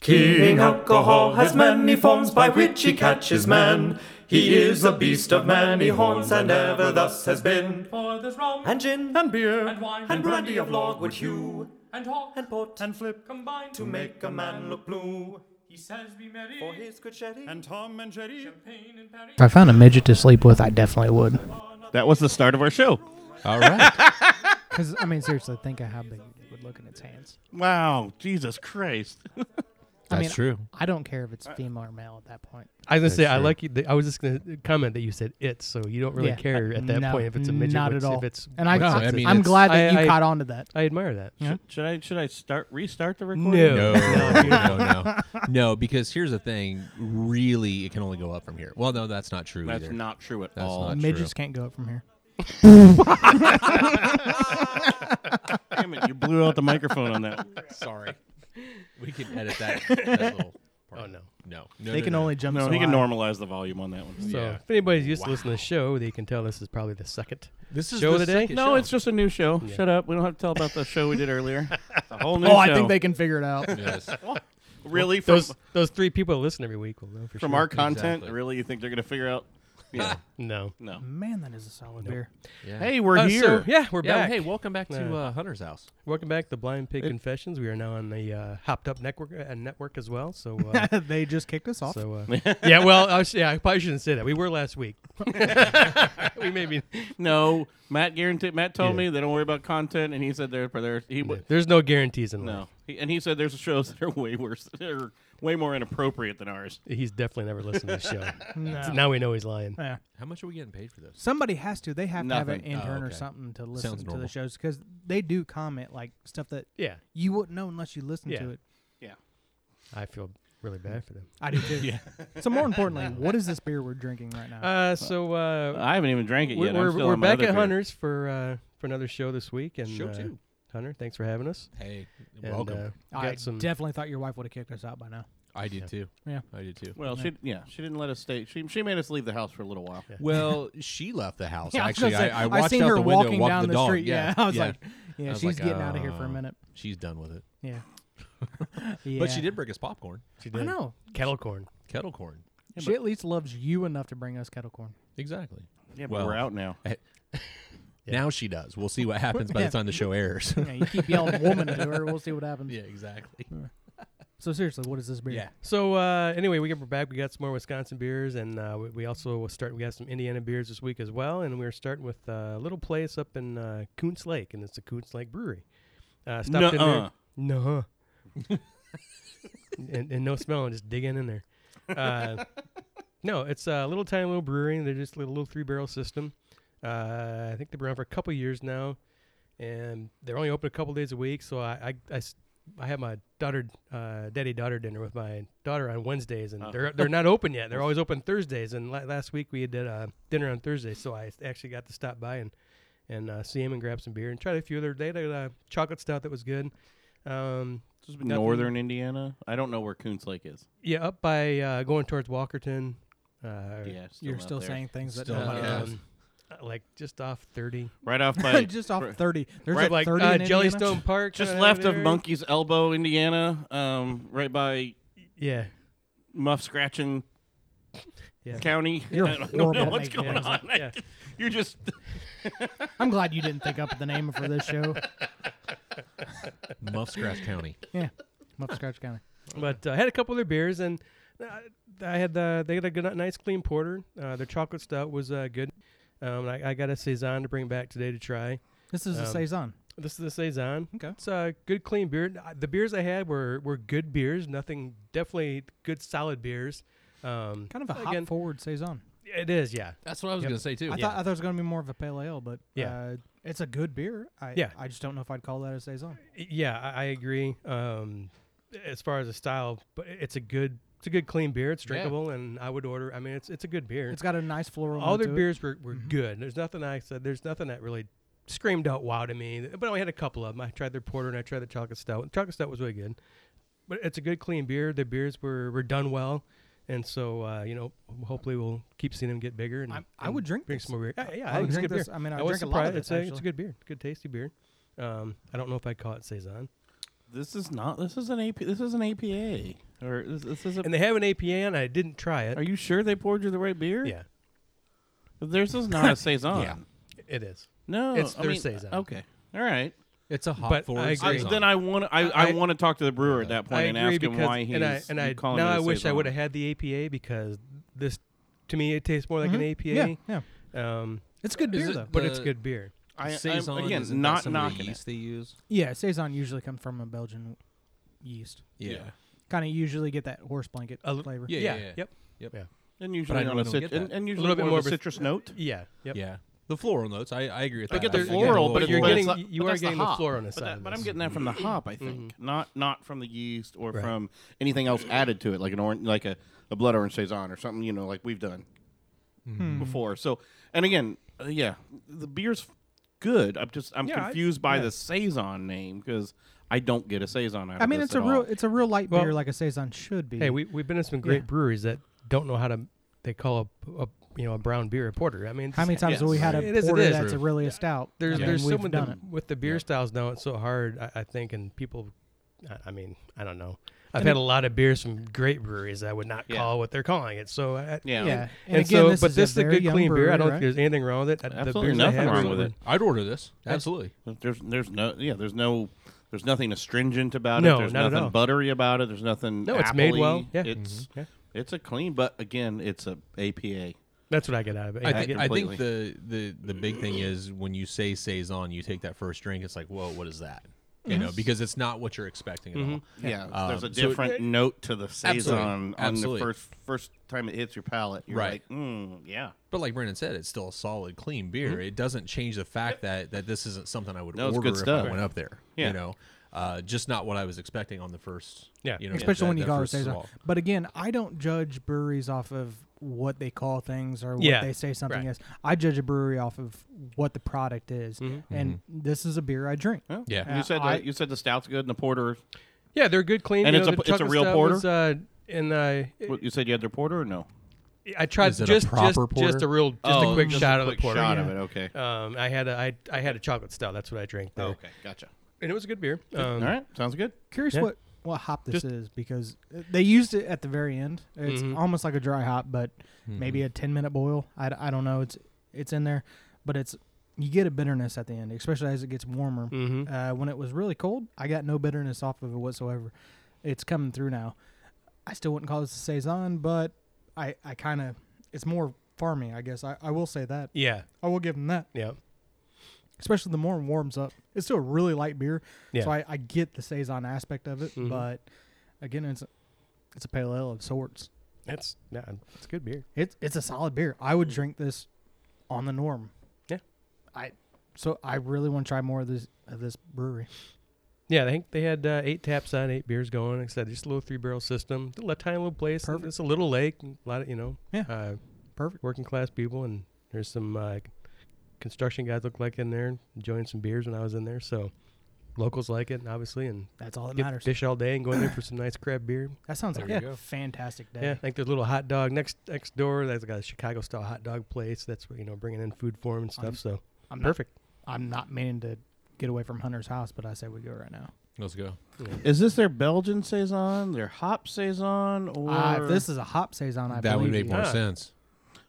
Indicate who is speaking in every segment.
Speaker 1: King Alcohol has many forms by which he catches men. He is a beast of many horns and ever thus has been.
Speaker 2: For there's rum
Speaker 1: And gin, and beer,
Speaker 2: And wine,
Speaker 1: and brandy of Logwood hue,
Speaker 2: and hawk
Speaker 1: and port, and flip,
Speaker 2: combined
Speaker 1: to make a man look blue.
Speaker 2: He says be merry.
Speaker 1: For his good sherry,
Speaker 3: And Tom and Jerry.
Speaker 2: Pain and parry.
Speaker 4: If I found a midget to sleep with, I definitely would.
Speaker 5: That was the start of our show.
Speaker 6: All right.
Speaker 4: Because I mean, seriously, think of how big it would look in its hands.
Speaker 5: Wow, Jesus Christ.
Speaker 4: I
Speaker 6: That's
Speaker 4: mean,
Speaker 6: true.
Speaker 4: I don't care if it's female or male at that point.
Speaker 7: I was gonna say
Speaker 6: That's
Speaker 7: I
Speaker 6: true.
Speaker 7: like. You, th- I was just gonna comment that you said it, so you don't really
Speaker 4: Yeah.
Speaker 7: care at that
Speaker 4: No,
Speaker 7: point if it's a midget.
Speaker 4: Not
Speaker 7: what's-
Speaker 4: at all.
Speaker 7: If it's,
Speaker 4: and I,
Speaker 6: No,
Speaker 4: I,
Speaker 6: I mean,
Speaker 4: am
Speaker 6: it's-
Speaker 4: glad that
Speaker 7: I-
Speaker 4: you
Speaker 7: I-
Speaker 4: caught on to that.
Speaker 7: I admire that.
Speaker 4: Yeah.
Speaker 5: Should I should I start restart the recording?
Speaker 6: No,
Speaker 7: No.
Speaker 6: no, no, no, no. Because here's the thing. Really, it can only go up from here. Well, no, that's not true
Speaker 5: That's
Speaker 6: either.
Speaker 5: not true at
Speaker 6: That's
Speaker 5: all.
Speaker 6: not-
Speaker 4: Midgets can't go up from here.
Speaker 5: Damn it, you blew out the microphone on that.
Speaker 6: Sorry. We can edit that, that little part.
Speaker 7: Oh no.
Speaker 6: No, no,
Speaker 4: they
Speaker 6: no,
Speaker 4: can
Speaker 6: no.
Speaker 4: only jump.
Speaker 5: No,
Speaker 4: so
Speaker 5: he can
Speaker 4: high.
Speaker 5: normalize the volume on that one.
Speaker 7: So
Speaker 6: Yeah.
Speaker 7: if anybody's used to listening to the show, they can tell this is probably the second.
Speaker 6: This is
Speaker 7: Show
Speaker 6: the
Speaker 7: of the day?
Speaker 6: second
Speaker 5: No,
Speaker 6: show.
Speaker 5: it's just a new show.
Speaker 7: Yeah.
Speaker 5: Shut up. We don't have to tell about the show we did earlier. It's a whole new
Speaker 4: Oh,
Speaker 5: show.
Speaker 4: I think they can figure it out.
Speaker 6: Yes.
Speaker 5: really from,
Speaker 7: Those those three people that listen every week will know for
Speaker 5: from
Speaker 7: sure.
Speaker 5: our content.
Speaker 6: Exactly.
Speaker 5: Really, you think they're gonna figure out? Yeah,
Speaker 7: no.
Speaker 5: no.
Speaker 4: Man, that is a solid beer.
Speaker 6: Yeah.
Speaker 5: Hey, we're
Speaker 7: Uh, so,
Speaker 5: here.
Speaker 7: yeah, we're
Speaker 6: Yeah,
Speaker 7: back.
Speaker 6: hey, welcome back to
Speaker 7: Yeah.
Speaker 6: uh, Hunter's house.
Speaker 7: Welcome back to Blind Pig Confessions. We are now on the uh, Hopped Up Network uh, network as well. So, uh,
Speaker 4: they just kicked us off.
Speaker 7: so uh, yeah. Well, I was, yeah, I probably shouldn't say that. We were last week. we maybe
Speaker 5: No, Matt guaranteed. Matt told
Speaker 7: Yeah.
Speaker 5: me they don't worry about content, and he said there, there, he would.
Speaker 7: there's no guarantees in
Speaker 5: No,
Speaker 7: life.
Speaker 5: he, and he said there's shows that are way worse. They're way more inappropriate than ours.
Speaker 7: He's definitely never listened to the show.
Speaker 4: No.
Speaker 7: Now we know he's lying.
Speaker 4: Yeah.
Speaker 6: How much are we getting paid for this?
Speaker 4: Somebody has to. They have to have an
Speaker 5: Nothing.
Speaker 6: Oh,
Speaker 4: intern or
Speaker 6: okay.
Speaker 4: something to listen to
Speaker 6: normal.
Speaker 4: the shows because they do comment like stuff that
Speaker 7: Yeah,
Speaker 4: you wouldn't know unless you listen to
Speaker 7: Yeah.
Speaker 4: it.
Speaker 7: I feel really bad for them.
Speaker 4: I do too. yeah. So more importantly, what is this beer we're drinking right now?
Speaker 7: Uh, so uh,
Speaker 5: I haven't even drank it
Speaker 7: we're
Speaker 5: yet.
Speaker 7: we're,
Speaker 5: I'm still
Speaker 7: we're
Speaker 5: on my
Speaker 7: back
Speaker 5: other
Speaker 7: at
Speaker 5: beer.
Speaker 7: Hunter's for uh, for another show this week. And
Speaker 6: Show
Speaker 7: uh,
Speaker 6: two.
Speaker 7: Hunter, thanks for having us.
Speaker 6: Hey,
Speaker 7: And,
Speaker 6: welcome.
Speaker 7: uh, got
Speaker 4: I
Speaker 7: some.
Speaker 4: definitely thought your wife would have kicked us out by now.
Speaker 6: I did too.
Speaker 4: Yeah.
Speaker 6: I did too.
Speaker 5: Well, she yeah, she didn't let us stay. She she made us leave the house for a little while.
Speaker 6: Well, she left the house.
Speaker 4: Yeah, I was
Speaker 6: Actually,
Speaker 4: gonna say,
Speaker 6: I, I watched
Speaker 4: seen
Speaker 6: out
Speaker 4: her
Speaker 6: the window,
Speaker 4: walking
Speaker 6: walked
Speaker 4: down
Speaker 6: the,
Speaker 4: the,
Speaker 6: dog.
Speaker 4: street.
Speaker 6: Yeah,
Speaker 4: I was
Speaker 6: yeah.
Speaker 4: like, yeah,
Speaker 6: I was
Speaker 4: she's
Speaker 6: like,
Speaker 4: getting out of here for
Speaker 6: uh,
Speaker 4: a minute.
Speaker 6: she's done with it.
Speaker 4: Yeah. yeah.
Speaker 6: But she did bring us popcorn,
Speaker 7: She
Speaker 4: I
Speaker 7: did.
Speaker 4: know.
Speaker 7: Kettle corn.
Speaker 6: kettle corn.
Speaker 4: She at least loves you enough to bring us kettle corn.
Speaker 6: Exactly.
Speaker 5: Yeah, but
Speaker 6: Well,
Speaker 5: we're out now.
Speaker 6: Now she does. We'll see what happens by
Speaker 4: Yeah.
Speaker 6: the time the show airs.
Speaker 4: Yeah, you keep yelling woman to her. We'll see what happens.
Speaker 6: yeah, exactly.
Speaker 4: So seriously, what is this beer?
Speaker 6: Yeah.
Speaker 7: So uh, anyway, we get we're back. We got some more Wisconsin beers, and uh, we, we also will start. We got some Indiana beers this week as well, and we're starting with uh, a little place up in uh, Coons Lake, and it's the Coons Lake Brewery. Uh, stopped
Speaker 5: Nuh-uh.
Speaker 7: in there. No. and, and no smelling, just digging in there. Uh, no, it's a little tiny little brewery. and They're just a little, little three barrel system. Uh, I think they've been around for a couple of years now, and they're only open a couple days a week. So I, I- I s- I have my daughter, uh, daddy daughter dinner with my daughter on Wednesdays, and they're they're not open yet. They're always open Thursdays. And la- last week we did uh, dinner on Thursday, so I actually got to stop by and and uh, see him and grab some beer and tried a few other. They had a uh, chocolate stout that was good. Um,
Speaker 5: This is
Speaker 7: nothing-
Speaker 5: northern Indiana. I don't know where Coons Lake is.
Speaker 7: yeah, up by uh, going towards Walkerton. Uh,
Speaker 5: Yeah, it's
Speaker 4: You're
Speaker 5: not
Speaker 4: still
Speaker 5: there.
Speaker 4: saying things that
Speaker 6: Still
Speaker 4: nobody
Speaker 6: not
Speaker 4: knows.
Speaker 7: um, like just off thirty.
Speaker 5: right off by
Speaker 4: just off
Speaker 5: right-
Speaker 4: thirty. There's
Speaker 5: right
Speaker 4: a
Speaker 7: like
Speaker 4: thirty
Speaker 7: uh,
Speaker 4: in Indiana?
Speaker 7: Jellystone Park,
Speaker 5: just
Speaker 7: kinda
Speaker 5: left
Speaker 7: over
Speaker 5: of
Speaker 7: there.
Speaker 5: Monkey's Elbow, Indiana. Um, right by
Speaker 7: Yeah,
Speaker 5: Muff Scratching
Speaker 7: yeah.
Speaker 5: County.
Speaker 4: You're
Speaker 5: I don't
Speaker 4: horrible
Speaker 5: know
Speaker 4: at
Speaker 5: what's
Speaker 4: making
Speaker 5: going
Speaker 4: names
Speaker 5: on.
Speaker 7: up. Yeah.
Speaker 5: You're just
Speaker 4: I'm glad you didn't think up the name for this show.
Speaker 6: Muff Scratch County.
Speaker 4: Yeah, Muff Scratch County.
Speaker 7: But uh, I had a couple of their beers, and uh, I had uh, they had a good, nice clean porter. Uh, their chocolate stout was uh, good. Um, I, I got a saison to bring back today to try.
Speaker 4: This is a
Speaker 7: Um,
Speaker 4: saison.
Speaker 7: This is a saison.
Speaker 4: Okay.
Speaker 7: it's a good clean beer. Uh, The beers I had were were good beers. Nothing, definitely good solid beers. Um,
Speaker 4: Kind of a hop
Speaker 7: again,
Speaker 4: forward saison.
Speaker 7: It is, yeah.
Speaker 6: That's what I was
Speaker 7: Yep.
Speaker 6: gonna say too.
Speaker 4: I thought I thought it was going to be more of a pale ale, but
Speaker 7: Yeah.
Speaker 4: uh, it's a good beer. I,
Speaker 7: Yeah.
Speaker 4: I just don't know if I'd call that a saison.
Speaker 7: Yeah, I, I agree. Um, as far as the style, but it's a good, it's a good clean beer. It's drinkable, and I would order. I mean, it's it's a good beer.
Speaker 4: It's got a nice floral.
Speaker 7: All
Speaker 4: note to
Speaker 7: their
Speaker 4: it. Mm-hmm.
Speaker 7: beers were, were good. There's nothing I said. There's nothing that really screamed out wow to me. But I only had a couple of them. I tried their porter and I tried the chocolate stout. chocolate stout was really good. But it's a good clean beer. Their beers were, were done well, and so uh, you know hopefully we'll keep seeing them get bigger. And
Speaker 4: I- I
Speaker 7: and
Speaker 4: would drink
Speaker 7: Mm. drink
Speaker 4: this.
Speaker 7: some more beer. Yeah, yeah,
Speaker 4: I would
Speaker 7: think it's a
Speaker 4: drink
Speaker 7: good
Speaker 4: this.
Speaker 7: Beer.
Speaker 4: I mean, I
Speaker 7: was
Speaker 4: drink a lot of
Speaker 7: surprised.
Speaker 4: this.
Speaker 7: It's a, it's a
Speaker 4: actually.
Speaker 7: good beer. Good tasty beer. Um, I don't know if I'd call it saison.
Speaker 5: This is not. This is an AP. This is an APA. Or is, is this a,
Speaker 7: And they have an APA, and I didn't try it.
Speaker 5: are you sure they poured you the right beer?
Speaker 7: yeah,
Speaker 5: Theirs is not a saison.
Speaker 6: Yeah.
Speaker 7: it is.
Speaker 5: No,
Speaker 7: It's
Speaker 5: I
Speaker 7: their
Speaker 5: mean,
Speaker 7: saison.
Speaker 5: Okay, all right.
Speaker 6: It's a hot
Speaker 7: But
Speaker 6: forward.
Speaker 7: I
Speaker 5: I,
Speaker 7: agree.
Speaker 6: saison.
Speaker 5: then I want I, I,
Speaker 7: I-
Speaker 5: want to talk to the brewer at that point
Speaker 7: I
Speaker 5: and
Speaker 7: agree
Speaker 5: ask him
Speaker 7: because-
Speaker 5: why he's
Speaker 7: and I, and I
Speaker 5: you calling
Speaker 7: now
Speaker 5: it a
Speaker 7: I wish I
Speaker 5: saison.
Speaker 7: would have had the APA because this to me it tastes more like
Speaker 5: Mm-hmm.
Speaker 4: Mhm.
Speaker 7: an APA.
Speaker 4: Yeah,
Speaker 7: Um,
Speaker 4: It's good
Speaker 6: Is
Speaker 4: beer
Speaker 6: it
Speaker 4: though.
Speaker 7: but it's
Speaker 6: the
Speaker 7: good beer.
Speaker 5: I, I'm-
Speaker 6: saison.
Speaker 5: again
Speaker 6: isn't that
Speaker 5: not
Speaker 6: some of the
Speaker 5: knocking it.
Speaker 6: yeast they use.
Speaker 4: Yeah, saison usually come from a Belgian yeast.
Speaker 6: Yeah.
Speaker 4: Kind of usually get that horse blanket
Speaker 7: A l-
Speaker 4: flavor.
Speaker 6: Yeah, yeah, yeah.
Speaker 7: Yep.
Speaker 5: and usually
Speaker 6: know
Speaker 5: on
Speaker 6: I
Speaker 5: a
Speaker 6: don't
Speaker 5: cit-
Speaker 6: get
Speaker 5: and,
Speaker 6: that.
Speaker 5: and usually
Speaker 7: little bit
Speaker 5: more,
Speaker 7: more
Speaker 5: of a
Speaker 7: of a-
Speaker 5: citrus note.
Speaker 7: Yeah. Yep.
Speaker 6: Yeah. The floral notes. I, I agree with
Speaker 5: I
Speaker 6: that.
Speaker 5: get the
Speaker 6: I
Speaker 5: floral,
Speaker 6: the
Speaker 5: but
Speaker 7: But you're
Speaker 5: it's
Speaker 7: getting
Speaker 5: not-
Speaker 7: you
Speaker 5: but
Speaker 7: are
Speaker 5: that's the
Speaker 7: getting the,
Speaker 5: hop.
Speaker 7: floral on the
Speaker 5: But,
Speaker 7: side.
Speaker 5: that,
Speaker 7: of
Speaker 5: but
Speaker 7: this.
Speaker 5: I'm getting that from the hop, I think, not not from the yeast or
Speaker 7: Right.
Speaker 5: from anything else added to it, like an orange, like a, a blood orange saison or something, you know, like we've done
Speaker 7: Hmm.
Speaker 5: before. So, and again, uh, yeah, the beer's good. I'm just I'm
Speaker 7: Yeah, I-
Speaker 5: confused by
Speaker 7: yeah.
Speaker 5: the saison name because I don't get a saison out of
Speaker 4: I mean,
Speaker 5: this
Speaker 4: it's
Speaker 5: at
Speaker 4: a real
Speaker 5: all.
Speaker 4: it's a real light
Speaker 7: Well-
Speaker 4: beer like a saison should be.
Speaker 7: Hey, we we've been to some great
Speaker 4: Yeah.
Speaker 7: breweries that don't know how to they call a, a you know a brown beer a porter. I mean,
Speaker 4: How many
Speaker 7: it's-
Speaker 4: times have we had a
Speaker 7: It is- it
Speaker 4: porter
Speaker 7: is.
Speaker 4: that's a really a stout? I
Speaker 7: there's
Speaker 4: mean,
Speaker 7: there's
Speaker 4: we've
Speaker 7: some with
Speaker 4: done
Speaker 7: the,
Speaker 4: it.
Speaker 7: with the beer styles now it's so hard. I, I think and people, I, I mean, I don't know. I've had a lot of beers from great breweries that I would not
Speaker 5: Yeah.
Speaker 7: call what they're calling it. So uh, I,
Speaker 5: yeah.
Speaker 4: Yeah,
Speaker 7: And,
Speaker 4: and, again,
Speaker 7: so,
Speaker 4: this
Speaker 7: but
Speaker 4: is
Speaker 7: this
Speaker 4: a
Speaker 7: is a
Speaker 4: very
Speaker 7: good
Speaker 4: young
Speaker 7: clean beer. I
Speaker 4: brewery,
Speaker 7: don't
Speaker 4: right?
Speaker 7: think there's anything wrong with it. I-
Speaker 5: Absolutely
Speaker 7: the beers I
Speaker 5: nothing
Speaker 7: had
Speaker 5: wrong
Speaker 7: were-
Speaker 5: with it.
Speaker 6: I'd order this. Absolutely.
Speaker 5: There's there's no yeah there's no there's nothing astringent about
Speaker 7: No,
Speaker 5: it. There's
Speaker 7: not at
Speaker 5: nothing
Speaker 7: all.
Speaker 5: buttery about it. There's nothing.
Speaker 7: No, it's made
Speaker 5: appley.
Speaker 7: well. Yeah. Mm-hmm.
Speaker 5: It's
Speaker 7: Yeah.
Speaker 5: it's a clean, but again, it's a APA.
Speaker 7: That's what I get out of it.
Speaker 6: I
Speaker 7: I
Speaker 5: think-
Speaker 6: think,
Speaker 7: get-
Speaker 6: I
Speaker 5: completely.
Speaker 6: think the, the, the big thing is when you say saison, you take that first drink. It's like, whoa, what is that? You know, because it's not what you're expecting at all.
Speaker 5: Mm-hmm. Yeah,
Speaker 6: Um,
Speaker 5: there's a
Speaker 6: so it-
Speaker 5: different note to the saison on
Speaker 6: absolutely.
Speaker 5: the first first time it hits your palate. You're
Speaker 6: Right.
Speaker 5: like, mm, yeah.
Speaker 6: But like Brandon said, it's still a solid, clean beer. It doesn't change the fact that that this isn't something I would
Speaker 5: No, it's
Speaker 6: order
Speaker 5: good
Speaker 6: if
Speaker 5: stuff.
Speaker 6: I went up there.
Speaker 5: Yeah.
Speaker 6: You know, uh, just not what I was expecting on the first.
Speaker 7: Yeah.
Speaker 6: You know,
Speaker 4: especially
Speaker 6: that-
Speaker 4: when you
Speaker 6: that
Speaker 4: call it
Speaker 6: first
Speaker 4: saison.
Speaker 6: swallow.
Speaker 4: But again, I don't judge breweries off of what they call things or what
Speaker 7: Yeah,
Speaker 4: they say something
Speaker 7: right.
Speaker 4: is. I judge a brewery off of what the product is,
Speaker 6: Mm-hmm.
Speaker 4: and this is a beer I drink.
Speaker 6: Yeah.
Speaker 5: You said
Speaker 4: Uh, I-
Speaker 5: the, you said the stout's good and the porter.
Speaker 7: yeah, they're good clean.
Speaker 5: And
Speaker 7: you
Speaker 5: it's
Speaker 7: know,
Speaker 5: a-
Speaker 7: the
Speaker 5: it's a
Speaker 7: chocolate
Speaker 5: real
Speaker 7: stout
Speaker 5: porter?
Speaker 7: Was, uh, and uh,
Speaker 5: What, you said you had their porter or no?
Speaker 7: I tried
Speaker 6: Is it a
Speaker 7: just just,
Speaker 6: proper
Speaker 7: just
Speaker 6: porter?
Speaker 7: a real just
Speaker 5: Oh,
Speaker 7: a quick shot of the porter.
Speaker 5: Shot
Speaker 4: yeah.
Speaker 5: of it. Okay.
Speaker 7: Um, I had a I I had a chocolate stout. That's what I drank. Though.
Speaker 5: okay. Gotcha.
Speaker 7: and it was a good beer. Um,
Speaker 5: Oh. All right. Sounds good.
Speaker 4: Curious
Speaker 7: Yeah.
Speaker 4: what what hop this is because uh, they used it at the very end. It's
Speaker 7: Mhm.
Speaker 4: almost like a dry hop, but maybe a ten minute boil. I, d- I don't know. It's it's in there, but it's you get a bitterness at the end, especially as it gets warmer.
Speaker 7: Mm-hmm.
Speaker 4: Uh, when it was really cold, I got no bitterness off of it whatsoever. It's coming through now. I still wouldn't call this a saison, but I I kind of it's more farming, I guess. I, I will say that.
Speaker 7: Yeah,
Speaker 4: I will give them that.
Speaker 7: yeah,
Speaker 4: Especially the more it warms up. It's still a really light beer,
Speaker 7: yeah.
Speaker 4: so I, I get the saison aspect of it,
Speaker 7: Mhm.
Speaker 4: but again, it's it's a pale ale of sorts.
Speaker 7: that's yeah, it's good beer.
Speaker 4: It's it's a solid beer. I would drink this on the norm.
Speaker 7: Yeah.
Speaker 4: I so I really want to try more of this of this brewery.
Speaker 7: Yeah, I think they had uh, eight taps on, eight beers going. Like I said, just a little three barrel system. The tiny little place. and
Speaker 4: Perfect.
Speaker 7: It's a little lake. and A lot of you know.
Speaker 4: Yeah.
Speaker 7: Uh, Perfect. Working class people, and there's some uh, construction guys look like in there enjoying some beers when I was in there. So locals like it, obviously, and
Speaker 4: That's all that
Speaker 7: get
Speaker 4: matters.
Speaker 7: fish all day and go in there for some nice crab beer.
Speaker 4: That sounds
Speaker 7: There
Speaker 4: like
Speaker 7: you
Speaker 4: a
Speaker 7: go.
Speaker 4: fantastic day.
Speaker 7: Yeah, I think there's a little hot dog next next door. There's like a Chicago style hot dog place. That's where you know bringing in food for 'em and
Speaker 4: I'm-
Speaker 7: stuff. So
Speaker 4: I'm not-
Speaker 7: perfect.
Speaker 4: I'm not meaning to get away from Hunter's house, but I say we go right now.
Speaker 6: Let's go.
Speaker 5: Is this their Belgian saison, their hop saison, or
Speaker 4: Uh, if this is a hop saison, I
Speaker 6: that would
Speaker 4: believe
Speaker 6: make
Speaker 4: you.
Speaker 6: more
Speaker 7: Ah.
Speaker 6: sense.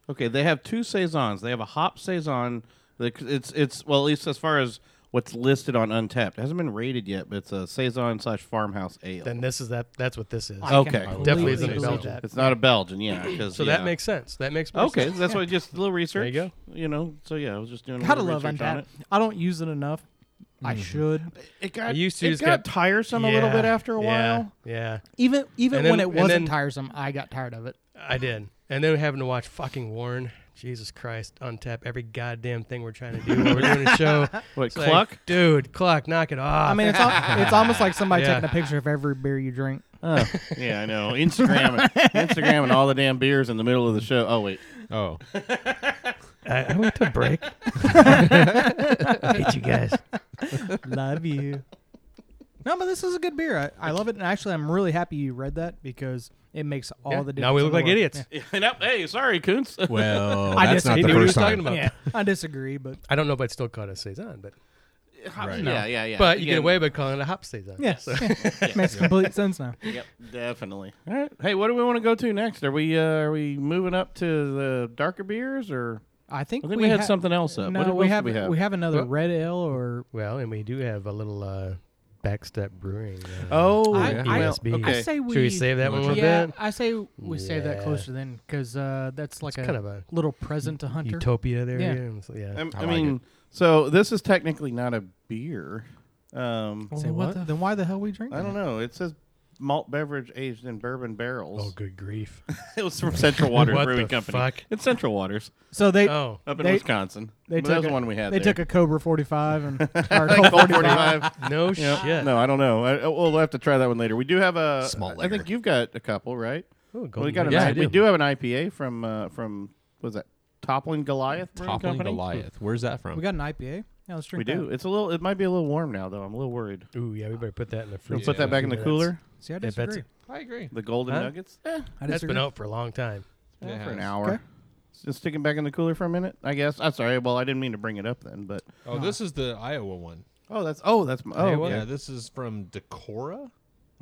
Speaker 5: Okay, they have two saisons. They have a hop saison. that c- It's it's well at least as far as what's listed on Untapped. It hasn't been rated yet, but it's a saison slash farmhouse ale.
Speaker 7: Then this is that. That's what this is.
Speaker 4: I
Speaker 5: Okay.
Speaker 4: can
Speaker 5: Definitely
Speaker 4: completely
Speaker 7: isn't a
Speaker 4: believe
Speaker 7: Belgian.
Speaker 4: that.
Speaker 5: it's not a Belgian, yeah. 'cause,
Speaker 7: so
Speaker 5: yeah.
Speaker 7: that makes sense. That makes more
Speaker 5: okay.
Speaker 7: sense.
Speaker 5: That's why just a little research.
Speaker 7: go.
Speaker 5: You know. So yeah, I was just doing. A
Speaker 4: Gotta
Speaker 5: little
Speaker 4: love
Speaker 5: research on it.
Speaker 4: Untapped. I don't use it enough. I should.
Speaker 5: It got
Speaker 7: I used to
Speaker 5: it
Speaker 7: just
Speaker 5: got
Speaker 7: get-
Speaker 5: tiresome a little
Speaker 7: Yeah,
Speaker 5: bit after a
Speaker 7: yeah,
Speaker 5: while.
Speaker 7: Yeah,
Speaker 4: Even even
Speaker 7: And then-
Speaker 4: when it
Speaker 7: and
Speaker 4: wasn't
Speaker 7: then-
Speaker 4: tiresome, I got tired of it.
Speaker 7: I did. And then having to watch fucking Warren. Jesus Christ, untap every goddamn thing we're trying to do. when we're doing a show.
Speaker 5: What
Speaker 7: It's like,
Speaker 5: cluck?
Speaker 7: dude, Cluck, knock it off.
Speaker 4: I mean, it's al- it's almost like somebody
Speaker 7: Yeah.
Speaker 4: taking a picture of every beer you drink.
Speaker 5: yeah, I know. Instagram, Instagram, and all the damn beers in the middle of the show. Oh wait,
Speaker 6: Oh,
Speaker 7: I, I went to break. I hate you guys.
Speaker 4: Love you. No, but this is a good beer. I, I love it, and actually, I'm really happy you read that because it makes all
Speaker 7: Yeah,
Speaker 4: the difference.
Speaker 7: now we
Speaker 4: in
Speaker 7: look
Speaker 4: the
Speaker 7: like
Speaker 4: world.
Speaker 7: idiots.
Speaker 5: Yeah, no, hey, sorry, Coons.
Speaker 6: well,
Speaker 4: I
Speaker 6: that's
Speaker 4: just-
Speaker 6: not
Speaker 4: he
Speaker 6: the
Speaker 7: knew what he was
Speaker 6: first
Speaker 7: talking
Speaker 6: time.
Speaker 7: about.
Speaker 4: Yeah. I disagree, but
Speaker 7: I don't know if I'd still call it a saison, but
Speaker 5: hops-
Speaker 6: Right.
Speaker 5: Yeah, yeah, yeah.
Speaker 7: But you get
Speaker 5: Again,
Speaker 7: away by calling it a hop saison.
Speaker 4: Yes. Makes complete sense now.
Speaker 5: Yep, definitely. All right. Hey, what do we want to go to next? Are we uh, are we moving up to the darker beers or?
Speaker 4: I think,
Speaker 5: I think we, had
Speaker 4: ha-
Speaker 5: something else up.
Speaker 4: No,
Speaker 5: what
Speaker 4: we
Speaker 5: else
Speaker 4: have
Speaker 5: did we have?
Speaker 4: another
Speaker 5: Well-
Speaker 4: red ale or
Speaker 7: Well, and we do have a little uh, backstep brewing. Uh,
Speaker 5: Oh,
Speaker 4: I-
Speaker 5: yeah.
Speaker 4: I-
Speaker 5: well,
Speaker 7: USB.
Speaker 5: okay.
Speaker 4: I say we
Speaker 7: Should we save that one a
Speaker 6: Wanna
Speaker 7: little
Speaker 4: Yeah,
Speaker 7: bit?
Speaker 4: I say we save that
Speaker 7: Yeah.
Speaker 4: closer then because uh, that's like a
Speaker 7: kind of a
Speaker 4: little present to Hunter.
Speaker 7: utopia there.
Speaker 4: Yeah.
Speaker 7: Yeah. and so- yeah.
Speaker 5: I'm-
Speaker 6: I
Speaker 5: Um, I,
Speaker 6: like
Speaker 5: mean,
Speaker 6: it.
Speaker 5: so this is technically not a beer. Um,
Speaker 4: Well,
Speaker 7: Say
Speaker 4: what
Speaker 7: what?
Speaker 4: the- then why the hell we drinking?
Speaker 5: I don't
Speaker 4: it?
Speaker 5: know. It says malt beverage aged in bourbon
Speaker 7: Oh,
Speaker 5: barrels.
Speaker 7: good grief.
Speaker 5: it was from Central Waters
Speaker 7: What
Speaker 5: Brewing
Speaker 7: the
Speaker 5: Company.
Speaker 7: fuck?
Speaker 5: It's Central Waters
Speaker 4: So they
Speaker 7: Oh.
Speaker 5: up in
Speaker 4: They-
Speaker 5: Wisconsin.
Speaker 4: they
Speaker 5: But that
Speaker 4: took
Speaker 5: was the
Speaker 4: a-
Speaker 5: one we had.
Speaker 4: they
Speaker 5: there.
Speaker 4: took a Cobra 45 and or
Speaker 5: Like
Speaker 4: Colt 45.
Speaker 5: 45.
Speaker 7: No shit.
Speaker 5: No, I don't know. I, oh, we'll have to try that one later. We do have a.
Speaker 6: Small
Speaker 5: I think
Speaker 6: lager.
Speaker 5: you've got a couple, right?
Speaker 7: Oh,
Speaker 5: Well, we
Speaker 7: golden
Speaker 5: got an,
Speaker 7: Knights.
Speaker 6: Yeah, I
Speaker 5: we
Speaker 6: do.
Speaker 5: do have an IPA from uh, from was that Toppling Goliath Brewing
Speaker 6: Toppling
Speaker 5: Company?
Speaker 6: Goliath. Where's that from?
Speaker 4: We got an IPA. Yeah, let's
Speaker 5: We
Speaker 4: drink.
Speaker 5: do.
Speaker 4: That.
Speaker 5: It's a little. It might be a little warm now, though. I'm a little worried.
Speaker 7: Ooh, yeah, we better put that in the
Speaker 5: We'll
Speaker 7: fridge.
Speaker 5: put
Speaker 7: for a
Speaker 5: that back in
Speaker 7: few
Speaker 5: the
Speaker 7: minutes.
Speaker 5: cooler.
Speaker 4: See, I
Speaker 7: that's
Speaker 4: disagree.
Speaker 7: it.
Speaker 6: I agree.
Speaker 5: The Golden
Speaker 7: Huh?
Speaker 5: Nuggets. Eh,
Speaker 4: I
Speaker 7: That's
Speaker 4: disagree.
Speaker 7: been out for a long time.
Speaker 5: well,
Speaker 6: Yeah.
Speaker 5: for an hour.
Speaker 4: Okay.
Speaker 5: Just stick it back in the cooler for a minute, I guess. I'm sorry. Well, I didn't mean to bring it up then, but
Speaker 6: Oh, this is the Iowa one.
Speaker 5: oh, that's oh, that's my- oh,
Speaker 6: Iowa?
Speaker 5: okay.
Speaker 6: Yeah, this is from Decorah.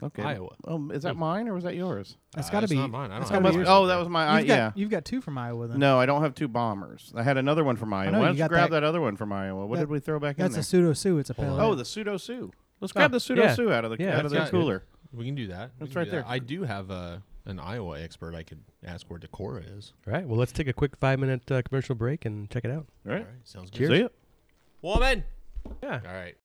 Speaker 5: okay.
Speaker 6: Iowa.
Speaker 5: Um, is that mine or was that yours?
Speaker 4: That's
Speaker 6: Uh,
Speaker 4: got to
Speaker 6: it's
Speaker 4: be.
Speaker 6: not mine. I
Speaker 4: that's
Speaker 6: don't have
Speaker 4: gotta
Speaker 5: That must-
Speaker 4: be
Speaker 6: yours.
Speaker 5: oh, that was my. I,
Speaker 4: You've got,
Speaker 5: yeah.
Speaker 4: you've got two from Iowa then.
Speaker 5: No, I don't have two bombers. I had another one from Iowa.
Speaker 4: know, you
Speaker 5: Let's
Speaker 4: got
Speaker 5: grab that,
Speaker 4: that-
Speaker 5: other one from Iowa. What
Speaker 4: that-
Speaker 5: did we throw back in
Speaker 4: that's
Speaker 5: there?
Speaker 4: a pseudo sue. It's a pale. ale.
Speaker 5: oh, the pseudo sue. Let's grab the pseudo
Speaker 7: yeah.
Speaker 5: sue out of the
Speaker 7: Yeah,
Speaker 5: out of the
Speaker 6: that's good.
Speaker 5: cooler.
Speaker 6: We can do that. We
Speaker 5: That's
Speaker 6: can
Speaker 5: right
Speaker 6: do
Speaker 5: there.
Speaker 6: that. I do have a an Iowa expert. I could ask where Decorah is.
Speaker 7: All right. Well, let's take a quick five minute uh, commercial break and check it out.
Speaker 5: All right.
Speaker 6: All right, sounds
Speaker 5: See
Speaker 6: good.
Speaker 5: ya.
Speaker 3: Woman!
Speaker 7: Yeah.
Speaker 6: All right.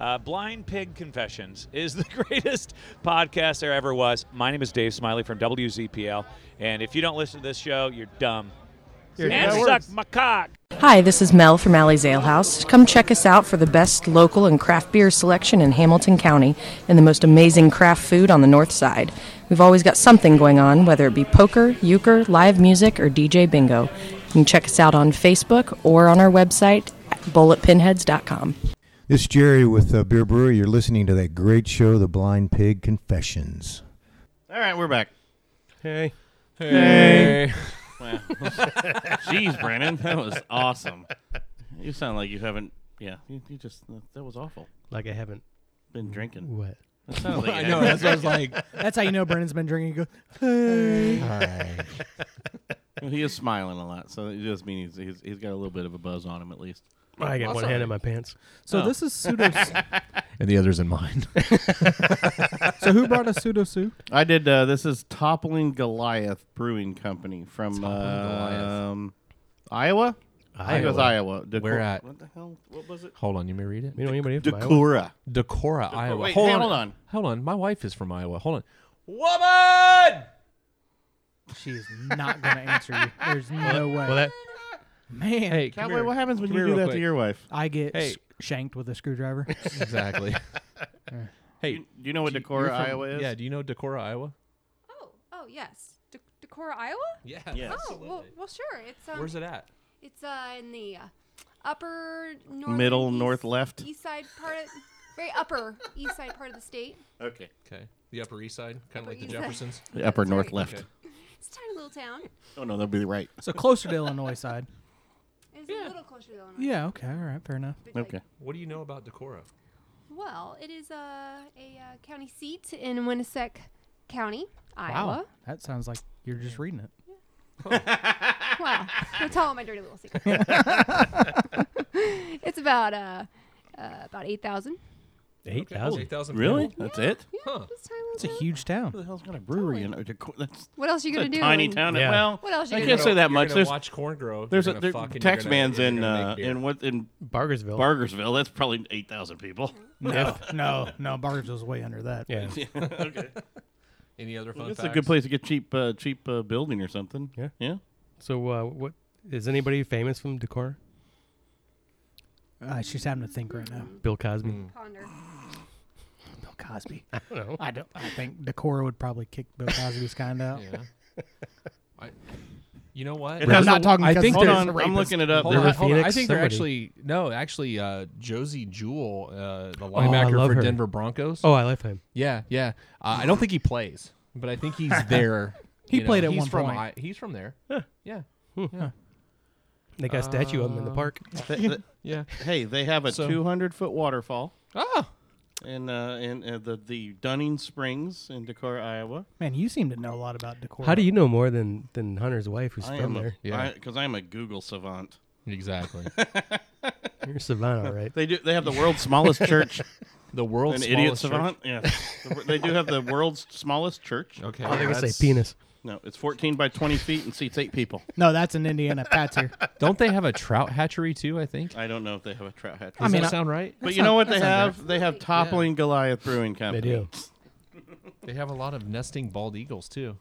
Speaker 3: Uh, Blind Pig Confessions is the greatest podcast there ever was. My name is Dave Smiley from WZPL, and if you don't listen to this show, you're dumb. and suck my cock.
Speaker 8: Hi, this is Mel from Alley's Ale House. Come check us out for the best local and craft beer selection in Hamilton County and the most amazing craft food on the north side. We've always got something going on, whether it be poker, euchre, live music, or DJ bingo. You can check us out on Facebook or on our website, bulletpinheads.com.
Speaker 9: This is Jerry with uh, Beer Brewery. You're listening to that great show, The Blind Pig Confessions.
Speaker 5: All right, we're back.
Speaker 7: Hey.
Speaker 6: Hey.
Speaker 5: Jeez, Brandon, that was awesome. You sound like you haven't. Yeah, you, you just that was awful.
Speaker 7: Like I haven't.
Speaker 5: Been drinking.
Speaker 7: What?
Speaker 5: That sounds like
Speaker 6: I
Speaker 5: you
Speaker 6: know.
Speaker 5: had-
Speaker 6: That's what I was like.
Speaker 4: That's how you know Brennan's been drinking. You go, hey.
Speaker 5: He is smiling a lot, so it just means he's, he's he's got a little bit of a buzz on him at least.
Speaker 7: I got one
Speaker 6: Awesome.
Speaker 7: hand in my pants.
Speaker 4: So this is pseudo.
Speaker 6: And the others in mine.
Speaker 4: so who brought a pseudo sue?
Speaker 5: I did. Uh, this is Toppling Goliath Brewing Company from
Speaker 6: Toppling Goliath.
Speaker 5: um, Iowa. I think it was Iowa. Deco-
Speaker 6: Where at?
Speaker 5: What the hell? What was it?
Speaker 6: Hold on, you may read it.
Speaker 7: You know anybody from Iowa?
Speaker 5: Decorah.
Speaker 6: Decorah, Iowa.
Speaker 5: wait,
Speaker 6: hold,
Speaker 5: hey,
Speaker 6: on.
Speaker 5: hold on.
Speaker 6: Hold on. My wife is from Iowa. Hold on.
Speaker 3: Woman!
Speaker 4: She is not going to answer you. There's no way.
Speaker 7: Well, that,
Speaker 4: Man,
Speaker 6: Hey, come
Speaker 5: Cowboy,
Speaker 6: here.
Speaker 5: what happens when
Speaker 6: Come
Speaker 5: you
Speaker 6: here
Speaker 5: do
Speaker 6: real
Speaker 5: that to
Speaker 6: quick.
Speaker 5: your wife?
Speaker 4: I get
Speaker 6: hey.
Speaker 4: s- shanked with a screwdriver.
Speaker 6: Exactly. hey,
Speaker 5: Do you know what
Speaker 6: do you-
Speaker 5: Decorah,
Speaker 6: you're from-
Speaker 5: Iowa is?
Speaker 6: Yeah. Do you know Decorah, Iowa?
Speaker 10: Oh, oh yes, De- Decorah, Iowa.
Speaker 6: Yeah.
Speaker 10: Oh, well, well, sure. It's um,
Speaker 6: Where's it at?
Speaker 10: It's uh in the uh, upper north,
Speaker 5: Middle, north, left?
Speaker 10: east side part of very upper east side part of the state.
Speaker 5: Okay.
Speaker 6: Okay. The Upper East Side, kind of like the
Speaker 10: East Side.
Speaker 6: Jeffersons.
Speaker 5: The upper
Speaker 10: That's
Speaker 5: north
Speaker 10: right.
Speaker 5: left.
Speaker 6: Okay.
Speaker 10: It's a tiny little town.
Speaker 5: Oh no, that'll be right.
Speaker 4: So closer to Illinois side.
Speaker 10: It's a little closer to Illinois.
Speaker 4: Yeah. Okay. All right. Fair enough.
Speaker 10: but, like,
Speaker 5: Okay.
Speaker 6: What do you know about Decorah?
Speaker 10: well, it is uh, a uh, county seat in Winnesec County,
Speaker 4: Wow.
Speaker 10: Iowa.
Speaker 4: That sounds like you're just reading it.
Speaker 10: Wow. Don't tell all my dirty little secret. it's about uh, uh about eight thousand.
Speaker 7: 8,000.
Speaker 5: Really? That's it?
Speaker 10: Yeah,
Speaker 6: Huh.
Speaker 10: just a tiny little
Speaker 4: It's a
Speaker 10: town.
Speaker 4: huge town.
Speaker 5: Who the hell's got a brewery in Decorah? That's
Speaker 10: What else are you
Speaker 5: it's
Speaker 10: gonna
Speaker 5: a
Speaker 10: do?
Speaker 5: tiny
Speaker 10: when-
Speaker 5: town.
Speaker 7: Yeah.
Speaker 5: Well,
Speaker 10: What else you
Speaker 5: I
Speaker 10: gonna
Speaker 5: can't
Speaker 10: do?
Speaker 5: say
Speaker 6: You're
Speaker 5: that much.
Speaker 6: gonna
Speaker 5: There's
Speaker 6: watch corn grow.
Speaker 5: there's a
Speaker 6: You're gonna
Speaker 5: there,
Speaker 6: fuck and you're
Speaker 5: tax
Speaker 6: gonna-
Speaker 5: man's
Speaker 6: you're
Speaker 5: in
Speaker 6: gonna
Speaker 5: uh,
Speaker 6: make beer.
Speaker 5: in what in
Speaker 7: Bargersville.
Speaker 5: Bargersville. That's probably eight thousand people.
Speaker 4: No, no, no. Bargersville's way under that.
Speaker 7: yeah.
Speaker 5: okay,
Speaker 6: Any other fun
Speaker 5: that's a
Speaker 6: facts?
Speaker 5: good place to get cheap uh, cheap uh, building or something.
Speaker 7: Yeah.
Speaker 5: yeah.
Speaker 7: So, uh, what is anybody famous from Decorah?
Speaker 4: Uh, she's having to think right now.
Speaker 7: Bill Cosby.
Speaker 5: Hmm.
Speaker 10: Ponder.
Speaker 4: Bill Cosby.
Speaker 7: I don't know.
Speaker 4: I don't. I think Decorah would probably kick Bill Cosby's kind out.
Speaker 6: Yeah. I, you know what?
Speaker 5: It has
Speaker 4: not
Speaker 5: a-
Speaker 4: talking
Speaker 6: I
Speaker 4: because
Speaker 6: think
Speaker 5: Hold
Speaker 4: there's
Speaker 5: on,
Speaker 4: a
Speaker 5: I'm
Speaker 4: rapist.
Speaker 5: looking it up.
Speaker 6: Hold
Speaker 7: River
Speaker 6: on, hold on. I
Speaker 7: Phoenix,
Speaker 6: think they're
Speaker 7: somebody.
Speaker 6: actually no, actually uh, Josie Jewell, uh, the
Speaker 7: I
Speaker 6: linebacker
Speaker 7: love
Speaker 6: for
Speaker 7: her.
Speaker 6: Denver Broncos.
Speaker 7: Oh, I love him.
Speaker 6: yeah, yeah. Uh, I don't think he plays, but I think he's there.
Speaker 4: He
Speaker 6: you know,
Speaker 4: played at
Speaker 6: he's
Speaker 4: one
Speaker 6: from
Speaker 4: point.
Speaker 6: I, he's from there. Yeah.
Speaker 7: They got a statue of him in
Speaker 5: Uh,
Speaker 7: the park.
Speaker 5: yeah. Hey, they have a
Speaker 6: So-
Speaker 5: 200 foot waterfall.
Speaker 6: Ah.
Speaker 5: In uh, in uh, the the Dunning Springs in Decorah, Iowa.
Speaker 4: Man, you seem to know a lot about decor.
Speaker 7: How do you know more than than Hunter's wife, who's
Speaker 5: I
Speaker 7: from
Speaker 5: am
Speaker 7: there?
Speaker 5: yeah. Because I'm a Google savant.
Speaker 6: Exactly.
Speaker 7: You're a savant, all right?
Speaker 5: They do. They have the world's smallest church.
Speaker 6: The world's
Speaker 5: An idiot
Speaker 6: smallest
Speaker 5: savant. Yeah. The wor- they do have the world's smallest church.
Speaker 6: Okay.
Speaker 7: I think I
Speaker 6: that's-
Speaker 7: say penis.
Speaker 5: No, it's 14 by 20 feet and seats eight people.
Speaker 4: No, that's an Indiana Patser.
Speaker 6: Don't they have a trout hatchery too? I think.
Speaker 5: I don't know if they have a trout hat.
Speaker 6: Does
Speaker 4: mean,
Speaker 6: that
Speaker 4: I-
Speaker 6: sound right?
Speaker 5: but you know what they
Speaker 4: sounds
Speaker 5: have? They have Toppling Goliath Brewing Company.
Speaker 7: They do.
Speaker 6: They have a lot of nesting bald eagles too.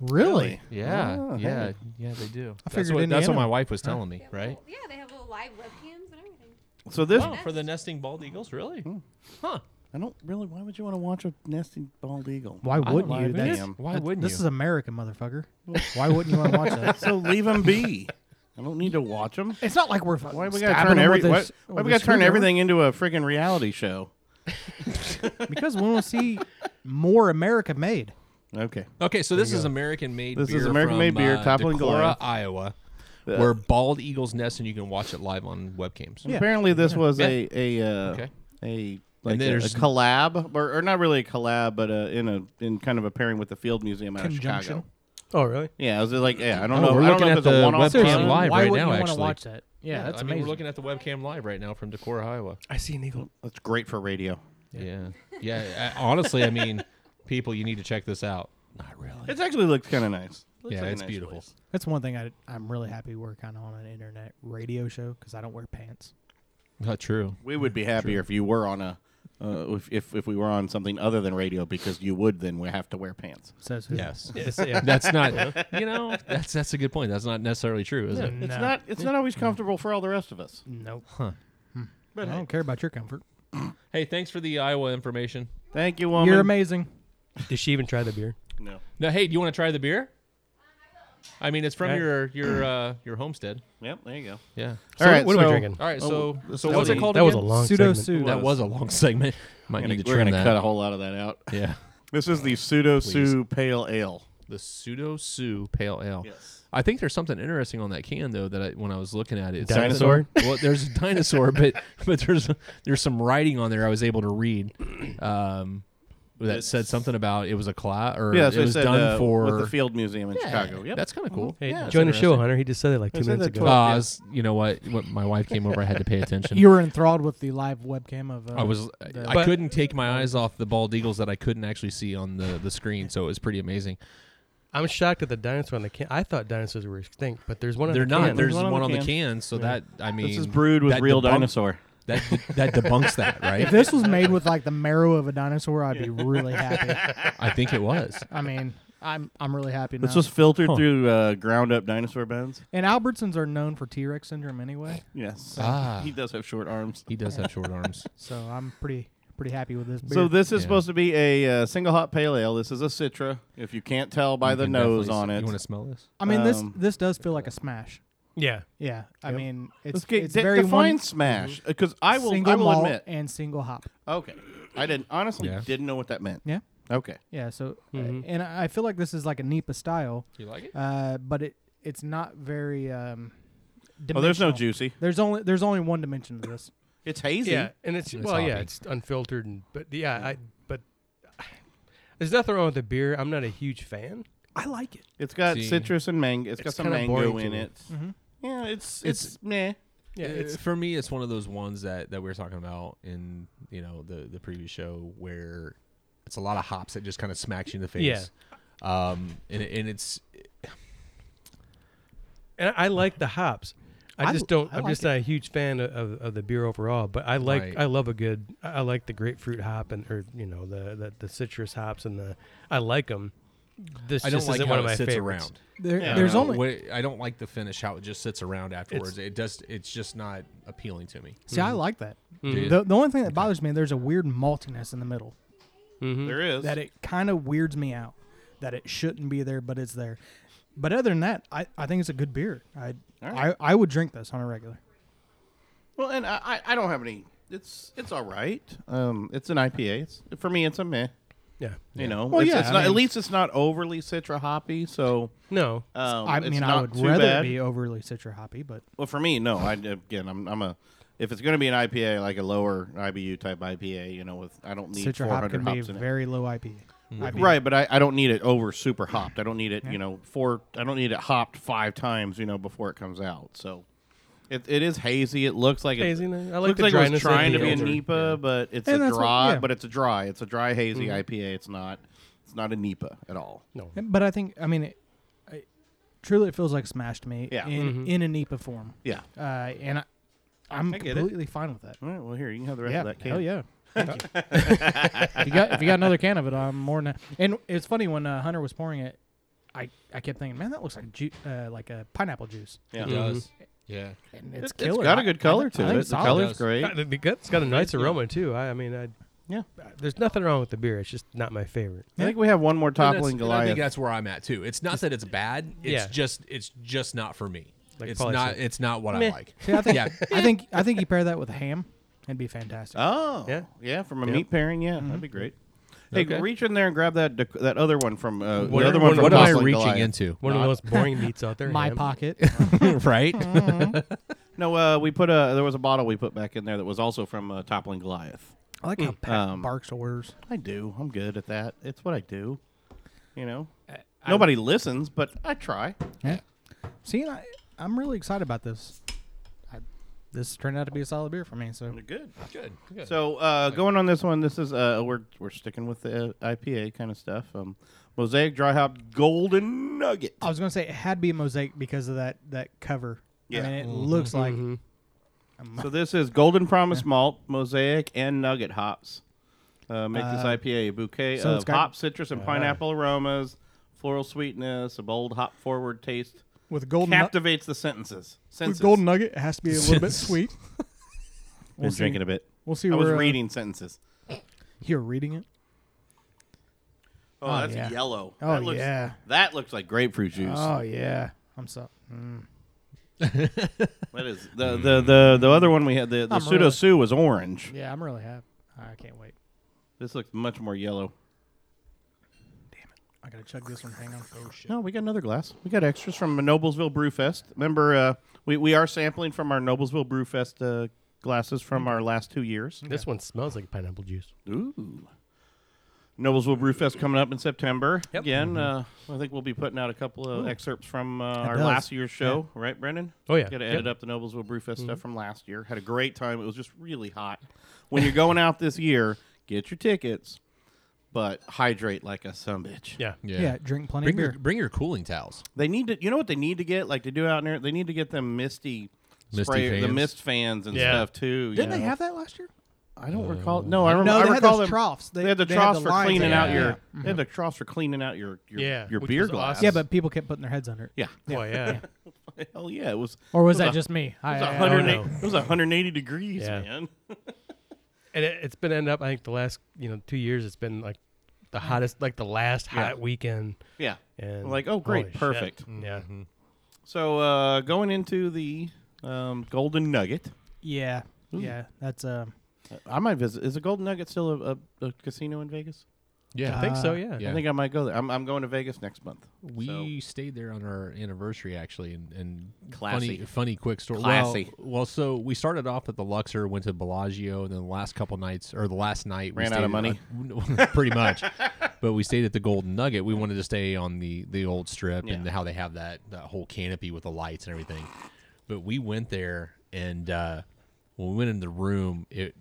Speaker 4: Really?
Speaker 6: Yeah, yeah, yeah. They do. I that's what,
Speaker 4: figured
Speaker 6: that's what
Speaker 4: Indiana.
Speaker 6: my wife was telling me,
Speaker 10: They have
Speaker 6: right?
Speaker 10: little- yeah, they have little live webcams and everything.
Speaker 5: So this,
Speaker 6: Oh, for the nesting bald eagles, really? Huh?
Speaker 5: I don't really. Why would you want to watch a nesting bald eagle?
Speaker 4: Why wouldn't
Speaker 5: like
Speaker 4: you?
Speaker 5: it.
Speaker 4: That's-
Speaker 5: Damn.
Speaker 6: Why
Speaker 4: that-
Speaker 6: wouldn't
Speaker 4: this
Speaker 6: you?
Speaker 4: is America, motherfucker. Why wouldn't you want to watch that?
Speaker 5: So leave them be. I don't need to watch them.
Speaker 4: It's not like we're fucking
Speaker 5: Why we gotta
Speaker 4: stabbing
Speaker 5: turn
Speaker 4: them
Speaker 5: every?
Speaker 4: with a
Speaker 5: Why,
Speaker 4: s-
Speaker 5: why
Speaker 4: with
Speaker 5: we
Speaker 4: a
Speaker 5: gotta turn
Speaker 4: screwdriver.
Speaker 5: everything into a freaking reality show?
Speaker 4: Because we want to see more America made.
Speaker 5: Okay.
Speaker 6: Okay, so this is American made.
Speaker 5: This
Speaker 6: beer
Speaker 5: is American-made
Speaker 6: from,
Speaker 5: beer,
Speaker 6: uh,
Speaker 5: Toppling
Speaker 6: Decorah,
Speaker 5: Goliath.
Speaker 6: Iowa, where bald eagles nest, and you can watch it live on webcams.
Speaker 4: Yeah.
Speaker 5: Apparently, this was a a uh,
Speaker 6: Okay.
Speaker 5: a like a, a
Speaker 6: there's-
Speaker 5: collab, or, or not really a collab, but uh in a in kind of a pairing with the Field Museum out of Chicago.
Speaker 4: Conjunction.
Speaker 7: Oh, really?
Speaker 5: Yeah, I was like, yeah, I don't
Speaker 6: Oh,
Speaker 5: know.
Speaker 6: we're
Speaker 5: I don't
Speaker 6: looking
Speaker 5: know
Speaker 6: at
Speaker 5: if it's a
Speaker 6: the
Speaker 5: one-off
Speaker 6: webcam
Speaker 5: collab.
Speaker 6: live
Speaker 4: why
Speaker 6: right
Speaker 4: wouldn't
Speaker 6: now,
Speaker 4: you want to
Speaker 6: actually.
Speaker 4: watch that? Yeah, that's
Speaker 6: I mean,
Speaker 4: amazing.
Speaker 6: we're looking at the webcam live right now from Decorah, Iowa.
Speaker 7: I see an eagle.
Speaker 5: That's great for radio.
Speaker 6: Yeah, yeah. I- honestly, I mean, people, you need to check this out. Not really.
Speaker 5: It actually looks kind of nice. Looks
Speaker 6: yeah,
Speaker 5: like a
Speaker 6: it's
Speaker 5: nice
Speaker 6: beautiful.
Speaker 5: place.
Speaker 4: That's one thing I, I'm really happy we're kind of on an internet radio show because I don't wear pants.
Speaker 6: Not true.
Speaker 5: We would be happier if you were on a. Uh, if, if if we were on something other than radio, because you would then we have to wear pants.
Speaker 4: Says who?
Speaker 6: Yes.
Speaker 7: Yes, yeah.
Speaker 6: That's not. You know, that's that's a good point. That's not necessarily true, is it?
Speaker 4: No,
Speaker 5: It's not it's not always comfortable for all the rest of us.
Speaker 4: Nope.
Speaker 5: But
Speaker 4: I
Speaker 5: hey,
Speaker 4: don't care about your comfort.
Speaker 6: Hey, thanks for the Iowa information.
Speaker 5: thank you, woman.
Speaker 4: You're amazing.
Speaker 7: Did she even try the beer?
Speaker 5: No.
Speaker 6: Now, hey, do you want to try the beer? I mean, it's from
Speaker 7: Yeah.
Speaker 6: your your uh, your homestead.
Speaker 5: Yep, there you go.
Speaker 6: Yeah.
Speaker 7: So
Speaker 5: right,
Speaker 7: what are we
Speaker 5: so-
Speaker 7: drinking?
Speaker 6: All right. So, so what's
Speaker 5: that was
Speaker 6: it
Speaker 5: a-
Speaker 6: called
Speaker 7: that was a
Speaker 6: again?
Speaker 7: long
Speaker 4: Pseudo
Speaker 7: segment.
Speaker 4: Sue.
Speaker 6: That was a long segment. Might
Speaker 5: We're
Speaker 6: need
Speaker 5: gonna,
Speaker 6: to
Speaker 5: we're
Speaker 6: trim
Speaker 5: gonna
Speaker 6: that.
Speaker 5: cut a whole lot of that out.
Speaker 6: Yeah.
Speaker 5: This is the pseudo Sue pale ale.
Speaker 6: The pseudo Sue Pale Ale.
Speaker 5: Yes.
Speaker 6: I think there's something interesting on that can though that I, when I was looking at it, it's
Speaker 5: Dinosaur?
Speaker 6: something- Well, there's a dinosaur, but but there's there's some writing on there I was able to read, um, that said something about it was a class or
Speaker 5: Yeah,
Speaker 6: it
Speaker 5: so
Speaker 6: was
Speaker 5: said,
Speaker 6: done
Speaker 5: uh,
Speaker 6: for
Speaker 5: with the Field Museum in
Speaker 6: Yeah,
Speaker 5: Chicago. Yep. Mm-hmm.
Speaker 6: That's kind of cool.
Speaker 7: Hey,
Speaker 6: Yeah, it's
Speaker 7: join the show,
Speaker 6: interesting.
Speaker 7: Hunter. He just said it like
Speaker 5: I
Speaker 7: two
Speaker 5: said
Speaker 7: minutes
Speaker 5: that
Speaker 7: ago.
Speaker 6: Uh,
Speaker 5: twice. Well,
Speaker 6: I
Speaker 5: yeah.
Speaker 6: was- you know what? When my wife came over, I had to pay attention.
Speaker 4: You were enthralled with the live webcam of. Uh,
Speaker 6: I was
Speaker 4: the-
Speaker 6: I couldn't take my eyes off the bald eagles that I couldn't actually see on the, the screen, so it was pretty amazing.
Speaker 7: I'm shocked at the dinosaur on the can. I thought dinosaurs were extinct, but there's one. on
Speaker 6: They're
Speaker 7: the
Speaker 6: not.
Speaker 7: Can.
Speaker 6: There's
Speaker 5: There's
Speaker 6: one, on the
Speaker 5: can.
Speaker 6: can, so that I mean,
Speaker 5: this is brewed with
Speaker 6: that
Speaker 5: real
Speaker 6: debunk-
Speaker 5: dinosaur.
Speaker 6: That that debunks that, right?
Speaker 4: If this was made with like the marrow of a dinosaur, I'd be really happy.
Speaker 6: I think it was.
Speaker 4: I mean, I'm I'm really happy now.
Speaker 5: This was filtered through uh, ground up dinosaur bones.
Speaker 4: and Albertsons are known for T Rex syndrome anyway,
Speaker 5: Yes.
Speaker 6: Ah.
Speaker 5: He does have short arms.
Speaker 6: He does have short arms.
Speaker 4: so I'm pretty pretty happy with this. Beer.
Speaker 5: So this
Speaker 6: Yeah.
Speaker 5: is supposed to be a uh, single hot pale ale. This is a Citra. If you can't tell by
Speaker 6: You
Speaker 5: the
Speaker 6: can
Speaker 5: nose
Speaker 6: definitely
Speaker 5: on
Speaker 6: s-
Speaker 5: it,
Speaker 6: You want to smell this?
Speaker 4: I mean, this
Speaker 5: um,
Speaker 4: this does feel like a smash.
Speaker 7: yeah.
Speaker 4: Yeah, I mean, it's,
Speaker 5: Let's get,
Speaker 4: it's
Speaker 5: de-
Speaker 4: very
Speaker 5: define
Speaker 4: one Mm-hmm.
Speaker 5: smash because I will.
Speaker 4: single
Speaker 5: I will
Speaker 4: malt
Speaker 5: admit.
Speaker 4: and single hop.
Speaker 5: Okay, I didn't honestly
Speaker 6: Yeah.
Speaker 5: didn't know what that meant.
Speaker 4: Yeah.
Speaker 5: Okay.
Speaker 4: Yeah, so uh, and I I feel like this is like a NEPA style,
Speaker 6: You like it?
Speaker 4: uh, but it it's not very. Um,
Speaker 5: Oh, there's no
Speaker 4: dimensional.
Speaker 5: juicy.
Speaker 4: There's only there's only one dimension to this.
Speaker 5: It's hazy.
Speaker 7: Yeah, and it's,
Speaker 6: It's
Speaker 7: well, yeah,
Speaker 6: hoppy.
Speaker 7: it's unfiltered, and but yeah, I but there's nothing wrong with the beer. I'm not a huge fan. I like it.
Speaker 5: It's got
Speaker 6: See.
Speaker 5: citrus and mango. it's got
Speaker 7: It's
Speaker 5: some
Speaker 7: kinda boring
Speaker 5: mango
Speaker 7: to
Speaker 5: in
Speaker 7: me.
Speaker 5: it.
Speaker 4: Mm-hmm.
Speaker 5: Yeah, it's
Speaker 6: It's-
Speaker 5: it's, meh.
Speaker 7: Yeah, it's
Speaker 6: for me. It's one of those ones that, that we were talking about in you know the the previous show where it's a lot of hops that just kind of smacks you in the face.
Speaker 7: Yeah.
Speaker 6: Um, and it- and it's
Speaker 7: and I like the hops. I
Speaker 4: I
Speaker 7: just
Speaker 4: l-
Speaker 7: don't.
Speaker 4: I
Speaker 7: I'm
Speaker 4: like
Speaker 7: just
Speaker 4: it.
Speaker 7: not a huge fan of, of, of the beer overall. But I like.
Speaker 6: Right.
Speaker 7: I love a good. I I like the grapefruit hop and or you know the the, the citrus hops and the. I like them. This
Speaker 6: I don't
Speaker 7: just
Speaker 6: like
Speaker 7: isn't
Speaker 6: how
Speaker 7: one of
Speaker 6: it
Speaker 7: my
Speaker 6: sits
Speaker 7: favorites.
Speaker 6: around.
Speaker 4: There, there's
Speaker 6: Uh,
Speaker 4: only
Speaker 6: wh- I don't like the finish how it just sits around afterwards. it does. It's just not appealing to me.
Speaker 4: see. I like that.
Speaker 7: Mm-hmm.
Speaker 6: you?
Speaker 4: The, the only thing that bothers me there's a weird maltiness in the middle
Speaker 7: Mm-hmm.
Speaker 5: There is.
Speaker 4: that it kind of weirds me out that it shouldn't be there, but it's there. But other than that, I, I think it's a good beer. I
Speaker 5: right.
Speaker 4: I, I would drink this on a regular.
Speaker 5: well, and I, I I don't have any. It's it's all right. Um, it's an IPA. It's for me. It's a meh.
Speaker 7: Yeah.
Speaker 5: You know,
Speaker 7: Well,
Speaker 5: it's,
Speaker 7: yeah,
Speaker 5: it's
Speaker 7: I
Speaker 5: not, at
Speaker 7: mean-
Speaker 5: least it's not overly citra hoppy. So
Speaker 7: No.
Speaker 5: um,
Speaker 4: I
Speaker 5: it's
Speaker 4: mean, I
Speaker 5: not
Speaker 4: would
Speaker 5: too
Speaker 4: rather
Speaker 5: bad.
Speaker 4: it be overly citra hoppy, but
Speaker 5: Well, for me, no. I again, I'm, I'm a if it's going to be an IPA, like a lower IBU type IPA, you know, with I don't need
Speaker 4: citra hop
Speaker 5: 400
Speaker 4: can be
Speaker 5: hops in it.
Speaker 4: very low IP. IP.
Speaker 5: Right, but I, I don't need it over super hopped. I don't need it, you know, four. I don't need it hopped five times, you know, before it comes out. So, it, it is hazy. It looks like
Speaker 7: Hazy,
Speaker 5: It,
Speaker 7: no, I like
Speaker 5: looks
Speaker 7: the
Speaker 5: like it was
Speaker 7: dryness of
Speaker 5: trying
Speaker 7: the
Speaker 5: to be a
Speaker 7: filter,
Speaker 5: NEPA, but it's
Speaker 4: And
Speaker 5: a
Speaker 4: that's what-
Speaker 5: dry.
Speaker 4: yeah.
Speaker 5: But it's a dry. It's a dry hazy IPA. It's not. It's not a NEPA at all.
Speaker 7: No.
Speaker 4: But I think, I mean, it, I, truly, it feels like smashed meat
Speaker 5: Yeah.
Speaker 4: in, in a NEPA form.
Speaker 5: Yeah.
Speaker 4: Uh, and I, I'm
Speaker 5: I get it.
Speaker 4: completely fine with that.
Speaker 5: All right. Well, here you can have the rest
Speaker 4: Yeah.
Speaker 5: of that can.
Speaker 4: Hell yeah. Thank you. if you got if you got another can of it, I'm more than. And it's funny when uh, Hunter was pouring it, I, I kept thinking, man, that looks like ju- uh, like a pineapple juice.
Speaker 5: Yeah.
Speaker 7: does.
Speaker 6: Yeah.
Speaker 4: And it's
Speaker 5: It-
Speaker 4: killer.
Speaker 5: It's got
Speaker 4: I-
Speaker 5: a good
Speaker 4: I think-
Speaker 5: color
Speaker 4: I
Speaker 5: to
Speaker 4: think
Speaker 5: it.
Speaker 4: it's
Speaker 5: The
Speaker 4: solid.
Speaker 5: color's great.
Speaker 7: God, the- It's got a nice aroma too. I, I mean, I
Speaker 5: Yeah.
Speaker 7: There's nothing wrong with the beer. It's just not my favorite.
Speaker 5: I think we have one more
Speaker 6: And that's-
Speaker 5: toppling
Speaker 6: and I
Speaker 5: Goliath.
Speaker 6: think that's where I'm at too. It's not that it's bad. It's
Speaker 7: Yeah.
Speaker 6: just it's just not for me.
Speaker 7: Like
Speaker 6: it's
Speaker 7: Paul
Speaker 6: not
Speaker 7: said.
Speaker 6: it's not what I
Speaker 7: Meh.
Speaker 6: like.
Speaker 4: See, I think,
Speaker 6: Yeah.
Speaker 4: I think I think you pair that with a ham, it'd be fantastic.
Speaker 5: Oh, yeah,
Speaker 7: Yeah.
Speaker 5: yeah, Mm-hmm. from a meat pairing, yeah, that'd be great. Hey,
Speaker 6: Okay.
Speaker 5: reach in there and grab that dec- that other one from uh,
Speaker 7: What
Speaker 5: the
Speaker 7: are-
Speaker 5: other one.
Speaker 7: what
Speaker 5: from
Speaker 6: What am I
Speaker 5: Hustling
Speaker 6: reaching
Speaker 5: Goliath.
Speaker 6: into?
Speaker 7: One of the most boring meats out there.
Speaker 4: My
Speaker 7: ham.
Speaker 4: pocket.
Speaker 6: right?
Speaker 5: No, uh, we put a there was a bottle we put back in there that was also from uh, Toppling Goliath.
Speaker 4: I like how Pat
Speaker 5: Um,
Speaker 4: barks orders.
Speaker 5: I do. I'm good at that. It's what I do. You know, nobody listens, but I try.
Speaker 4: Yeah. See, and I, I'm really excited about this. I, this turned out to be a solid beer for me. So
Speaker 5: Good.
Speaker 6: Good. Good.
Speaker 5: So uh, going on this one, this is uh, we're we're sticking with the uh, IPA kind of stuff. Um, Mosaic Dry Hop Golden Nugget.
Speaker 4: I was gonna say it had to be a mosaic because of that that cover.
Speaker 5: Yeah.
Speaker 4: I mean, it looks like
Speaker 5: So this is Golden Promise malt, mosaic, and nugget hops. Uh, make this IPA a bouquet
Speaker 4: so it's
Speaker 5: of
Speaker 4: got-
Speaker 5: hop, citrus, and pineapple aromas, floral sweetness, a bold hop forward taste.
Speaker 4: with golden nu-
Speaker 5: Captivates the sentences.
Speaker 4: with
Speaker 5: Senses.
Speaker 4: golden nugget. It has to be a little bit
Speaker 6: Since-
Speaker 4: sweet.
Speaker 5: Been
Speaker 4: We'll see.
Speaker 5: drinking a bit.
Speaker 4: We'll see.
Speaker 5: I was
Speaker 4: where, uh,
Speaker 5: reading sentences.
Speaker 4: You're reading it.
Speaker 5: Oh,
Speaker 4: Oh,
Speaker 5: that's
Speaker 4: yeah.
Speaker 5: yellow.
Speaker 4: Oh,
Speaker 5: that looks,
Speaker 4: yeah.
Speaker 5: That looks like grapefruit juice.
Speaker 4: Oh yeah. I'm so.
Speaker 5: That is the, the the the other one we had. The, the
Speaker 4: I'm
Speaker 5: pseudo
Speaker 4: really-
Speaker 5: sue was orange.
Speaker 4: Yeah, I'm really happy. I can't wait.
Speaker 5: This looks much more yellow.
Speaker 4: I gotta chug this one. Hang on. Oh shit.
Speaker 5: No, we got another glass. We got extras from Noblesville Brewfest. Remember, uh, we, we are sampling from our Noblesville Brewfest uh, glasses from our last two years.
Speaker 7: This one smells like pineapple juice.
Speaker 5: Ooh. Noblesville Brewfest coming up in September.
Speaker 7: Yep.
Speaker 5: Again, uh, I think we'll be putting out a couple of excerpts from uh, our
Speaker 4: does.
Speaker 5: last year's show, right, Brendan?
Speaker 7: Oh, yeah.
Speaker 5: Got to
Speaker 7: Yep. Mm-hmm.
Speaker 5: edit up the Noblesville Brewfest stuff from last year. Had a great time. It was just really hot. When you're going out this year, get your tickets, but hydrate like a sunbitch.
Speaker 7: Yeah.
Speaker 4: Yeah. drink plenty
Speaker 6: Bring
Speaker 4: of
Speaker 6: your
Speaker 4: beer.
Speaker 6: bring your cooling towels.
Speaker 5: They need to. You know what they need to get? Like they do out in there. They need to get them misty,
Speaker 6: Misty
Speaker 5: spray, the
Speaker 6: fans.
Speaker 5: mist fans and
Speaker 7: Yeah.
Speaker 5: stuff too. you
Speaker 4: Didn't they
Speaker 5: know?
Speaker 4: have that last year?
Speaker 5: I don't recall. No, I, rem-
Speaker 4: No,
Speaker 5: I
Speaker 4: they had
Speaker 5: recall
Speaker 4: those
Speaker 5: them-
Speaker 4: troughs.
Speaker 5: They,
Speaker 4: They-
Speaker 5: had the
Speaker 4: they had
Speaker 5: troughs
Speaker 4: the
Speaker 5: for
Speaker 4: lines
Speaker 5: cleaning
Speaker 6: out
Speaker 5: out
Speaker 6: there.
Speaker 5: your.
Speaker 6: Yeah.
Speaker 5: They had the troughs for cleaning out your your,
Speaker 7: Yeah,
Speaker 5: your
Speaker 7: which
Speaker 5: beer
Speaker 7: was
Speaker 5: glass.
Speaker 7: awesome.
Speaker 4: Yeah, but people kept putting their heads under it.
Speaker 5: yeah,
Speaker 7: Oh yeah.
Speaker 5: hell yeah, it was.
Speaker 4: Or was
Speaker 5: It was
Speaker 4: that
Speaker 5: a-
Speaker 4: just me?
Speaker 5: It
Speaker 4: I,
Speaker 5: was,
Speaker 4: I- I don't
Speaker 5: 180
Speaker 4: know.
Speaker 5: it was 180 degrees,
Speaker 7: Yeah.
Speaker 5: man.
Speaker 7: and it, it's been end up. I think the last you know two years, it's been like the
Speaker 4: Mm.
Speaker 7: hottest, like the last hot weekend.
Speaker 5: Yeah.
Speaker 7: And
Speaker 5: Like, oh, great,
Speaker 7: holy shit.
Speaker 5: perfect.
Speaker 7: Yeah.
Speaker 4: Mm-hmm.
Speaker 5: So uh, going into the um, Golden Nugget,
Speaker 4: Yeah, yeah. That's um.
Speaker 5: I might visit. Is the Golden Nugget still a, a, a casino in Vegas?
Speaker 6: Yeah.
Speaker 7: I think so.
Speaker 4: Uh,
Speaker 7: Yeah.
Speaker 6: yeah.
Speaker 5: I think I might go there. I'm, I'm going to Vegas next month. so-
Speaker 6: We stayed there on our anniversary actually, and, and
Speaker 5: Classy.
Speaker 6: funny, funny quick story.
Speaker 5: Classy.
Speaker 6: Well, well, so we started off at the Luxor, went to Bellagio, and then the last couple nights or the last night we
Speaker 5: Ran out
Speaker 6: stayed
Speaker 5: of money?
Speaker 6: at- pretty much. But we stayed at the Golden Nugget. We wanted to stay on the the old strip and
Speaker 5: Yeah.
Speaker 6: how they have that that whole canopy with the lights and everything. But we went there, and uh, when we went in the room, it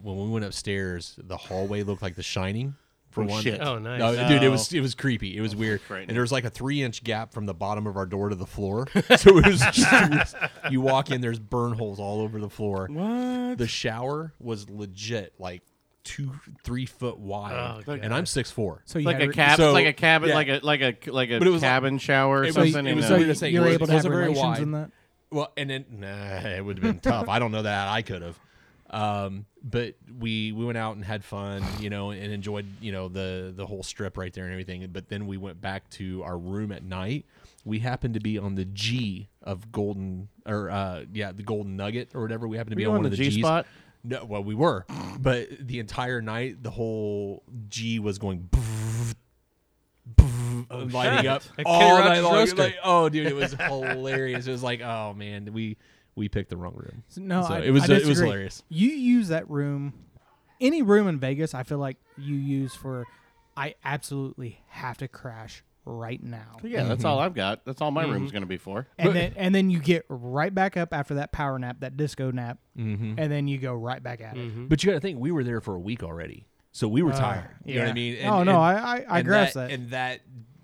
Speaker 6: when we went upstairs, the hallway looked like The Shining. For
Speaker 5: Oh,
Speaker 6: one.
Speaker 5: shit.
Speaker 7: Oh, nice.
Speaker 6: No, dude, it
Speaker 5: No.
Speaker 6: was it was creepy. It was weird.
Speaker 5: frightening.
Speaker 6: And there was like a three inch gap from the bottom of our door to the floor. So it was just, you walk in, there's burn holes all over the floor. What? The shower was legit like two, three foot wide.
Speaker 7: Oh,
Speaker 6: and I'm six four.
Speaker 4: So you
Speaker 5: like
Speaker 4: had
Speaker 5: a
Speaker 4: re-
Speaker 5: cab,
Speaker 6: so-
Speaker 5: like a cabin,
Speaker 6: yeah.
Speaker 5: like a like a like a
Speaker 6: But it was like-
Speaker 5: cabin shower or
Speaker 6: it was-
Speaker 5: something.
Speaker 6: it
Speaker 5: and,
Speaker 6: was
Speaker 5: uh,
Speaker 4: So
Speaker 6: weird
Speaker 4: you,
Speaker 6: to say,
Speaker 4: you were
Speaker 6: it
Speaker 4: able to have
Speaker 6: wasn't very
Speaker 4: relations
Speaker 6: wide.
Speaker 4: in that.
Speaker 6: Well, and then nah, it would have been tough. I don't know that I could have. Um, but we we went out and had fun, you know, and enjoyed you know the the whole strip right there and everything. But then we went back to our room at night. We happened to be on the G of Golden or uh, yeah, the Golden Nugget or whatever. We happened to
Speaker 5: Were
Speaker 6: be
Speaker 5: you
Speaker 6: on,
Speaker 5: on
Speaker 6: one
Speaker 5: the
Speaker 6: of the
Speaker 5: G
Speaker 6: G's.
Speaker 5: spot?
Speaker 6: No, well, we were, but the entire night, the whole G was going lighting up
Speaker 7: Like
Speaker 6: all
Speaker 7: Kenny
Speaker 6: night long.
Speaker 7: Rogers'
Speaker 6: Like,
Speaker 7: Roadster.
Speaker 6: oh, dude, it was hilarious. It was like, oh man, we we picked the wrong room.
Speaker 4: So, no,
Speaker 6: So
Speaker 4: I,
Speaker 6: it was
Speaker 4: I
Speaker 6: it was
Speaker 4: disagree.
Speaker 6: hilarious.
Speaker 4: You use that room, any room in Vegas. I feel like you use for. I absolutely have to crash right now,
Speaker 5: Yeah,
Speaker 6: mm-hmm.
Speaker 5: that's all I've got. That's all my room's going to be for.
Speaker 4: and then and then you get right back up after that power nap, that disco nap, and then you go right back at it.
Speaker 6: But you got to think, we were there for a week already, so we were tired. You know what I
Speaker 4: Uh, yeah.
Speaker 6: mean?
Speaker 4: Oh, no, I- I- I
Speaker 6: and
Speaker 4: grasp that.
Speaker 6: And that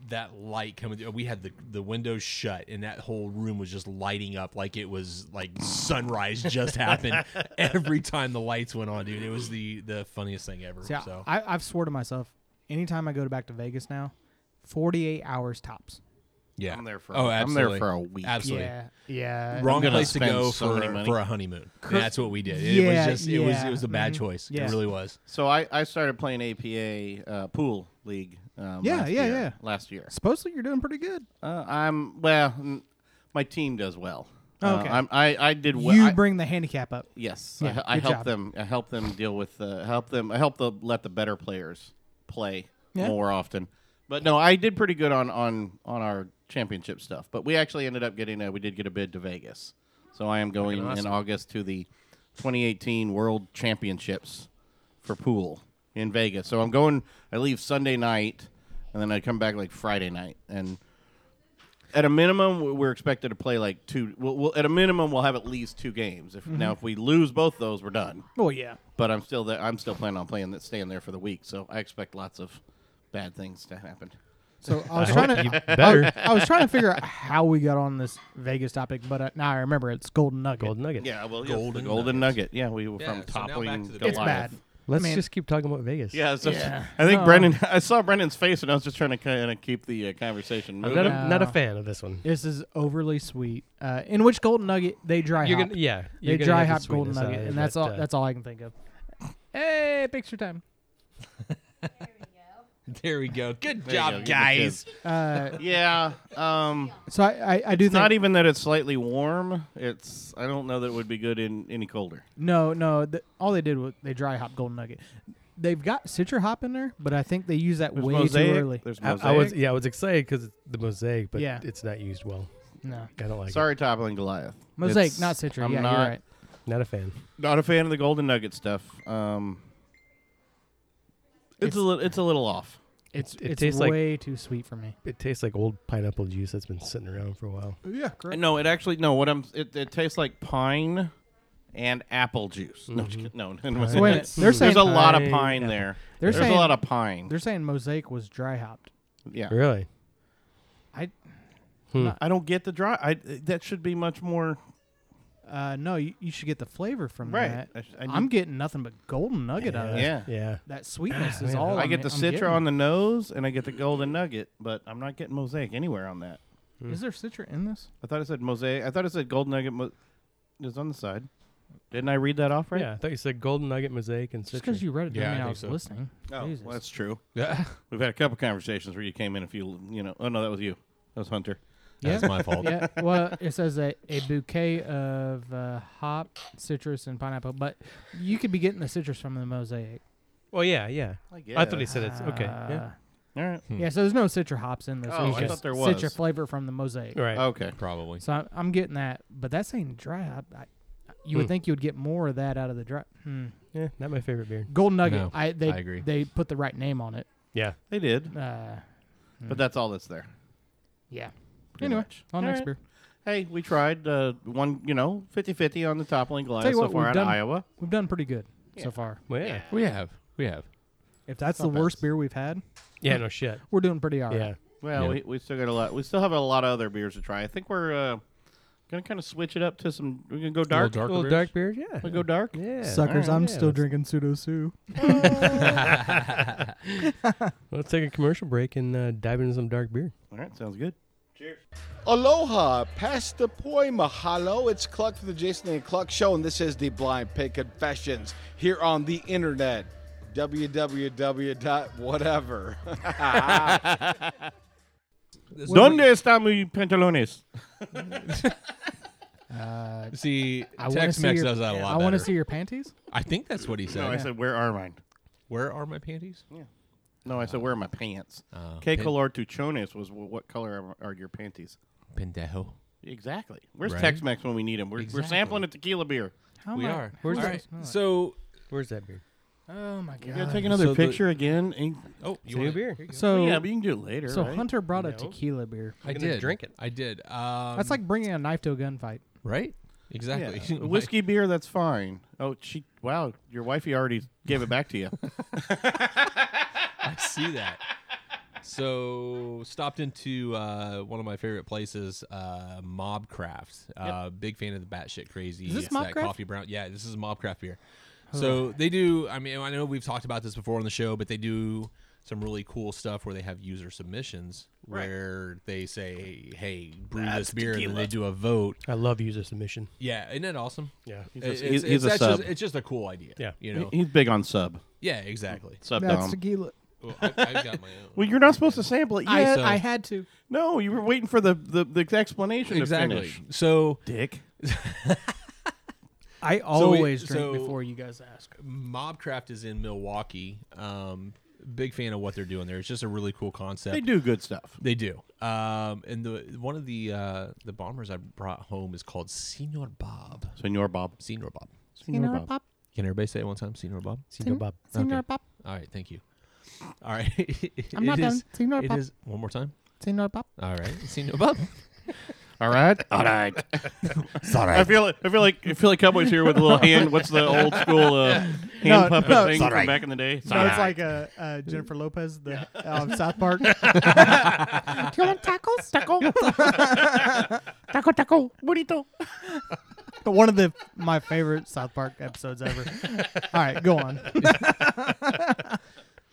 Speaker 6: that light coming through, we had the the windows shut, and that whole room was just lighting up like it was like sunrise just happened. Every time the lights went on, dude, it was the the funniest thing ever.
Speaker 4: See, I-
Speaker 6: so
Speaker 4: I, I've swore to myself, anytime I go to back to Vegas now, forty-eight hours tops.
Speaker 6: yeah,
Speaker 5: I'm there for
Speaker 6: oh,
Speaker 5: I'm there
Speaker 6: absolutely.
Speaker 5: for a week.
Speaker 6: Absolutely.
Speaker 4: Yeah, yeah.
Speaker 6: Wrong
Speaker 5: I'm gonna
Speaker 6: place to
Speaker 5: spend
Speaker 6: go
Speaker 5: so
Speaker 6: for,
Speaker 5: many money.
Speaker 6: for a honeymoon.
Speaker 4: Cor-
Speaker 6: That's what we did. It
Speaker 4: Yeah,
Speaker 6: was just it was
Speaker 4: yeah.
Speaker 6: it was a bad
Speaker 4: Mhm.
Speaker 6: choice.
Speaker 4: Yeah.
Speaker 6: It really was.
Speaker 5: So I, I started playing APA uh, pool league. Um,
Speaker 4: Yeah,
Speaker 5: last
Speaker 4: yeah,
Speaker 5: year-
Speaker 4: yeah.
Speaker 5: Last year,
Speaker 4: Supposedly you're doing pretty good.
Speaker 5: uh, I'm well. n- My team does well. Uh,
Speaker 4: Okay.
Speaker 5: I'm, I I did well.
Speaker 4: you
Speaker 5: I-
Speaker 4: bring the handicap up.
Speaker 5: yes,
Speaker 4: Yeah,
Speaker 5: I, I
Speaker 4: good
Speaker 5: help
Speaker 4: job.
Speaker 5: them. I help them deal with the help them. I help the let the better players play
Speaker 4: Yeah.
Speaker 5: more often. But no, I did pretty good on on on our championship stuff. But we actually ended up getting a, we did get a bid to Vegas. So I am going in August to the 2018 World Championships for pool in Vegas. So I'm going. I leave Sunday night, and then I come back like Friday night. And at a minimum, w- we're expected to play like two. We'll, we'll, at a minimum, we'll have at least two games. If
Speaker 4: Mm-hmm.
Speaker 5: now if we lose both those, we're done.
Speaker 4: Oh yeah.
Speaker 5: But I'm still there. I'm still planning on playing that, staying there for the week. So I expect lots of bad things to happen.
Speaker 4: So I was trying to
Speaker 7: You better
Speaker 4: I was trying to figure out how we got on this Vegas topic, but uh, now I remember it's Golden Nugget.
Speaker 7: gold nugget.
Speaker 5: Yeah, well,
Speaker 6: yes, the Golden
Speaker 5: golden golden nugget. Yeah, we were
Speaker 6: Yeah,
Speaker 5: from
Speaker 6: so now back
Speaker 5: toppling
Speaker 6: to the
Speaker 5: Goliath.
Speaker 4: it's bad.
Speaker 7: Let's
Speaker 4: Man.
Speaker 7: just keep talking about Vegas.
Speaker 5: Yeah, it's just-
Speaker 4: Yeah.
Speaker 5: I think
Speaker 4: No.
Speaker 5: Brendan. I saw Brendan's face, and I was just trying to kind of keep the uh, conversation
Speaker 7: I'm
Speaker 5: moving.
Speaker 7: not a,
Speaker 4: Yeah.
Speaker 7: not a fan of this one.
Speaker 4: This is overly sweet. Uh, in which Golden Nugget they dry
Speaker 7: You're
Speaker 4: hop.
Speaker 7: gonna, yeah,
Speaker 4: they
Speaker 7: you're gonna
Speaker 4: dry
Speaker 7: have to
Speaker 4: hop
Speaker 7: sweeten
Speaker 4: Golden
Speaker 7: this out
Speaker 4: Nugget,
Speaker 7: of it,
Speaker 4: and that's
Speaker 7: but,
Speaker 4: all.
Speaker 7: uh,
Speaker 4: that's all I can think of. Hey, picture time.
Speaker 6: There we go. Good
Speaker 5: There you go,
Speaker 6: job,
Speaker 5: give the
Speaker 6: guys.
Speaker 5: kids.
Speaker 4: Uh,
Speaker 5: Yeah. Um,
Speaker 4: so I, I, I do
Speaker 5: it's
Speaker 4: think
Speaker 5: not even that it's slightly warm. It's I don't know that it would be good in any colder.
Speaker 7: e-,
Speaker 4: no no th- all they did was they dry hop Golden Nugget. They've got citra hop in there, but I think they use that
Speaker 5: There's
Speaker 4: way
Speaker 5: mosaic.
Speaker 4: too early.
Speaker 5: There's
Speaker 7: I,
Speaker 5: mosaic.
Speaker 7: I was yeah, I was excited because the mosaic, but
Speaker 4: Yeah.
Speaker 7: it's not used well.
Speaker 4: No
Speaker 7: I don't like
Speaker 5: Sorry, toppling Goliath.
Speaker 4: mosaic,
Speaker 5: It's-
Speaker 4: not citra.
Speaker 5: I'm
Speaker 4: yeah,
Speaker 5: not,
Speaker 4: you're right.
Speaker 7: it. Not a fan.
Speaker 5: Not a fan of the golden nugget stuff. Um, it's, a little. It's a little off.
Speaker 4: It's
Speaker 7: it
Speaker 4: it's
Speaker 7: tastes like-
Speaker 4: way too sweet for me.
Speaker 7: It tastes like old pineapple juice that's been sitting around for a while.
Speaker 4: Uh, Yeah, correct.
Speaker 5: No, it actually no. What I'm it, it tastes like pine and apple juice. No, just kidding. no.
Speaker 4: Mm-hmm. Wait a minute. They're
Speaker 5: There's
Speaker 4: saying
Speaker 5: a lot of
Speaker 7: Pine,
Speaker 5: pine
Speaker 7: apple.
Speaker 5: there.
Speaker 4: They're
Speaker 5: There's a
Speaker 4: saying-
Speaker 5: lot of pine.
Speaker 4: They're saying mosaic was dry hopped.
Speaker 5: Yeah.
Speaker 7: Really?
Speaker 5: I don't get the dry. I that should be much more
Speaker 4: Uh, no, you, you should get the flavor from
Speaker 5: right.
Speaker 4: that.
Speaker 5: I,
Speaker 4: I'm getting nothing but golden nugget out of that.
Speaker 5: yeah. Ah,
Speaker 7: Yeah.
Speaker 4: That sweetness is
Speaker 7: Man,
Speaker 4: all
Speaker 5: I get
Speaker 4: I'm-
Speaker 5: the
Speaker 4: I'm
Speaker 5: citra
Speaker 4: getting.
Speaker 5: on the nose, and I get the golden nugget, but I'm not getting mosaic anywhere on that.
Speaker 4: Is there citra in this?
Speaker 5: I thought it said mosaic. I thought it said golden nugget. Mo- it was on the side. Didn't I read that off right?
Speaker 7: Yeah, I thought you said golden nugget mosaic and
Speaker 4: Just
Speaker 7: citrus.
Speaker 4: because you read it,
Speaker 6: Yeah,
Speaker 4: doesn't
Speaker 6: I
Speaker 4: mean I,
Speaker 6: think
Speaker 4: was
Speaker 6: so.
Speaker 4: listening.
Speaker 5: Oh,
Speaker 4: Jesus.
Speaker 5: well, that's true.
Speaker 6: Yeah.
Speaker 5: We've had a couple conversations where you came in a few. You know. Oh no, that was you. That was Hunter.
Speaker 6: That's my
Speaker 5: Oh.
Speaker 6: fault.
Speaker 4: yeah. Well, it says a, a bouquet of uh, hop, citrus, and pineapple, but you could be getting the citrus from the mosaic.
Speaker 7: well, yeah, yeah.
Speaker 5: I
Speaker 7: I thought he said it's okay. Yeah.
Speaker 4: Uh,
Speaker 5: All right.
Speaker 4: Yeah. So there's no citra hops in this.
Speaker 5: Oh,
Speaker 4: it's
Speaker 5: I
Speaker 4: just
Speaker 5: thought there was.
Speaker 4: citra flavor from the mosaic.
Speaker 7: Right.
Speaker 5: Okay.
Speaker 6: Probably.
Speaker 4: So I'm, I'm getting that, but that's saying dry hop. I, you would
Speaker 7: Hmm.
Speaker 4: think you would get more of that out of the dry. Hmm.
Speaker 7: yeah, not my favorite beer.
Speaker 4: Golden Nugget.
Speaker 6: No,
Speaker 4: I they
Speaker 6: I agree.
Speaker 4: they put the right name on it.
Speaker 7: Yeah.
Speaker 5: They did,
Speaker 4: Uh,
Speaker 5: but that's all that's there.
Speaker 4: yeah.
Speaker 5: Pretty
Speaker 4: anyway,
Speaker 5: much.
Speaker 4: on
Speaker 5: All
Speaker 4: next
Speaker 5: right.
Speaker 4: beer.
Speaker 5: Hey, we tried uh, one. You know, 50-50 on the toppling Goliath
Speaker 4: you
Speaker 5: so
Speaker 4: what,
Speaker 5: far
Speaker 4: we've
Speaker 5: out of
Speaker 4: done-
Speaker 5: Iowa.
Speaker 4: We've done pretty good
Speaker 5: Yeah.
Speaker 4: so far.
Speaker 7: Well, yeah.
Speaker 6: We have. We have.
Speaker 4: If that's
Speaker 5: Not
Speaker 4: the
Speaker 5: bad.
Speaker 4: worst beer we've had,
Speaker 7: Yeah, no shit.
Speaker 4: we're doing pretty all right.
Speaker 7: Yeah.
Speaker 5: Well,
Speaker 6: Yeah.
Speaker 5: we, we still got a lot. We still have a lot of other beers to try. I think we're uh, gonna kind of switch it up to some. We're gonna go dark.
Speaker 6: darker
Speaker 7: little
Speaker 6: beers?
Speaker 7: dark beer, yeah.
Speaker 5: We go dark.
Speaker 7: Yeah.
Speaker 4: Suckers,
Speaker 7: All right,
Speaker 4: I'm
Speaker 7: yeah,
Speaker 4: still
Speaker 7: let's-
Speaker 4: drinking pseudo sue.
Speaker 7: Let's take a commercial break and uh, dive into some dark beer.
Speaker 5: All right, sounds good.
Speaker 11: Aloha, Pastor Poi Mahalo. It's Cluck for the Jason and Cluck Show, and this is the Blind Pig Confessions here on the internet. www.whatever.
Speaker 5: Donde están mis pantalones?
Speaker 4: Uh,
Speaker 6: See,
Speaker 4: I wanna
Speaker 6: Tex
Speaker 4: see
Speaker 6: Mex
Speaker 4: your-
Speaker 6: does that a lot.
Speaker 4: I wanna
Speaker 6: better.
Speaker 4: see your panties?
Speaker 6: I think that's what he said.
Speaker 5: No, I said, where are mine?
Speaker 6: Where are my panties?
Speaker 5: Yeah. No, I said, where are my pants?
Speaker 6: Oh.
Speaker 5: Que
Speaker 6: Pan-
Speaker 5: color tu chones was wh- what color are, are your panties?
Speaker 6: Pendejo.
Speaker 5: Exactly. Where's
Speaker 6: Right?
Speaker 5: Tex Mex when we need him? We're, we're sampling a tequila beer.
Speaker 6: Oh
Speaker 4: How We am I- are.
Speaker 5: Where's
Speaker 4: Where's
Speaker 5: that?
Speaker 4: that? No.
Speaker 6: So
Speaker 7: where's that beer?
Speaker 4: Oh my god!
Speaker 5: You gotta take another
Speaker 6: So the-
Speaker 5: picture again. And
Speaker 6: Oh, you
Speaker 5: Save
Speaker 6: want-
Speaker 5: a beer.
Speaker 4: So
Speaker 5: yeah, but you can do it later.
Speaker 4: So
Speaker 5: right?
Speaker 4: Hunter brought a
Speaker 7: No.
Speaker 4: tequila beer.
Speaker 6: I
Speaker 7: gonna
Speaker 6: did
Speaker 7: drink it.
Speaker 6: I did. Um,
Speaker 4: That's like bringing a knife to a gunfight.
Speaker 6: right.
Speaker 5: Yeah.
Speaker 6: Exactly.
Speaker 5: A Whiskey beer, that's fine. Oh, she. Wow, your wifey already gave it back to you.
Speaker 6: I see that. So stopped into uh, one of my favorite places, uh, Mobcraft. Uh, Big fan of the batshit crazy.
Speaker 4: Is this
Speaker 6: it's that
Speaker 4: Mobcraft?
Speaker 6: coffee brown. Yeah, this is Mobcraft beer. So they do. I mean, I know we've talked about this before on the show, but they do some really cool stuff where they have user submissions where they say, "Hey, brew this beer," and then they do a vote.
Speaker 7: I love user submission.
Speaker 6: Yeah, isn't that awesome?
Speaker 7: Yeah.
Speaker 6: It-
Speaker 5: He's a-
Speaker 6: it's,
Speaker 5: he's- he's
Speaker 6: it's-
Speaker 5: a
Speaker 6: that's
Speaker 5: sub.
Speaker 6: Just, it's just a cool idea.
Speaker 7: Yeah.
Speaker 6: you know.
Speaker 5: He's big on sub.
Speaker 6: Yeah, exactly.
Speaker 5: Sub
Speaker 4: That's
Speaker 5: Dom.
Speaker 4: tequila.
Speaker 6: Well, I, I've got my own.
Speaker 5: Well, you're not supposed to sample it
Speaker 4: I,
Speaker 5: yet.
Speaker 6: So-
Speaker 4: I had to.
Speaker 5: no, you were waiting for the, the, the explanation to
Speaker 6: exactly.
Speaker 5: finish.
Speaker 6: So
Speaker 5: Dick.
Speaker 4: I always
Speaker 6: so-
Speaker 4: drink before you guys ask.
Speaker 6: Mobcraft is in Milwaukee. Um, big fan of what they're doing there. It's just a really cool concept.
Speaker 5: They do good stuff.
Speaker 6: They do. Um, and the one of the uh, the bombers I brought home is called Senor Bob.
Speaker 5: Senor Bob.
Speaker 6: Senor Bob.
Speaker 5: Senor Bob.
Speaker 6: Can everybody say it one time? Senor Bob.
Speaker 7: Tito Bob.
Speaker 6: Okay.
Speaker 4: Pop.
Speaker 6: All right. Thank you. All right.
Speaker 4: I'm
Speaker 6: It
Speaker 4: not
Speaker 6: is-
Speaker 4: done. Senor
Speaker 6: it
Speaker 4: Bob.
Speaker 6: is- one more time.
Speaker 4: Senor Pop.
Speaker 6: All right. Senor Bob.
Speaker 5: All right. All right. Sorry. I feel I feel like I feel like Cowboys here with a little hand. What's the old school uh, hand
Speaker 4: No,
Speaker 5: puppet
Speaker 4: no.
Speaker 5: thing
Speaker 9: Sorry.
Speaker 5: from back in the day?
Speaker 4: No, it's like uh, uh, Jennifer Lopez, the uh, South Park.
Speaker 8: Do you want tacos? Taco.
Speaker 5: taco taco burrito.
Speaker 4: One of the my favorite South Park episodes ever. All right, go on.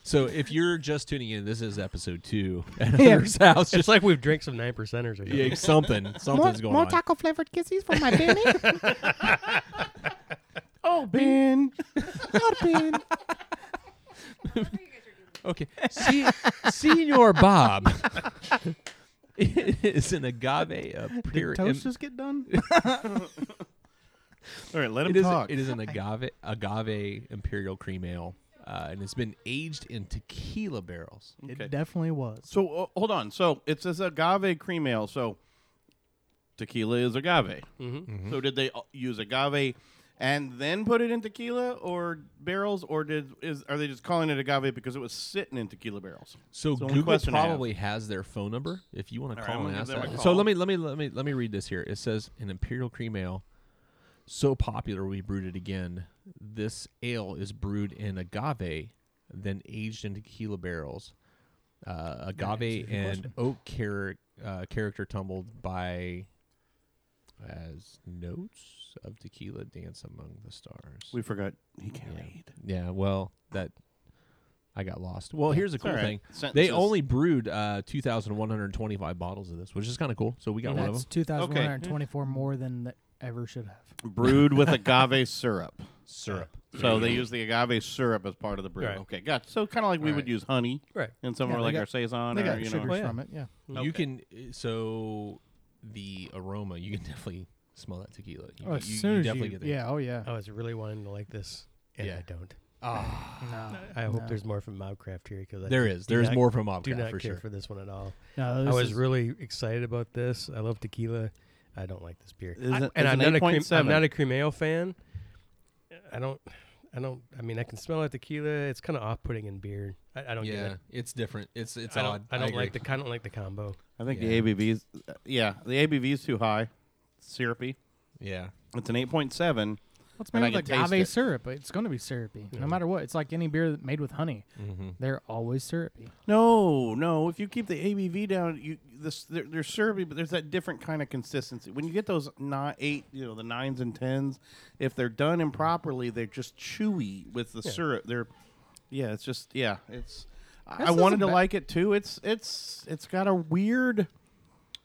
Speaker 6: So if you're just tuning in, this is episode two at
Speaker 4: Yeah.
Speaker 6: Hunter's house.
Speaker 7: It's
Speaker 6: Just
Speaker 7: like we've drank some nine percenters or something.
Speaker 6: yeah, something, something's going on.
Speaker 8: taco flavored kisses for my baby.
Speaker 5: Oh, Ben.
Speaker 6: Okay. See, Senor Bob is an agave uh, of pure.
Speaker 4: Did toast just get done?
Speaker 5: All right, let him
Speaker 6: it, is,
Speaker 5: talk.
Speaker 6: it is an agave agave imperial cream ale, uh, and it's been aged in tequila barrels.
Speaker 5: Okay.
Speaker 4: It definitely was.
Speaker 5: so uh, hold on. So it's this agave cream ale. So tequila is agave.
Speaker 7: Mm-hmm.
Speaker 5: So did they uh, use agave and then put it in tequila or barrels, or did is are they just calling it agave because it was sitting in tequila barrels?
Speaker 6: So
Speaker 5: It's the only
Speaker 6: Google
Speaker 5: question I have.
Speaker 6: probably has their phone number if you want to
Speaker 5: All right, I'm
Speaker 6: call and
Speaker 5: gonna
Speaker 6: ask
Speaker 5: give them a
Speaker 6: that. So
Speaker 5: call.
Speaker 6: let me let me let me let me read this here. It says an imperial cream ale, so popular we brewed it again. This ale is brewed in agave, then aged in tequila barrels. Uh, agave and oak char- uh, character tumbled by as notes of tequila dance among the stars.
Speaker 5: We forgot he can't
Speaker 6: Yeah.
Speaker 5: read.
Speaker 6: Yeah, well, that I got lost. Well, here's a
Speaker 5: It's
Speaker 6: cool
Speaker 5: all right.
Speaker 6: thing.
Speaker 5: Sentences.
Speaker 6: They only brewed uh, 2,125 bottles of this, which is kind of cool. So we got one of
Speaker 4: That's
Speaker 6: them.
Speaker 4: 2,124 more than that ever should have.
Speaker 5: brewed with agave syrup.
Speaker 6: Syrup.
Speaker 5: So they use the agave syrup as part of the brew.
Speaker 7: Right.
Speaker 5: Okay, got so kind of like we would
Speaker 6: Alright.
Speaker 5: use honey,
Speaker 7: Right.
Speaker 5: And some
Speaker 4: Yeah,
Speaker 5: are
Speaker 4: they
Speaker 5: like
Speaker 4: got-
Speaker 5: our saison,
Speaker 4: They
Speaker 5: or
Speaker 4: got
Speaker 5: you
Speaker 4: sugars
Speaker 5: know,
Speaker 4: from it. Yeah.
Speaker 6: You
Speaker 5: Okay.
Speaker 6: can eh, so the aroma. You can definitely smell that tequila. You,
Speaker 4: Oh,
Speaker 6: you,
Speaker 4: as
Speaker 6: you
Speaker 4: soon as
Speaker 6: definitely
Speaker 4: you,
Speaker 6: get the
Speaker 4: yeah, oh yeah.
Speaker 7: I was really wanting to like this, and
Speaker 6: Yeah.
Speaker 7: I don't.
Speaker 4: no,
Speaker 7: I hope
Speaker 4: No.
Speaker 7: there's more from Mobcraft here because
Speaker 6: Ah, There is. There is
Speaker 7: not-
Speaker 6: more from Mobcraft
Speaker 7: do not
Speaker 6: for
Speaker 7: care
Speaker 6: sure.
Speaker 7: for this one at all.
Speaker 4: no, this
Speaker 7: I was
Speaker 4: is-
Speaker 7: really excited about this. I love tequila. I don't like this beer.
Speaker 5: Is
Speaker 7: I-
Speaker 5: it-
Speaker 7: and
Speaker 5: is
Speaker 7: I'm
Speaker 5: it
Speaker 7: not, a cream, I'm
Speaker 5: 8.7?
Speaker 7: not a cream ale fan. I don't. I don't. I mean, I can smell that tequila. It's kind of off-putting in beer. I, I don't get
Speaker 6: yeah,
Speaker 7: it.
Speaker 6: it's different. It's it's
Speaker 7: I don't,
Speaker 6: odd.
Speaker 7: I don't like
Speaker 6: agree.
Speaker 7: the. I don't like the combo.
Speaker 5: I think
Speaker 6: Yeah.
Speaker 5: the ABVs, uh, yeah, the ABV is too high, syrupy.
Speaker 6: Yeah.
Speaker 5: It's an eight point seven.
Speaker 4: What's
Speaker 5: and
Speaker 4: made
Speaker 5: I
Speaker 4: with
Speaker 5: can taste
Speaker 4: agave
Speaker 5: it.
Speaker 4: syrup? It's going to be syrupy, no matter what. It's like any beer that made with honey.
Speaker 5: Mm-hmm.
Speaker 4: They're always syrupy.
Speaker 5: No, no. If you keep the ABV down, you this there, there's syrupy, but there's that different kind of consistency. When you get those not eight, you know, the nines and tens, if they're done improperly, they're just chewy with the syrup. They're, yeah, it's just yeah, it's. I I
Speaker 4: This
Speaker 5: wanted
Speaker 4: isn't
Speaker 5: to
Speaker 4: ba-
Speaker 5: like it too. It's it's it's got a weird.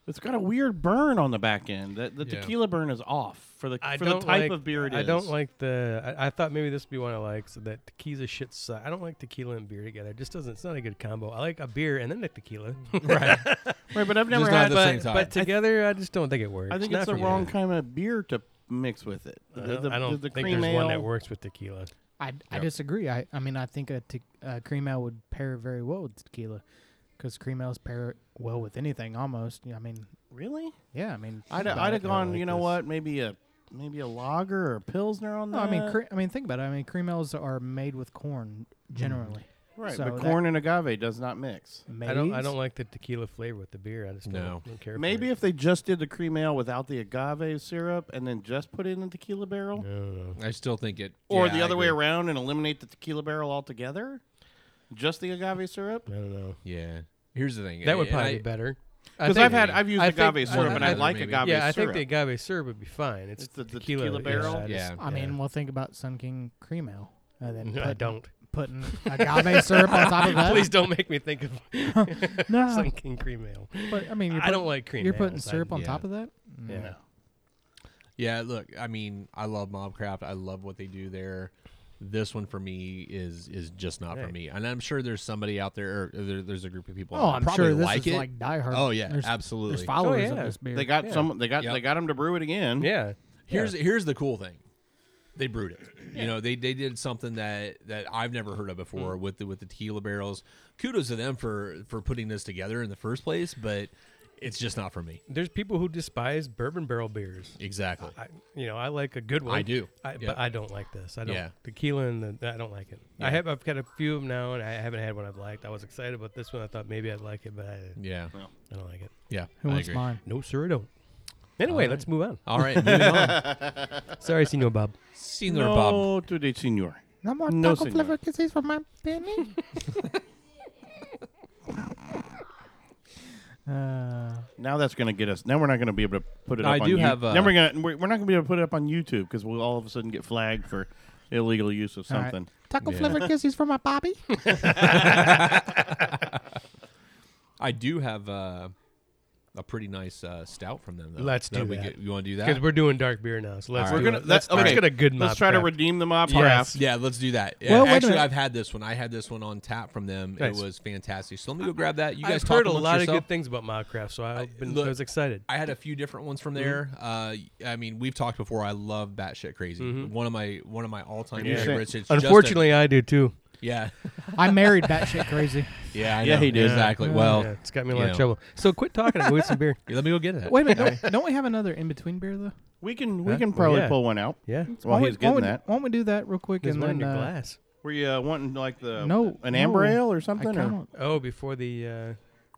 Speaker 5: It's got a weird burn on the back end. The, the
Speaker 7: Yeah.
Speaker 5: tequila burn is off for the
Speaker 7: I
Speaker 5: for the
Speaker 7: don't
Speaker 5: type
Speaker 7: like-
Speaker 5: of beer it is.
Speaker 7: I don't like the. I, I thought maybe this would be one I like. So that tequila's shit. Suck. I don't like tequila and beer together. It just doesn't. It's not a good combo. I like a beer and then a tequila.
Speaker 5: Right. Right, but I've never had-
Speaker 7: but,
Speaker 5: Just not at the same time.
Speaker 7: but together, I just don't think it works.
Speaker 5: I think
Speaker 7: Not
Speaker 5: it's the
Speaker 7: for me.
Speaker 5: wrong kind of beer to mix with it.
Speaker 7: I
Speaker 5: The-
Speaker 7: don't-
Speaker 5: the-
Speaker 7: I don't
Speaker 5: the
Speaker 7: think
Speaker 5: cream
Speaker 7: there's one that
Speaker 5: ale-
Speaker 7: works with tequila.
Speaker 4: I, I
Speaker 7: Yep.
Speaker 4: disagree. I, I mean, I think a, te- a cream ale would pair very well with tequila because cream ales pair well with anything almost. I mean,
Speaker 5: really?
Speaker 4: Yeah, I mean,
Speaker 5: I'd,
Speaker 4: think about
Speaker 5: I'd
Speaker 4: it.
Speaker 5: have gone. you know what? Maybe a maybe a lager or a pilsner on
Speaker 4: No,
Speaker 5: that.
Speaker 4: I mean, cre- I mean, think about it. I mean, cream ales are made with corn
Speaker 5: Mm-hmm.
Speaker 4: generally.
Speaker 5: right,
Speaker 4: So
Speaker 5: but
Speaker 4: that-
Speaker 5: corn and agave does not mix.
Speaker 7: I don't. I don't like the tequila flavor with the beer. I just
Speaker 5: No.
Speaker 7: don't, don't care. for
Speaker 5: Maybe if they just did the cream ale without the agave syrup and then just put it in the tequila barrel,
Speaker 6: I still think it.
Speaker 5: or
Speaker 6: yeah,
Speaker 5: the
Speaker 6: I
Speaker 5: other way
Speaker 6: agree.
Speaker 5: around and eliminate the tequila barrel altogether, just the agave syrup.
Speaker 7: I don't know.
Speaker 6: Yeah. Here's the thing.
Speaker 7: That would
Speaker 6: and
Speaker 7: probably
Speaker 6: I-
Speaker 7: be better. I
Speaker 5: Because
Speaker 7: think-
Speaker 5: I've had I've used
Speaker 7: I
Speaker 5: agave
Speaker 7: think-
Speaker 5: syrup
Speaker 7: I-
Speaker 5: and I
Speaker 7: I-
Speaker 5: like agave
Speaker 7: Yeah, I
Speaker 5: syrup.
Speaker 7: think the agave syrup would be fine. It's,
Speaker 5: It's the- the tequila
Speaker 7: tequila,
Speaker 5: barrel?
Speaker 7: I just-
Speaker 4: I mean, well, think about Sun King cream ale. And then
Speaker 7: No, I
Speaker 4: putting-
Speaker 7: don't.
Speaker 4: Putting agave syrup on top of that.
Speaker 7: Please don't make me think of
Speaker 4: no.
Speaker 7: Sunken cream ale.
Speaker 4: But I mean, you're
Speaker 7: I don't
Speaker 4: putting-
Speaker 7: like cream.
Speaker 4: You're putting
Speaker 7: ales. I-
Speaker 4: syrup on
Speaker 6: yeah.
Speaker 4: top of that. Oh,
Speaker 7: Yeah.
Speaker 4: No.
Speaker 6: Yeah, look, I mean, I love Mobcraft. I love what they do there. This one for me is is just not for
Speaker 4: Hey.
Speaker 6: me, and I'm sure there's somebody out there, or there, there's a group of people.
Speaker 4: Oh,
Speaker 6: out there
Speaker 4: I'm
Speaker 6: probably
Speaker 4: sure this
Speaker 6: like
Speaker 4: is
Speaker 6: it.
Speaker 4: like diehard.
Speaker 6: Oh yeah,
Speaker 4: There's- there's
Speaker 6: absolutely.
Speaker 4: followers of this beer.
Speaker 5: They got
Speaker 4: Yeah.
Speaker 5: some. They got
Speaker 6: Yep.
Speaker 5: they got them to brew it again.
Speaker 7: Yeah.
Speaker 6: Here's here's the cool thing. They brewed it. You know, they, they did something that, that I've never heard of
Speaker 4: Mm.
Speaker 6: before with the with the tequila barrels. Kudos to them for for putting this together in the first place, but it's just not for me.
Speaker 7: There's people who despise bourbon barrel beers.
Speaker 6: Exactly.
Speaker 7: I, you know, I like a good one.
Speaker 6: I do.
Speaker 7: I,
Speaker 6: Yeah.
Speaker 7: But I don't like this. I don't.
Speaker 6: Yeah.
Speaker 7: Tequila and the, I don't like it.
Speaker 6: Yeah.
Speaker 7: I have. I've got a few of them now, and I haven't had one I've liked. I was excited about this one. I thought maybe I'd like it, but I,
Speaker 6: Yeah.
Speaker 7: I don't like it.
Speaker 6: Yeah,
Speaker 4: Who I wants agree. mine?
Speaker 7: No, sir, I don't. Anyway,
Speaker 6: All right.
Speaker 7: let's move on.
Speaker 6: All right, moving on.
Speaker 7: Sorry, Senor Bob.
Speaker 6: Senor
Speaker 5: no
Speaker 6: Bob.
Speaker 5: today, senor.
Speaker 4: No more
Speaker 5: No,
Speaker 4: taco
Speaker 5: senor.
Speaker 4: flavor kisses for my penny. uh,
Speaker 5: Now that's going to get us. Now we're not going to be able to put it.
Speaker 6: I
Speaker 5: up
Speaker 6: do
Speaker 5: on
Speaker 6: have,
Speaker 5: You-
Speaker 6: uh,
Speaker 5: now we're going. to We're, we're not going to be able to put it up on YouTube because we'll all of a sudden get flagged for illegal use of
Speaker 4: All right.
Speaker 5: something.
Speaker 4: Taco flavor kisses for my Bobby.
Speaker 6: I do have uh, a pretty nice uh, stout from them. Though.
Speaker 7: Let's
Speaker 6: That
Speaker 7: do
Speaker 6: we
Speaker 7: that.
Speaker 6: get- you want to do that?
Speaker 7: Because we're doing dark beer now, so let's.
Speaker 6: All right.
Speaker 7: do
Speaker 6: We're
Speaker 7: it.
Speaker 6: gonna-
Speaker 7: let's,
Speaker 6: that-
Speaker 7: let's
Speaker 6: okay.
Speaker 7: get a good.
Speaker 5: Let's
Speaker 7: mop
Speaker 5: try to
Speaker 7: craft.
Speaker 5: redeem the mop
Speaker 7: Yes.
Speaker 5: craft.
Speaker 6: Yeah, let's do that. Yeah,
Speaker 4: Well, wait a
Speaker 6: actually,
Speaker 4: minute.
Speaker 6: I've had this one. I had this one on tap from them.
Speaker 7: Nice.
Speaker 6: It was fantastic. So let me go grab that. You guys
Speaker 7: I've
Speaker 6: talk
Speaker 7: heard a
Speaker 6: amongst
Speaker 7: lot
Speaker 6: yourself.
Speaker 7: of good things about Mobcraft, so I've been,
Speaker 6: look,
Speaker 7: I was excited.
Speaker 6: I had a few different ones
Speaker 7: Mm-hmm.
Speaker 6: from there. Uh, I mean, we've talked before. I love batshit crazy.
Speaker 7: Mhm.
Speaker 6: One of my one of my all time
Speaker 5: Yeah.
Speaker 6: favorites. It's just a-
Speaker 7: Unfortunately, I do too.
Speaker 6: yeah,
Speaker 4: I married batshit crazy.
Speaker 6: yeah, I
Speaker 5: Yeah,
Speaker 6: know.
Speaker 5: he did.
Speaker 6: exactly.
Speaker 7: Yeah, Oh,
Speaker 6: well,
Speaker 7: yeah, it's got me in a
Speaker 6: you
Speaker 7: lot of
Speaker 6: know.
Speaker 7: trouble. So quit talking and go get some beer.
Speaker 6: Yeah, Let me go get it.
Speaker 4: Wait a minute. Don't, don't we have another in between beer though?
Speaker 5: We can we
Speaker 7: Huh?
Speaker 5: can probably
Speaker 7: Yeah.
Speaker 5: pull one out
Speaker 7: Yeah,
Speaker 5: while
Speaker 4: why
Speaker 5: he's
Speaker 4: don't- why
Speaker 5: getting
Speaker 4: don't-
Speaker 5: that.
Speaker 4: Why don't we do that real quick
Speaker 7: there's
Speaker 4: and
Speaker 7: one in
Speaker 4: then
Speaker 7: your
Speaker 4: uh,
Speaker 7: glass.
Speaker 5: Were you uh, wanting like the
Speaker 4: no
Speaker 5: an amber
Speaker 4: no,
Speaker 5: ale or
Speaker 4: I
Speaker 5: something? Or
Speaker 4: kinda-
Speaker 7: Oh, before the uh,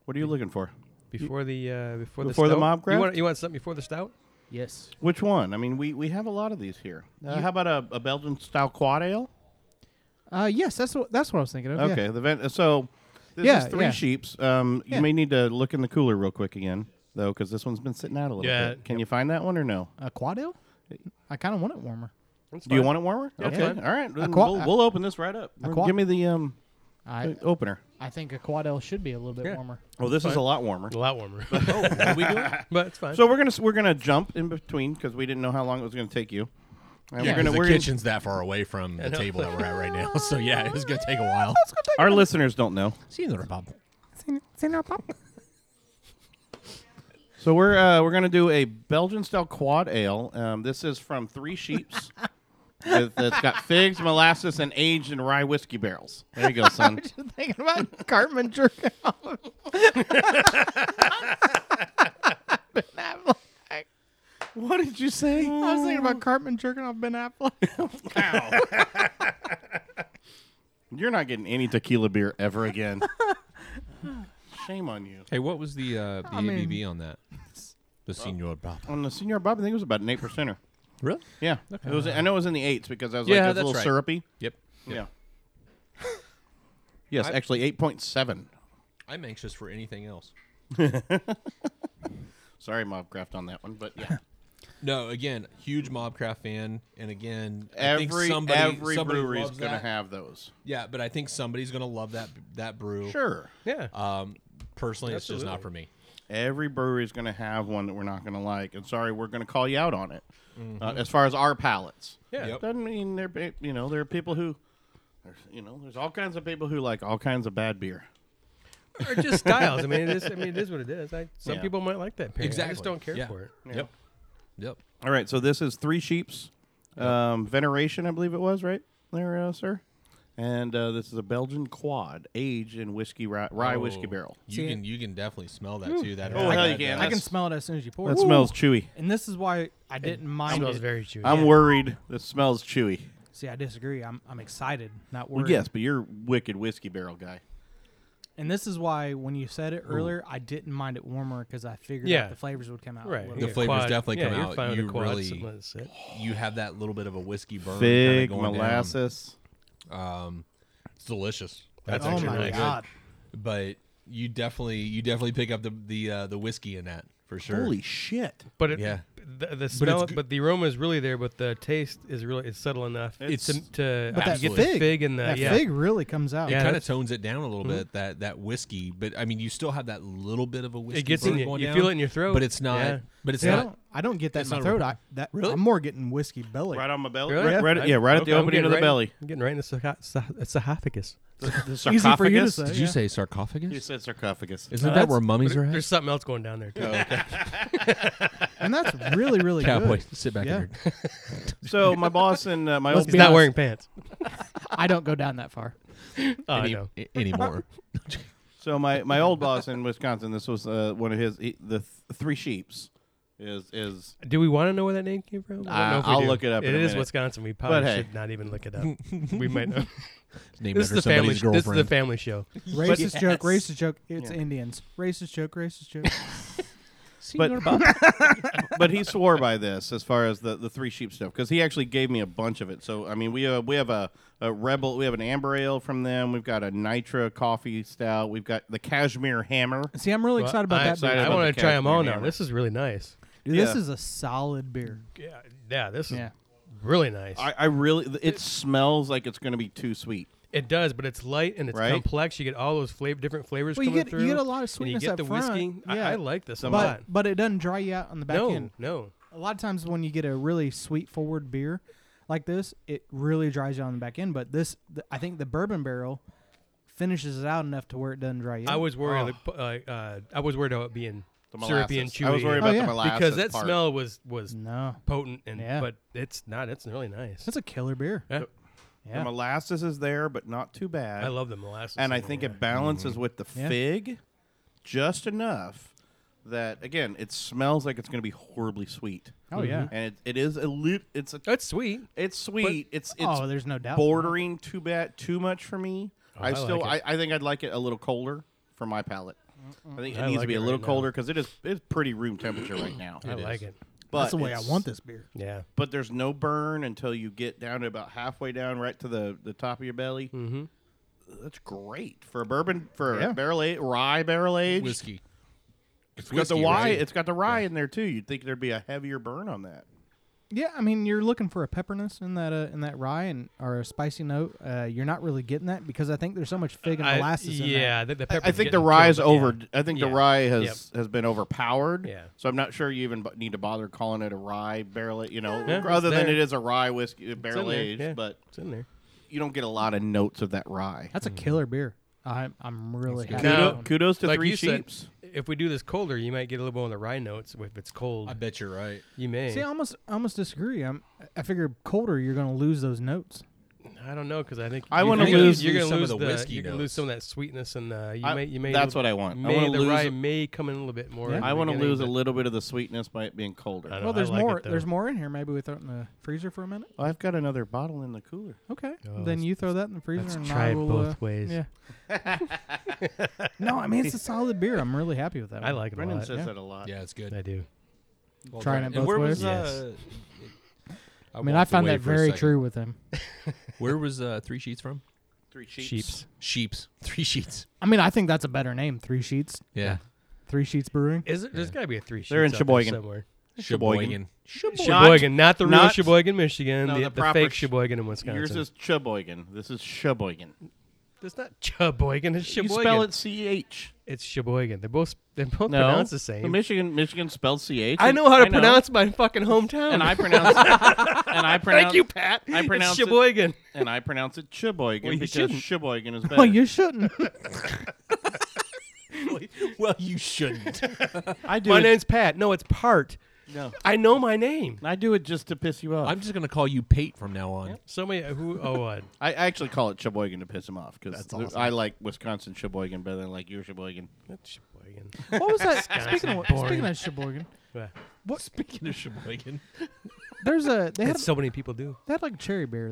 Speaker 5: what are you looking for?
Speaker 7: before the uh, before the
Speaker 5: Before the
Speaker 7: stout?
Speaker 5: mob craft?
Speaker 7: You want, you want something before the stout?
Speaker 4: yes.
Speaker 5: Which one? I mean, we, we have a lot of these here. Uh,
Speaker 4: You-
Speaker 5: how about a, a Belgian style quad ale?
Speaker 4: Uh, yes, that's what that's what I was thinking of. yeah.
Speaker 5: Okay, the vent, so this
Speaker 4: Yeah,
Speaker 5: is three
Speaker 4: yeah.
Speaker 5: sheeps. Um, you
Speaker 4: Yeah.
Speaker 5: may need to look in the cooler real quick again though, because this one's been sitting out a little
Speaker 7: Yeah.
Speaker 5: bit. Can you find that one or no?
Speaker 4: A quad ale? I kind of want it warmer.
Speaker 5: Do you want it warmer? okay,
Speaker 4: fine.
Speaker 5: all right. Then
Speaker 4: qua-
Speaker 5: we'll, we'll open this right up.
Speaker 4: a
Speaker 5: We're-
Speaker 4: qua-
Speaker 5: Give me the um
Speaker 4: I
Speaker 5: opener.
Speaker 4: I think a quad ale should be a little bit
Speaker 7: Yeah.
Speaker 4: warmer.
Speaker 5: Oh, this is a lot warmer.
Speaker 7: A lot warmer,
Speaker 6: What are we doing?
Speaker 7: but it's fine.
Speaker 5: So we're gonna s- we're gonna jump in between because we didn't know how long it was gonna take you. And
Speaker 6: Yeah,
Speaker 5: we're gonna
Speaker 6: 'cause the
Speaker 5: we're gonna-
Speaker 6: kitchen's that far away from the
Speaker 7: know.
Speaker 6: table that we're at right now. So yeah, it's gonna take a while.
Speaker 5: our listeners don't know.
Speaker 6: See you later, Bob.
Speaker 5: So we're uh, we're gonna do a Belgian style quad ale. Um, this is from Three Sheeps. with, it's got figs, molasses, and aged in rye whiskey barrels. There you go, son.
Speaker 4: Just thinking about Cartman jerking off. ben Affleck.
Speaker 5: what did you say?
Speaker 4: I was thinking about Cartman jerking off Ben Affleck.
Speaker 5: You're not getting any tequila beer ever again. Shame on you.
Speaker 6: Hey, what was the uh, the
Speaker 4: I mean-
Speaker 6: ABV on that? The Senor Bob.
Speaker 5: On the Senor Bob, I think it was about an eight percenter.
Speaker 6: Really?
Speaker 5: Yeah, it was. I know it was in the eights because I was
Speaker 6: Yeah,
Speaker 5: like, it's a
Speaker 6: that's
Speaker 5: little
Speaker 6: right.
Speaker 5: syrupy.
Speaker 6: Yep.
Speaker 5: Yeah. yes, actually, eight point seven.
Speaker 6: I'm anxious for anything else.
Speaker 5: Sorry, Mobcraft on that one, but yeah,
Speaker 6: No, again, huge Mobcraft fan, and again, I
Speaker 5: every
Speaker 6: think somebody,
Speaker 5: every
Speaker 6: somebody
Speaker 5: brewery's
Speaker 6: loves
Speaker 5: gonna
Speaker 6: that.
Speaker 5: have those.
Speaker 6: Yeah, but I think somebody's gonna love that that brew.
Speaker 5: Sure.
Speaker 7: yeah,
Speaker 6: Um, Personally, it's just not for me.
Speaker 5: Every brewery is going to have one that we're not going to like, and sorry, we're going to call you out on it. Uh,
Speaker 6: Mhm.
Speaker 5: as far as our palates,
Speaker 6: Yeah. Yep.
Speaker 5: doesn't mean there. be- You know, there are people who, there's, you know, there's all kinds of people who like all kinds of bad beer.
Speaker 7: or just styles. I mean, it is, I mean, it is what it is. I, some
Speaker 5: Yeah.
Speaker 7: people might like that. Period. I just
Speaker 6: Exactly.
Speaker 7: don't care
Speaker 6: Yeah.
Speaker 7: for it.
Speaker 5: Yeah.
Speaker 6: Yep. Yep.
Speaker 5: All right, so this is Three Sheeps, um, Veneration, I believe it was, right there, uh, sir? And uh, this is a Belgian quad, aged in whiskey rye, rye
Speaker 6: Oh,
Speaker 5: whiskey barrel.
Speaker 6: You
Speaker 4: See,
Speaker 6: can you can definitely smell that
Speaker 4: Ooh.
Speaker 6: too. That
Speaker 5: Oh, hell, you can.
Speaker 4: I can
Speaker 5: That's-
Speaker 4: smell it as soon as you pour
Speaker 5: that
Speaker 4: it.
Speaker 5: smells chewy.
Speaker 4: And this is why I didn't mind.
Speaker 7: smells
Speaker 4: it.
Speaker 7: very chewy.
Speaker 5: I'm
Speaker 4: Yeah.
Speaker 5: worried. This smells chewy.
Speaker 4: See, I disagree. I'm I'm excited, not
Speaker 5: Well,
Speaker 4: worried.
Speaker 5: yes, but you're a wicked whiskey barrel guy.
Speaker 4: And this is why when you said it earlier, I didn't mind it warmer because I figured
Speaker 7: Yeah.
Speaker 4: out the flavors would come out. a
Speaker 7: Right.
Speaker 4: little
Speaker 6: The
Speaker 7: Yeah,
Speaker 4: bit.
Speaker 6: flavors
Speaker 7: quad-
Speaker 6: definitely
Speaker 7: yeah,
Speaker 6: come
Speaker 7: you're
Speaker 6: out.
Speaker 7: fine with
Speaker 6: you
Speaker 7: the quads,
Speaker 6: really
Speaker 7: something that's it.
Speaker 6: you have that little bit of a whiskey burn. kinda
Speaker 5: Fig,
Speaker 6: going down.
Speaker 5: molasses.
Speaker 6: Um, it's delicious.
Speaker 7: That's
Speaker 6: That's
Speaker 4: oh
Speaker 6: actually
Speaker 4: my
Speaker 6: really
Speaker 4: god!
Speaker 6: good. But you definitely you definitely pick up the the uh, the whiskey in that for sure.
Speaker 5: Holy shit.
Speaker 7: But it,
Speaker 6: Yeah.
Speaker 7: the, the smell, but,
Speaker 6: good.
Speaker 7: the aroma is really there, but the taste is really it's subtle enough.
Speaker 5: It's-
Speaker 7: to, to
Speaker 4: But that
Speaker 7: you get
Speaker 6: Absolutely.
Speaker 7: the
Speaker 4: fig,
Speaker 7: fig and the
Speaker 4: that
Speaker 7: yeah.
Speaker 4: fig really comes out.
Speaker 6: it
Speaker 7: Yeah,
Speaker 6: kind of
Speaker 7: that's- Hmm?
Speaker 6: tones it down a little bit that that whiskey, but I mean you still have that little bit of a whiskey.
Speaker 7: It gets
Speaker 6: burn
Speaker 7: in you.
Speaker 6: going
Speaker 7: You
Speaker 6: down,
Speaker 7: feel it in your throat,
Speaker 6: but it's not.
Speaker 7: Yeah.
Speaker 6: But it's
Speaker 4: See, I,
Speaker 6: not.
Speaker 4: don't, I don't get that
Speaker 6: it's
Speaker 4: in my
Speaker 6: not a-
Speaker 4: throat. I, that, I'm more getting whiskey belly.
Speaker 5: Right on my belly.
Speaker 7: Really?
Speaker 5: Oh, Right, right- yeah, right at the
Speaker 7: Okay, I'm
Speaker 5: opening
Speaker 7: getting
Speaker 5: of the
Speaker 7: right-
Speaker 5: belly.
Speaker 7: I'm getting right in the sarco- sa- esophagus.
Speaker 5: The
Speaker 4: Easy for you to
Speaker 5: sarcophagus.
Speaker 4: say.
Speaker 6: Did you
Speaker 4: yeah.
Speaker 6: say sarcophagus?
Speaker 5: You said sarcophagus.
Speaker 6: Isn't
Speaker 7: Uh,
Speaker 6: that where
Speaker 7: Oh, that's-
Speaker 6: mummies
Speaker 7: But
Speaker 6: are
Speaker 7: it-
Speaker 6: at?
Speaker 7: There's something else going down there too.
Speaker 5: Oh,
Speaker 4: And that's really, really
Speaker 6: Cowboy,
Speaker 4: good.
Speaker 6: sit back
Speaker 4: Yeah.
Speaker 6: in here.
Speaker 5: So my boss and uh, my
Speaker 4: Let's
Speaker 5: old
Speaker 7: He's not
Speaker 4: honest.
Speaker 7: wearing pants.
Speaker 4: I don't go down that far.
Speaker 7: Oh, I
Speaker 6: Any-
Speaker 7: know.
Speaker 6: a- anymore.
Speaker 5: So my, my old boss in Wisconsin, this was uh, one of his he, the th- three sheeps is is
Speaker 7: Do we want to know where that name came from? I don't
Speaker 5: Uh,
Speaker 7: know if we
Speaker 5: I'll
Speaker 7: do.
Speaker 5: look it up
Speaker 7: It
Speaker 5: in a
Speaker 7: is
Speaker 5: minute.
Speaker 7: Wisconsin. We probably
Speaker 5: hey.
Speaker 7: should not even look it up. we might know.
Speaker 6: Named
Speaker 7: this is
Speaker 6: after
Speaker 7: the family.
Speaker 6: somebody's
Speaker 7: This is the
Speaker 6: girlfriend.
Speaker 7: family show.
Speaker 4: Racist joke, racist joke. It's
Speaker 5: Yeah.
Speaker 4: Indians. Racist joke, racist joke.
Speaker 5: but, but he swore by this as far as the, the three sheep stuff because he actually gave me a bunch of it. So I mean, we have we have a, a rebel, we have an amber ale from them. We've got a nitro coffee stout. We've got the cashmere hammer.
Speaker 4: See, I'm really
Speaker 7: Well,
Speaker 4: excited about
Speaker 7: I-
Speaker 4: that.
Speaker 5: excited
Speaker 4: beer.
Speaker 7: I
Speaker 5: about
Speaker 7: want
Speaker 5: the
Speaker 7: to try
Speaker 5: cat
Speaker 7: them all
Speaker 5: being
Speaker 7: now.
Speaker 5: hammered.
Speaker 7: This is really nice.
Speaker 4: Dude, This
Speaker 5: Yeah.
Speaker 4: is a solid beer.
Speaker 7: Yeah, yeah. This is
Speaker 4: Yeah.
Speaker 7: really nice.
Speaker 5: I, I really th- it smells like it's going to be too sweet.
Speaker 7: It does, but it's light and it's
Speaker 5: Right?
Speaker 7: complex. You get all those flavor, different flavors
Speaker 4: Well, you
Speaker 7: coming
Speaker 4: get- you
Speaker 7: through.
Speaker 4: get a lot of
Speaker 7: and
Speaker 4: sweetness
Speaker 7: You get
Speaker 4: up
Speaker 7: the whiskey.
Speaker 4: front.
Speaker 7: I-
Speaker 4: Yeah.
Speaker 7: I, like this a lot.
Speaker 4: But but it doesn't dry you out on the back
Speaker 7: no,
Speaker 4: end.
Speaker 7: no.
Speaker 4: A lot of times when you get a really sweet forward beer like this, it really dries you out on the back end. But this, th- I think the bourbon barrel finishes it out enough to where it doesn't dry you.
Speaker 7: I
Speaker 4: out.
Speaker 7: was worried. of the- uh, uh, I was worried about it being
Speaker 5: The
Speaker 7: syrupy and chewy.
Speaker 5: molasses. I was worried
Speaker 4: Oh,
Speaker 5: about
Speaker 4: yeah.
Speaker 5: the molasses
Speaker 7: because that
Speaker 5: part.
Speaker 7: smell was was
Speaker 4: no.
Speaker 7: potent and
Speaker 4: Yeah.
Speaker 7: but it's not. It's really nice.
Speaker 4: That's a killer beer.
Speaker 7: Yeah.
Speaker 5: The
Speaker 4: Yeah.
Speaker 5: molasses is there, but not too bad.
Speaker 7: I love the molasses.
Speaker 5: and I
Speaker 7: in
Speaker 5: think
Speaker 7: there.
Speaker 5: it balances with the
Speaker 4: Yeah.
Speaker 5: fig just enough that again it smells like it's going to be horribly sweet.
Speaker 4: Oh yeah.
Speaker 7: Mm-hmm.
Speaker 5: And it, it is a lit, it's a
Speaker 7: It's sweet.
Speaker 5: it's sweet. it's it's
Speaker 4: oh, there's no doubt.
Speaker 5: bordering too bad too much for me. I,
Speaker 7: I
Speaker 5: still
Speaker 7: like
Speaker 5: I, I think I'd like it a little colder for my palate. I think it
Speaker 7: I
Speaker 5: needs
Speaker 7: like
Speaker 5: to be
Speaker 7: it
Speaker 5: a
Speaker 7: right
Speaker 5: little
Speaker 7: now.
Speaker 5: colder because it is it's pretty room temperature right now.
Speaker 7: I like it.
Speaker 5: But
Speaker 4: That's the way I
Speaker 5: it's-
Speaker 4: want this beer.
Speaker 7: Yeah.
Speaker 5: But there's no burn until you get down to about halfway down, right to the, the top of your belly.
Speaker 7: Mhm.
Speaker 5: That's great for a bourbon for
Speaker 4: Yeah.
Speaker 5: a barrel a- rye barrel age.
Speaker 6: Whiskey.
Speaker 5: It's got the
Speaker 6: whiskey,
Speaker 5: rye.
Speaker 6: right?
Speaker 5: It's got the rye in there too. You'd think there'd be a heavier burn on that.
Speaker 4: Yeah, I mean, you're looking for a pepperness in that uh, in that rye and or a spicy note. Uh, you're not really getting that because I think there's so much fig and
Speaker 7: I-
Speaker 4: molasses. in that.
Speaker 7: yeah. I think the
Speaker 5: I,
Speaker 7: pepper's
Speaker 5: I think the
Speaker 7: getting
Speaker 5: rye's
Speaker 7: killed,
Speaker 5: over.
Speaker 7: yeah.
Speaker 5: I think the
Speaker 7: Yeah.
Speaker 5: rye has has been overpowered.
Speaker 7: Yeah.
Speaker 5: So I'm not sure you even b- need to bother calling it a rye barrel. a- You know,
Speaker 7: Yeah,
Speaker 5: other
Speaker 7: it's
Speaker 5: than
Speaker 7: there.
Speaker 5: it is a rye whiskey barrel
Speaker 7: there,
Speaker 5: aged,
Speaker 7: yeah.
Speaker 5: but
Speaker 7: It's in there.
Speaker 5: you don't get a lot of notes of that rye.
Speaker 4: that's a
Speaker 7: Mm.
Speaker 4: killer beer. I'm I'm really happy.
Speaker 7: Now-
Speaker 4: with that one.
Speaker 5: Kudos to
Speaker 7: like
Speaker 5: Three
Speaker 7: you said,
Speaker 5: Sheeps.
Speaker 7: if we do this colder, you might get a little more on the rye notes if it's cold.
Speaker 6: I bet you're right.
Speaker 7: you may.
Speaker 4: See, I almost I almost disagree. I'm I figure colder you're gonna lose those notes.
Speaker 7: I don't know because I think
Speaker 5: I
Speaker 7: you-
Speaker 5: wanna
Speaker 7: you're gonna-
Speaker 5: lose
Speaker 7: You're gonna
Speaker 6: some of
Speaker 7: lose
Speaker 6: the whiskey
Speaker 7: You're gonna lose
Speaker 6: notes.
Speaker 7: some of that sweetness and uh, you
Speaker 5: I-
Speaker 7: may. You may.
Speaker 5: that's what I want. I
Speaker 7: May,
Speaker 5: wanna
Speaker 7: the
Speaker 5: lose
Speaker 7: rye
Speaker 5: a-
Speaker 7: may come in a little bit more.
Speaker 4: Yeah.
Speaker 7: in the
Speaker 5: I want to
Speaker 7: beginning,
Speaker 5: lose a
Speaker 7: but-
Speaker 5: little bit of the sweetness by it being colder.
Speaker 7: I know.
Speaker 4: Well, there's
Speaker 7: I like it,
Speaker 4: more.
Speaker 7: though.
Speaker 4: there's more in here. Maybe we throw it in the freezer for a minute.
Speaker 5: Oh, I've got another bottle in the cooler.
Speaker 4: Okay.
Speaker 7: Oh,
Speaker 4: then
Speaker 7: let's-
Speaker 4: you throw that in the freezer
Speaker 7: let's
Speaker 4: and
Speaker 7: try
Speaker 4: I
Speaker 7: it
Speaker 4: will,
Speaker 7: both
Speaker 4: uh,
Speaker 7: ways.
Speaker 4: Yeah. no, I mean it's a solid beer. I'm really happy with that.
Speaker 7: I
Speaker 4: one.
Speaker 7: like it a
Speaker 5: Brendan
Speaker 7: lot.
Speaker 5: says
Speaker 4: yeah.
Speaker 5: that a lot.
Speaker 6: Yeah, it's good.
Speaker 7: I do.
Speaker 6: Well
Speaker 4: Trying
Speaker 6: done.
Speaker 4: it both
Speaker 6: and where Was,
Speaker 4: ways?
Speaker 6: uh,
Speaker 4: I mean, I
Speaker 6: walked
Speaker 4: found
Speaker 6: away
Speaker 4: that
Speaker 6: for a
Speaker 4: very
Speaker 6: second.
Speaker 4: true with him.
Speaker 6: Where was uh, Three Sheets from?
Speaker 5: Three Sheeps.
Speaker 7: Sheeps.
Speaker 6: Sheeps. Three Sheets.
Speaker 4: I mean, I think that's a better name. Three Sheets.
Speaker 6: Yeah.
Speaker 4: Three Sheets Brewing.
Speaker 7: Is it? There's got to be a three.
Speaker 5: They're in
Speaker 7: sheets out there
Speaker 5: Sheboygan.
Speaker 7: somewhere.
Speaker 5: Sheboygan.
Speaker 7: Sheboygan, not the real
Speaker 5: not-
Speaker 7: Sheboygan, Michigan.
Speaker 5: No,
Speaker 7: the,
Speaker 5: the
Speaker 7: the
Speaker 5: proper
Speaker 7: fake
Speaker 5: sh-
Speaker 7: Sheboygan in Wisconsin.
Speaker 5: Yours is Sheboygan. This is Sheboygan.
Speaker 7: It's not Sheboygan. It's
Speaker 5: You
Speaker 7: Sheboygan.
Speaker 5: spell it C-H.
Speaker 7: It's Sheboygan. They're both they're both
Speaker 5: No,
Speaker 7: pronounced the same.
Speaker 5: Michigan Michigan spells CH.
Speaker 7: I know how to pronounce my fucking hometown.
Speaker 5: And I pronounce and I pronounce
Speaker 7: Thank you, Pat.
Speaker 5: I
Speaker 7: It's
Speaker 5: pronounce it-
Speaker 7: Sheboygan.
Speaker 5: and I pronounce it Sheboygan
Speaker 7: Well, you
Speaker 5: because
Speaker 7: shouldn't.
Speaker 5: Sheboygan is better.
Speaker 4: Well, Oh, you shouldn't.
Speaker 5: well, you shouldn't. I do
Speaker 7: My
Speaker 5: it-
Speaker 7: name's Pat. No, it's Part.
Speaker 5: No.
Speaker 7: I know my name.
Speaker 5: I do it just to piss you off.
Speaker 6: I'm just gonna call you Pate from now on.
Speaker 7: So many who oh what?
Speaker 5: I actually call it Sheboygan to piss him off because
Speaker 6: That's awesome.
Speaker 5: I like Wisconsin Sheboygan better than I like your Sheboygan.
Speaker 7: That's Sheboygan.
Speaker 4: What was that?
Speaker 7: Scott's
Speaker 4: speaking of
Speaker 7: boring.
Speaker 4: speaking of Sheboygan,
Speaker 7: What?
Speaker 4: what?
Speaker 6: Speaking of Sheboygan,
Speaker 4: There's a they had
Speaker 7: That's so many people do.
Speaker 4: they had like cherry beer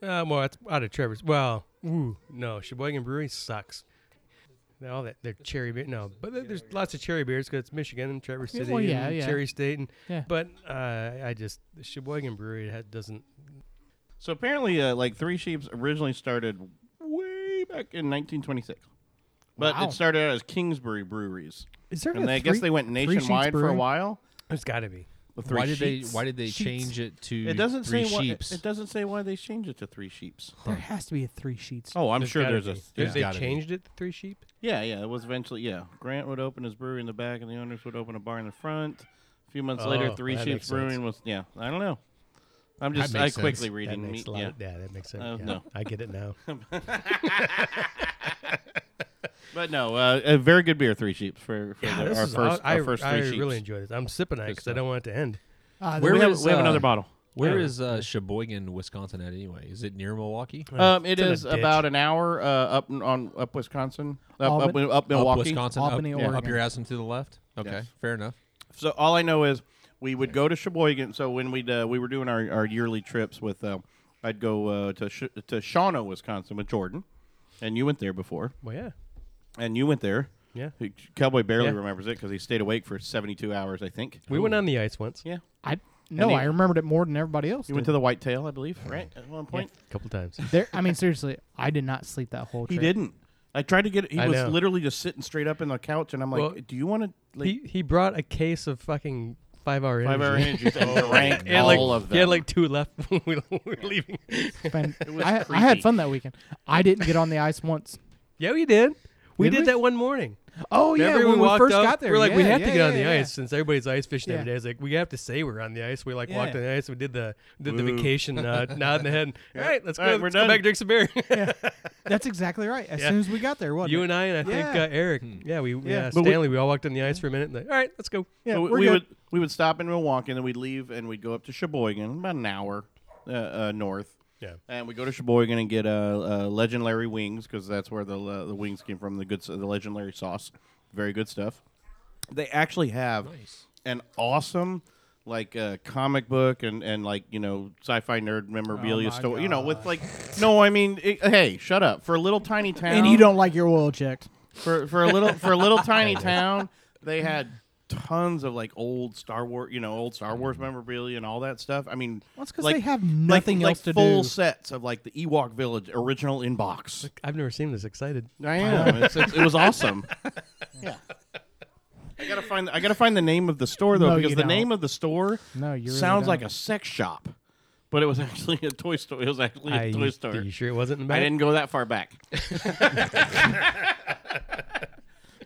Speaker 4: there.
Speaker 7: Uh, well, that's out of Trevor's. Well, ooh, no, Sheboygan Brewery sucks. They're All that they're cherry beer. No, but there- there's lots of cherry beers because it's Michigan and Trevor
Speaker 4: Yeah,
Speaker 7: City
Speaker 4: well, yeah,
Speaker 7: and
Speaker 4: yeah.
Speaker 7: Cherry State. And,
Speaker 4: Yeah.
Speaker 7: But uh, I just the Sheboygan Brewery ha- doesn't.
Speaker 5: So apparently, uh, like Three Sheeps originally started way back in 1926, but
Speaker 4: Wow.
Speaker 5: it started out as Kingsbury Breweries,
Speaker 4: Is there?
Speaker 5: and
Speaker 4: a
Speaker 5: they, I guess
Speaker 4: three-
Speaker 5: they went
Speaker 4: Three
Speaker 5: nationwide
Speaker 4: Sheets
Speaker 5: for a
Speaker 4: Brewing?
Speaker 5: while.
Speaker 7: There's got to be.
Speaker 5: The Three
Speaker 6: why did they
Speaker 5: Sheets.
Speaker 6: why did they
Speaker 4: Sheets.
Speaker 6: change it to
Speaker 5: It doesn't
Speaker 6: three
Speaker 5: say why. It,
Speaker 6: sheeps?
Speaker 5: it doesn't say why they changed it to Three Sheeps.
Speaker 4: There has to be a three sheets.
Speaker 5: Oh, I'm sure
Speaker 7: gotta
Speaker 5: there's
Speaker 7: be.
Speaker 5: a
Speaker 7: There's-
Speaker 6: gotta
Speaker 7: they
Speaker 6: be.
Speaker 7: changed it to Three Sheep.
Speaker 5: yeah yeah. It was eventually yeah. Grant would open his brewery in the back, and the owners would open a bar in the front. A few months later,
Speaker 7: Oh,
Speaker 5: Three
Speaker 7: that
Speaker 5: Sheeps
Speaker 7: makes sense.
Speaker 5: Brewing was yeah. I don't know. I'm
Speaker 6: That
Speaker 5: just I
Speaker 6: makes sense.
Speaker 5: quickly
Speaker 7: That
Speaker 5: reading. me-
Speaker 7: makes a lot
Speaker 5: yeah.
Speaker 7: of- yeah, that makes sense.
Speaker 5: Uh,
Speaker 7: yeah.
Speaker 5: no.
Speaker 7: I get it now.
Speaker 5: But no, uh, a very good beer, Three Sheeps for, for the,
Speaker 7: this
Speaker 5: our
Speaker 7: is-
Speaker 5: first
Speaker 7: I,
Speaker 5: our first
Speaker 7: I,
Speaker 5: Three
Speaker 7: I
Speaker 5: Sheeps.
Speaker 7: really enjoyed it. I'm sipping on it because I don't want it to end.
Speaker 4: Uh,
Speaker 6: Where
Speaker 5: we, have,
Speaker 6: is,
Speaker 5: we have
Speaker 6: uh,
Speaker 5: another bottle.
Speaker 6: Where is uh, Sheboygan, Wisconsin at anyway? Is it near Milwaukee?
Speaker 5: Um, it
Speaker 7: uh, it's in a
Speaker 5: is
Speaker 7: ditch.
Speaker 5: about an hour uh, up n- on up Wisconsin, up up,
Speaker 4: Auburn-
Speaker 5: up Milwaukee.
Speaker 6: Up Wisconsin,
Speaker 4: Albany,
Speaker 6: up,
Speaker 4: Oregon.
Speaker 6: up your ass and to the left. Okay,
Speaker 5: Yes.
Speaker 6: fair enough.
Speaker 5: So all I know is we would go to Sheboygan. So when we uh, we were doing our, our yearly trips with, uh, I'd go uh, to Sh- to Shawano, Wisconsin with Jordan, and you went there before,
Speaker 7: Well, yeah,
Speaker 5: and you went there.
Speaker 7: yeah.
Speaker 5: Cowboy barely
Speaker 7: Yeah.
Speaker 5: remembers it because he stayed awake for seventy two hours, I think.
Speaker 7: We went on the ice once.
Speaker 5: Yeah,
Speaker 4: I no,
Speaker 5: And he-
Speaker 4: I remembered it more than everybody else.
Speaker 5: you went to
Speaker 4: did.
Speaker 5: the Whitetail, I believe, right at one point.
Speaker 7: a couple times.
Speaker 4: There, I mean, seriously, I did not sleep that whole.
Speaker 5: He
Speaker 4: trip.
Speaker 5: didn't. I tried to get. He
Speaker 7: I
Speaker 5: was
Speaker 7: know.
Speaker 5: literally just sitting straight up in the couch, and I'm like,
Speaker 7: Well,
Speaker 5: "Do you want to like
Speaker 7: he he brought a case of fucking five hour
Speaker 5: five hour
Speaker 7: energy.
Speaker 5: energies?" and drank
Speaker 7: He had
Speaker 5: all
Speaker 7: like,
Speaker 5: of them.
Speaker 7: He had like two left when we we were leaving.
Speaker 4: Fan-
Speaker 5: was
Speaker 4: I, I
Speaker 5: creepy.
Speaker 4: had fun that weekend. I didn't get on the ice once.
Speaker 7: yeah, we did. We
Speaker 4: Did
Speaker 7: did
Speaker 4: we?
Speaker 7: that one morning.
Speaker 4: Oh yeah,
Speaker 7: Remember
Speaker 4: when we
Speaker 7: walked
Speaker 4: first
Speaker 7: up?
Speaker 4: got there,
Speaker 7: we're like, we
Speaker 4: Yeah,
Speaker 7: have
Speaker 4: yeah,
Speaker 7: to get on
Speaker 4: yeah,
Speaker 7: the
Speaker 4: yeah.
Speaker 7: ice since everybody's ice fishing every
Speaker 4: Yeah.
Speaker 7: day. It's like we have to say we're on the ice. We like walked
Speaker 4: Yeah.
Speaker 7: on the ice. We did the did the
Speaker 5: Woo.
Speaker 7: vacation uh, nod in the head. All right, let's
Speaker 5: All
Speaker 7: go.
Speaker 5: right, we're
Speaker 7: let's
Speaker 5: done.
Speaker 7: go back and drink some beer.
Speaker 4: That's exactly right. As
Speaker 7: Yeah.
Speaker 4: soon as we got there, wasn't
Speaker 7: you
Speaker 4: it?
Speaker 7: and I and I
Speaker 4: Yeah.
Speaker 7: think uh, Eric. Yeah, we yeah,
Speaker 5: But we-
Speaker 7: Stanley. We, all walked on the ice for a minute. And like, all right, let's go.
Speaker 4: yeah,
Speaker 5: So we,
Speaker 4: we're
Speaker 5: we
Speaker 4: good.
Speaker 5: would we would stop in Milwaukee, and then we'd leave, and we'd go up to Sheboygan, about an hour uh, uh, north.
Speaker 7: Yeah.
Speaker 5: and we go to Sheboygan and get uh, uh, legendary wings because that's where the uh, the wings came from. The good, s- the legendary sauce, very good stuff. They actually have an awesome like uh, comic book and and like you know sci-fi nerd memorabilia
Speaker 4: Oh my
Speaker 5: store. You know, with like no, I mean, it, hey, shut up for a little tiny town
Speaker 4: and you don't like your oil checked.
Speaker 5: for for a little for a little tiny town. They had tons of like old Star Wars, you know, old Star Wars memorabilia and all that stuff. I mean,
Speaker 4: Well, it's 'cause they have nothing
Speaker 5: like,
Speaker 4: else to
Speaker 5: full Full
Speaker 4: do.
Speaker 5: sets of like the Ewok Village original inbox.
Speaker 7: I've never seen this excited.
Speaker 5: I am. It's, it's, it was awesome. yeah. I gotta find. I gotta find the name of the store though,
Speaker 4: No,
Speaker 5: because
Speaker 4: you
Speaker 5: the
Speaker 4: don't.
Speaker 5: name of the store
Speaker 4: No, you really
Speaker 5: sounds
Speaker 4: don't.
Speaker 5: like a sex shop, but it was actually a toy store. It was actually a
Speaker 7: I-
Speaker 5: toy store.
Speaker 7: Are you sure it wasn't in the
Speaker 5: I
Speaker 7: back?
Speaker 5: didn't go that far back.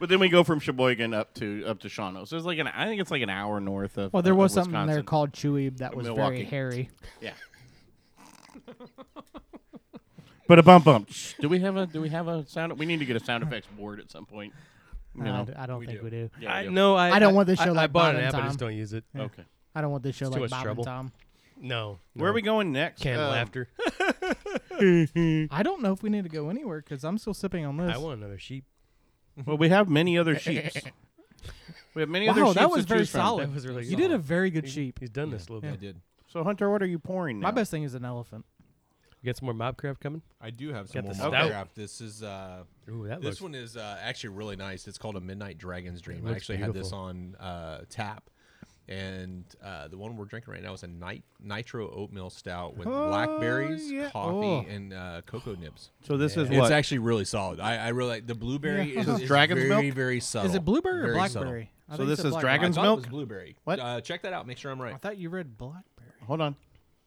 Speaker 5: but then we go from Sheboygan up to up to Shawano. So it's like an I think it's like an hour north of.
Speaker 4: Well, there
Speaker 5: of
Speaker 4: was something there
Speaker 5: Wisconsin.
Speaker 4: called Chewy that was
Speaker 5: Milwaukee.
Speaker 4: very hairy.
Speaker 5: Yeah. but a bump bump. Do we have a do we have a sound? We need to get a sound effects board at some point. You
Speaker 4: No,
Speaker 5: know.
Speaker 4: I don't think we do.
Speaker 5: Yeah,
Speaker 7: I
Speaker 5: we do.
Speaker 7: no, I,
Speaker 4: I don't want this
Speaker 7: I,
Speaker 4: show
Speaker 7: I
Speaker 4: like
Speaker 7: bought
Speaker 4: Bob
Speaker 7: an
Speaker 4: and
Speaker 7: app. I
Speaker 4: Tom.
Speaker 7: just don't use it.
Speaker 5: Okay.
Speaker 4: I don't want this show
Speaker 7: It's too
Speaker 4: like
Speaker 7: much
Speaker 4: Bob
Speaker 7: trouble.
Speaker 4: and Tom.
Speaker 7: No,
Speaker 5: Where are we going next?
Speaker 7: Can
Speaker 5: Um,
Speaker 7: laughter.
Speaker 4: I don't know if we need to go anywhere because I'm still sipping on this.
Speaker 7: I want another sheep.
Speaker 5: Well, we have many other sheeps. we have many other
Speaker 4: Wow,
Speaker 5: sheeps.
Speaker 4: that was
Speaker 5: to
Speaker 4: very
Speaker 5: choose from.
Speaker 4: solid.
Speaker 7: That was really
Speaker 4: you did a
Speaker 7: solid.
Speaker 4: very good sheep.
Speaker 7: He's done this a little
Speaker 6: I
Speaker 7: bit.
Speaker 6: did.
Speaker 5: So Hunter, what are you pouring now?
Speaker 4: My best thing is an elephant.
Speaker 7: You got some more mobcraft coming?
Speaker 6: I do have some
Speaker 7: Got
Speaker 6: more
Speaker 7: the
Speaker 6: mock
Speaker 7: stout.
Speaker 6: draft. This is uh,
Speaker 7: Ooh, that
Speaker 6: this
Speaker 7: looks.
Speaker 6: one is uh, actually really nice. It's called a Midnight Dragon's Dream. I
Speaker 7: looks
Speaker 6: actually had this
Speaker 7: beautiful.
Speaker 6: on uh, tap, and uh, the one we're drinking right now is a nit- nitro oatmeal stout with blackberries,
Speaker 4: yeah.
Speaker 6: coffee,
Speaker 4: Oh.
Speaker 6: and uh, cocoa nibs.
Speaker 5: So this is
Speaker 6: It's
Speaker 5: what
Speaker 6: actually really solid. I, I really like the blueberry. Is,
Speaker 5: This is
Speaker 6: is
Speaker 5: dragon's
Speaker 6: very,
Speaker 5: milk?
Speaker 6: very subtle.
Speaker 4: Is it blueberry or
Speaker 6: Very subtle.
Speaker 4: blackberry? I
Speaker 5: So
Speaker 4: think
Speaker 5: this
Speaker 4: it's a
Speaker 5: is
Speaker 4: blackberry.
Speaker 5: dragon's
Speaker 6: I thought
Speaker 5: milk?
Speaker 6: it was blueberry.
Speaker 5: What?
Speaker 6: Uh, check that out. Make sure I'm right.
Speaker 4: I thought you read blackberry.
Speaker 5: Hold on.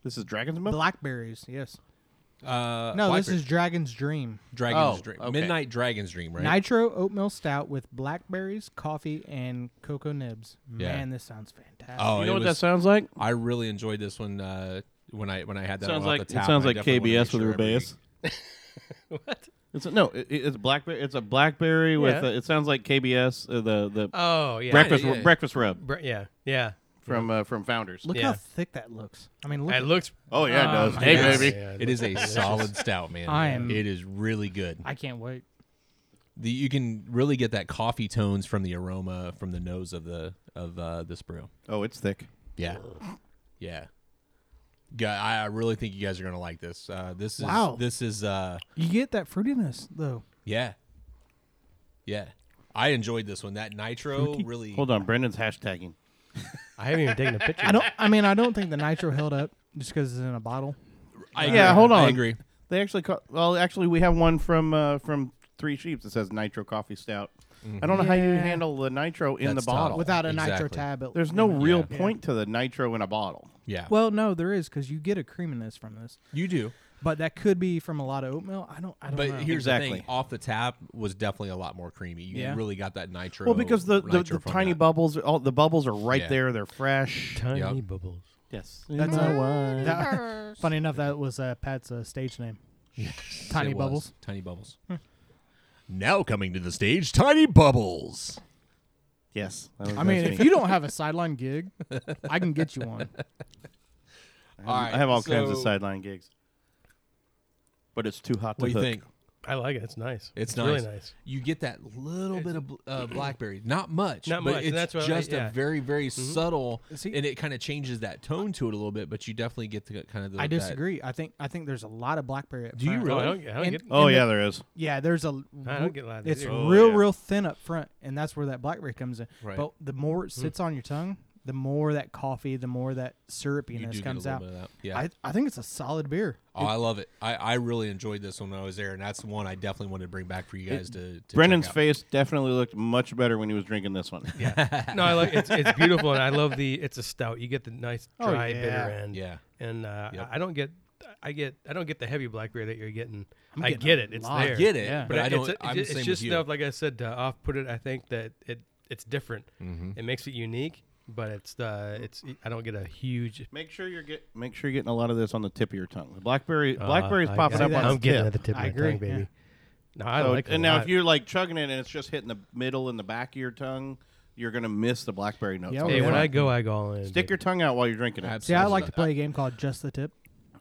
Speaker 5: This is Dragon's Milk?
Speaker 4: Blackberries, yes.
Speaker 6: Uh,
Speaker 4: no, this
Speaker 6: Blackbeard.
Speaker 4: is Dragon's Dream.
Speaker 6: Dragon's Dream. Midnight Dragon's Dream, right?
Speaker 4: Nitro oatmeal stout with blackberries, coffee, and cocoa nibs.
Speaker 6: Yeah.
Speaker 4: Man, this sounds fantastic.
Speaker 6: Oh, it
Speaker 5: know what that
Speaker 6: was-
Speaker 5: sounds like?
Speaker 6: I really enjoyed this one uh, when I when I had that
Speaker 5: sounds
Speaker 6: one off
Speaker 5: like
Speaker 6: the tap.
Speaker 5: it sounds
Speaker 6: and I
Speaker 5: like
Speaker 6: definitely wanna
Speaker 5: KBS
Speaker 6: make
Speaker 5: with
Speaker 6: sure every
Speaker 5: Rubeus.
Speaker 7: what?
Speaker 5: It's a, no, it, it's blackberry. It's a blackberry with.
Speaker 7: Yeah.
Speaker 5: A, it sounds like KBS. Uh, the the
Speaker 7: Oh, yeah.
Speaker 5: breakfast
Speaker 7: Yeah, yeah, yeah.
Speaker 5: breakfast rub.
Speaker 7: Bre- yeah, yeah.
Speaker 5: From uh, from Founders.
Speaker 4: Look
Speaker 7: Yeah.
Speaker 4: how thick that looks. I mean, look
Speaker 7: It
Speaker 4: at-
Speaker 7: looks-
Speaker 5: Oh, yeah, it does.
Speaker 4: my
Speaker 5: Hey,
Speaker 4: goodness.
Speaker 5: baby.
Speaker 7: Yeah, it
Speaker 6: It is a
Speaker 7: looks
Speaker 6: solid
Speaker 7: delicious.
Speaker 6: stout, man.
Speaker 4: I am-
Speaker 6: It is really good.
Speaker 4: I can't wait.
Speaker 6: The, you can really get that coffee tones from the aroma from the nose of the of uh, this brew.
Speaker 5: Oh, it's thick.
Speaker 6: Yeah, yeah. Gu- I I really think you guys are gonna like this. Uh, this is
Speaker 4: Wow.
Speaker 6: this is uh,
Speaker 4: You get that fruitiness though.
Speaker 6: yeah, yeah. I enjoyed this one. That nitro really.
Speaker 5: Hold on, Brendan's hashtagging.
Speaker 7: I haven't even taken a picture.
Speaker 4: I don't. I mean, I don't think the nitro held up just because it's in a bottle.
Speaker 6: I
Speaker 5: yeah,
Speaker 6: agree.
Speaker 5: hold on.
Speaker 6: I agree.
Speaker 5: They actually call, well, actually, we have one from uh, from Three Sheeps that says Nitro Coffee Stout. I don't know how you
Speaker 4: Yeah.
Speaker 5: handle the nitro in
Speaker 6: That's
Speaker 5: the
Speaker 6: tough.
Speaker 5: bottle.
Speaker 4: without a nitro
Speaker 6: Oh, Exactly.
Speaker 4: tab. it-
Speaker 5: There's no
Speaker 4: yeah.
Speaker 5: real
Speaker 4: Yeah.
Speaker 5: point to the nitro in a bottle.
Speaker 6: Yeah,
Speaker 4: Well, no, there is because you get a creaminess from this,
Speaker 6: you do.
Speaker 4: but that could be from a lot of oatmeal. I don't. I don't
Speaker 6: But
Speaker 4: know.
Speaker 6: here's the
Speaker 5: Exactly.
Speaker 6: thing: off the tap was definitely a lot more creamy. You
Speaker 4: Yeah.
Speaker 6: really got that nitro.
Speaker 5: Well, because the, the,
Speaker 6: nitro
Speaker 5: the
Speaker 6: from
Speaker 5: tiny
Speaker 6: that.
Speaker 5: bubbles, all, the bubbles are right
Speaker 6: Yeah.
Speaker 5: there. They're fresh.
Speaker 7: Tiny
Speaker 6: Yeah.
Speaker 7: bubbles.
Speaker 5: Yes.
Speaker 4: That's
Speaker 10: my
Speaker 4: a-
Speaker 10: wife.
Speaker 4: that- funny enough. That was uh, Pat's uh, stage name.
Speaker 6: Yes,
Speaker 4: Tiny
Speaker 6: it was.
Speaker 4: bubbles. Hmm.
Speaker 6: Tiny bubbles. now coming to the stage, tiny bubbles.
Speaker 5: Yes.
Speaker 4: I mean, if you don't have a sideline gig, I can get you one.
Speaker 6: All right,
Speaker 5: I have all kinds of
Speaker 6: so-
Speaker 5: sideline gigs, but it's too hot to
Speaker 6: What do you
Speaker 5: hook.
Speaker 6: think?
Speaker 7: I like it. It's nice.
Speaker 6: It's,
Speaker 7: really nice.
Speaker 6: You get that little bit of bl- uh, blackberry, not much,
Speaker 7: Not
Speaker 6: but
Speaker 7: much, and
Speaker 6: it's
Speaker 7: that's what I-
Speaker 6: just
Speaker 7: yeah. Mm-hmm.
Speaker 6: a very, very subtle,
Speaker 4: See-
Speaker 6: and it kind of changes that tone to it a little bit. But you definitely get the kind of the.
Speaker 4: I
Speaker 6: that-
Speaker 4: disagree. I think I think there's a lot of blackberry. Up
Speaker 6: Do you
Speaker 4: front.
Speaker 7: Oh, I
Speaker 6: really?
Speaker 7: don't, I don't
Speaker 4: And-
Speaker 7: get.
Speaker 5: Oh
Speaker 4: and
Speaker 5: yeah,
Speaker 4: the-
Speaker 5: there is.
Speaker 4: yeah. There's a.
Speaker 7: I don't get a lot of these
Speaker 4: It's
Speaker 7: either.
Speaker 4: real,
Speaker 5: Oh, yeah.
Speaker 4: real thin up front, and that's where that blackberry comes in.
Speaker 6: Right.
Speaker 4: But the more
Speaker 5: Hmm.
Speaker 4: it sits on your tongue, the more that coffee, the more that
Speaker 6: You do
Speaker 4: syrupiness
Speaker 6: get
Speaker 4: comes
Speaker 6: a
Speaker 4: out.
Speaker 6: little bit of that. Yeah.
Speaker 4: I, I think it's a solid beer.
Speaker 6: oh, I love it. I, I really enjoyed this one when I was there, and that's the one I definitely wanted to bring back for you guys to. to
Speaker 5: Brendan's
Speaker 6: check out.
Speaker 5: face definitely looked much better when he was drinking this one. Yeah.
Speaker 7: no, I like it's it's beautiful, and I love the it's a stout. You get the nice
Speaker 4: Oh,
Speaker 7: dry bitter
Speaker 4: yeah.
Speaker 7: end.
Speaker 6: Yeah.
Speaker 7: and uh,
Speaker 6: Yep.
Speaker 7: I I don't get I get I don't get the heavy blackberry that you're getting.
Speaker 4: I'm
Speaker 7: I
Speaker 4: getting
Speaker 7: get
Speaker 4: a
Speaker 7: it. It's
Speaker 4: lot.
Speaker 7: there.
Speaker 6: I get it,
Speaker 4: Yeah.
Speaker 6: but I
Speaker 7: it's
Speaker 6: don't.
Speaker 7: a-
Speaker 6: I'm
Speaker 7: ju-
Speaker 6: the
Speaker 7: it's
Speaker 6: same
Speaker 7: just
Speaker 6: with you.
Speaker 7: stuff like I said. Uh, off put it. I think that it it's different.
Speaker 6: Mm-hmm.
Speaker 7: It makes it unique, but it's uh it's I don't get a huge.
Speaker 5: Make sure you're get make sure you're getting a lot of this on the tip of your tongue. The blackberry
Speaker 7: uh,
Speaker 5: blackberry's
Speaker 7: I-
Speaker 5: popping
Speaker 7: I-
Speaker 5: up on
Speaker 7: I'm
Speaker 5: the
Speaker 7: getting
Speaker 5: tip.
Speaker 7: at the tip
Speaker 4: I
Speaker 7: of my
Speaker 4: agree,
Speaker 7: tongue,
Speaker 4: yeah.
Speaker 7: baby. No, I
Speaker 5: So-
Speaker 7: like it.
Speaker 5: and
Speaker 7: a
Speaker 5: now
Speaker 7: lot.
Speaker 5: if you're like chugging it and it's just hitting the middle and the back of your tongue, you're gonna miss the blackberry notes.
Speaker 4: Yeah,
Speaker 5: all
Speaker 7: hey,
Speaker 5: the
Speaker 7: when
Speaker 5: time.
Speaker 7: I go, I go all in.
Speaker 5: stick
Speaker 7: baby.
Speaker 5: your tongue out while you're drinking it.
Speaker 4: See, I like to play a game called Just the Tip.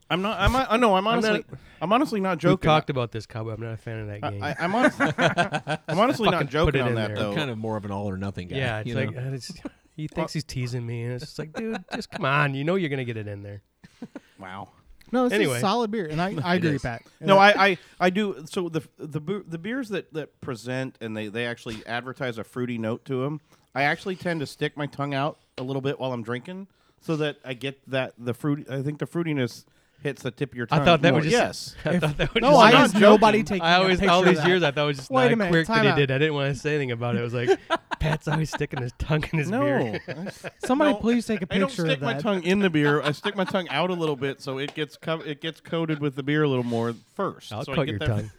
Speaker 5: I'm not. I'm. I know. I'm honestly. I'm, honestly not
Speaker 7: We've
Speaker 5: joking.
Speaker 7: talked about this, cowboy. I'm not a fan of that game.
Speaker 5: I, am honestly. I'm honestly
Speaker 7: Fucking
Speaker 5: not
Speaker 7: put
Speaker 5: joking
Speaker 7: it
Speaker 5: on
Speaker 7: in
Speaker 5: that
Speaker 7: there.
Speaker 5: though.
Speaker 6: I'm kind of more of an all or nothing guy.
Speaker 7: yeah, it's
Speaker 6: you
Speaker 7: like
Speaker 6: know?
Speaker 7: uh, it's, he thinks he's teasing me, and it's just like, dude, just come on. You know you're gonna get it in there.
Speaker 5: wow.
Speaker 4: No, this is
Speaker 7: Anyway.
Speaker 4: a solid beer, and I, I agree,
Speaker 6: is.
Speaker 4: Pat.
Speaker 5: No, I, I, I do. So the the bu- the beers that, that present and they, they actually advertise a fruity note to them. I actually tend to stick my tongue out a little bit while I'm drinking, so that I get that the fruit. I think the fruitiness hits the tip of your tongue.
Speaker 7: I thought that
Speaker 5: more.
Speaker 7: was
Speaker 5: yes.
Speaker 7: just I thought that was
Speaker 5: No,
Speaker 7: just
Speaker 4: Why
Speaker 5: I'm not
Speaker 4: is nobody
Speaker 5: joking.
Speaker 4: taking
Speaker 7: I always
Speaker 4: a picture
Speaker 7: all
Speaker 4: of
Speaker 7: these
Speaker 4: that?
Speaker 7: years I thought it was just
Speaker 4: Wait
Speaker 7: not
Speaker 4: a minute,
Speaker 7: quick that
Speaker 4: time
Speaker 7: he
Speaker 4: out.
Speaker 7: did. I didn't want to say anything about it. It was like Pat's always sticking his tongue in his
Speaker 5: No,
Speaker 7: beer.
Speaker 4: Somebody
Speaker 5: No,
Speaker 4: please take a
Speaker 5: I don't
Speaker 4: picture
Speaker 5: stick
Speaker 4: of
Speaker 5: my
Speaker 4: that.
Speaker 5: tongue in the beer. I stick my tongue out a little bit, so it gets co- it gets coated with the beer a little more first.
Speaker 7: I'll
Speaker 5: so I
Speaker 7: cut
Speaker 5: get
Speaker 7: your
Speaker 5: that-
Speaker 7: tongue.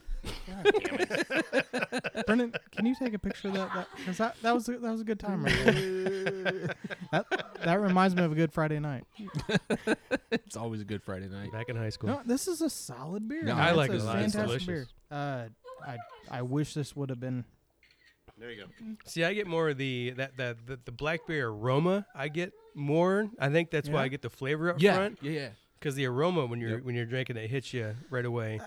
Speaker 4: Brendan, can you take a picture of that? That, 'cause that, that was a, that was a good time right there. that, that reminds me of a good Friday night.
Speaker 6: it's always a good Friday night.
Speaker 7: Back in high school.
Speaker 4: No, this is a solid beer.
Speaker 6: No,
Speaker 4: man.
Speaker 6: I
Speaker 4: It's
Speaker 6: like
Speaker 4: a
Speaker 6: it a lot. It's
Speaker 4: Fantastic beer.
Speaker 7: delicious.
Speaker 4: Uh, I I wish this would have been.
Speaker 5: There you go.
Speaker 7: See, I get more of the that that the, the blackberry aroma. I get more. I think that's why
Speaker 4: Yeah.
Speaker 7: I get the flavor up
Speaker 6: Yeah,
Speaker 7: front
Speaker 6: yeah, yeah.
Speaker 7: because the aroma when you're
Speaker 6: Yep.
Speaker 7: when you're drinking it hits you right away,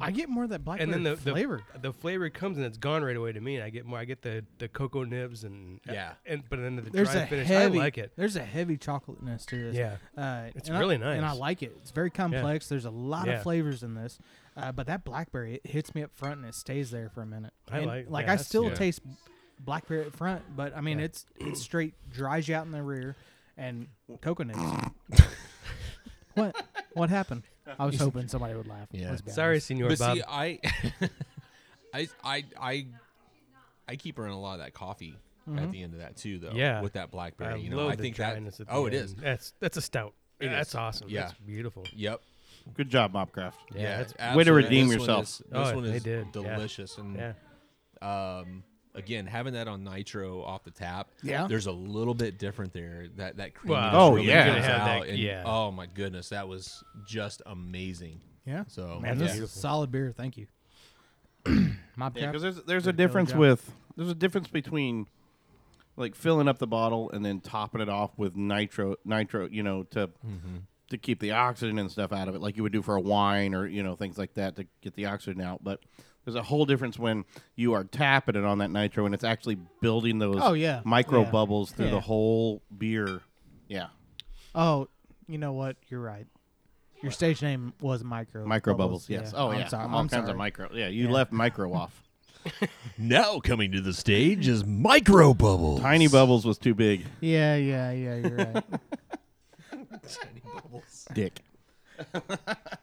Speaker 4: I get more of that blackberry
Speaker 7: and then the, the
Speaker 4: flavor.
Speaker 7: the flavor comes and it's gone right away to me. And I get more. I get the the cocoa nibs and
Speaker 6: Yeah.
Speaker 7: and but then the
Speaker 4: there's
Speaker 7: dry
Speaker 4: a
Speaker 7: finish.
Speaker 4: heavy.
Speaker 7: I like it.
Speaker 4: There's a heavy chocolateness to this.
Speaker 7: Yeah.
Speaker 4: uh,
Speaker 7: It's
Speaker 4: and I-
Speaker 7: really
Speaker 4: and I
Speaker 7: nice.
Speaker 4: like it. It's very complex. There's a lot
Speaker 7: Yeah.
Speaker 4: of flavors in this, uh, but that blackberry it hits me up front and it stays there for a minute.
Speaker 7: I
Speaker 4: And,
Speaker 7: like-
Speaker 4: like
Speaker 7: yeah,
Speaker 4: I
Speaker 7: that's-
Speaker 4: still
Speaker 6: Yeah.
Speaker 4: taste blackberry at front, but I mean it's it's straight dries you out in the rear, and coconuts. what what happened? I was hoping somebody would laugh.
Speaker 6: Yeah.
Speaker 4: let's be
Speaker 7: Sorry,
Speaker 4: honest.
Speaker 7: Senor
Speaker 6: but
Speaker 7: Bob.
Speaker 6: see, I, I, I, I, I keep her in a lot of that coffee at the end of that too, though.
Speaker 7: Mm-hmm. Yeah.
Speaker 6: with that blackberry,
Speaker 7: I
Speaker 6: uh, you know,
Speaker 7: love
Speaker 6: I
Speaker 7: the
Speaker 6: think that.
Speaker 7: dryness at the
Speaker 6: oh, it
Speaker 7: end.
Speaker 6: is.
Speaker 7: That's that's a stout.
Speaker 6: It
Speaker 7: that's
Speaker 6: is.
Speaker 7: awesome.
Speaker 6: Yeah.
Speaker 7: That's beautiful.
Speaker 6: Yep.
Speaker 5: Good job, Mopcraft.
Speaker 7: Yeah, Yeah, that's-
Speaker 5: way to
Speaker 6: absolutely.
Speaker 5: redeem
Speaker 6: This one
Speaker 5: yourself.
Speaker 6: is- this
Speaker 7: Oh,
Speaker 6: one
Speaker 7: they
Speaker 6: is
Speaker 7: did. Yeah.
Speaker 6: delicious and um, again having that on nitro off the tap.
Speaker 7: Yeah.
Speaker 6: there's a little bit different there. That that cream
Speaker 7: Well,
Speaker 6: oh
Speaker 7: Oh,
Speaker 6: really
Speaker 7: yeah.
Speaker 6: yeah,
Speaker 7: Gonna have
Speaker 6: out
Speaker 7: that-
Speaker 6: and,
Speaker 7: yeah.
Speaker 6: oh my goodness, that was just amazing.
Speaker 4: Yeah.
Speaker 6: so
Speaker 4: man,
Speaker 6: yeah.
Speaker 4: this is solid beer. Thank you. My
Speaker 5: Yeah,
Speaker 4: crap.
Speaker 5: because there's there's a
Speaker 4: Did killer
Speaker 5: difference
Speaker 4: job.
Speaker 5: with there's a difference between like filling up the bottle and then topping it off with nitro nitro, you know, to
Speaker 4: Mm-hmm.
Speaker 6: Mhm.
Speaker 5: to keep the oxygen and stuff out of it, like you would do for a wine or you know things like that to get the oxygen out. But there's a whole difference when you are tapping it on that nitro and it's actually building those
Speaker 4: Oh, yeah.
Speaker 5: micro
Speaker 4: Yeah.
Speaker 5: bubbles through
Speaker 4: Yeah.
Speaker 5: the whole beer. Yeah,
Speaker 4: Oh, you know what? You're right. Your stage name was Micro.
Speaker 5: micro bubbles. yes. Oh
Speaker 4: I'm
Speaker 5: yeah,
Speaker 4: Sorry.
Speaker 5: all
Speaker 4: I'm
Speaker 5: kinds
Speaker 4: sorry.
Speaker 5: of micro. Yeah, you left micro off.
Speaker 6: Now coming to the stage is micro bubbles.
Speaker 5: Tiny bubbles was too big.
Speaker 4: Yeah, yeah, yeah. You're right.
Speaker 5: Dick.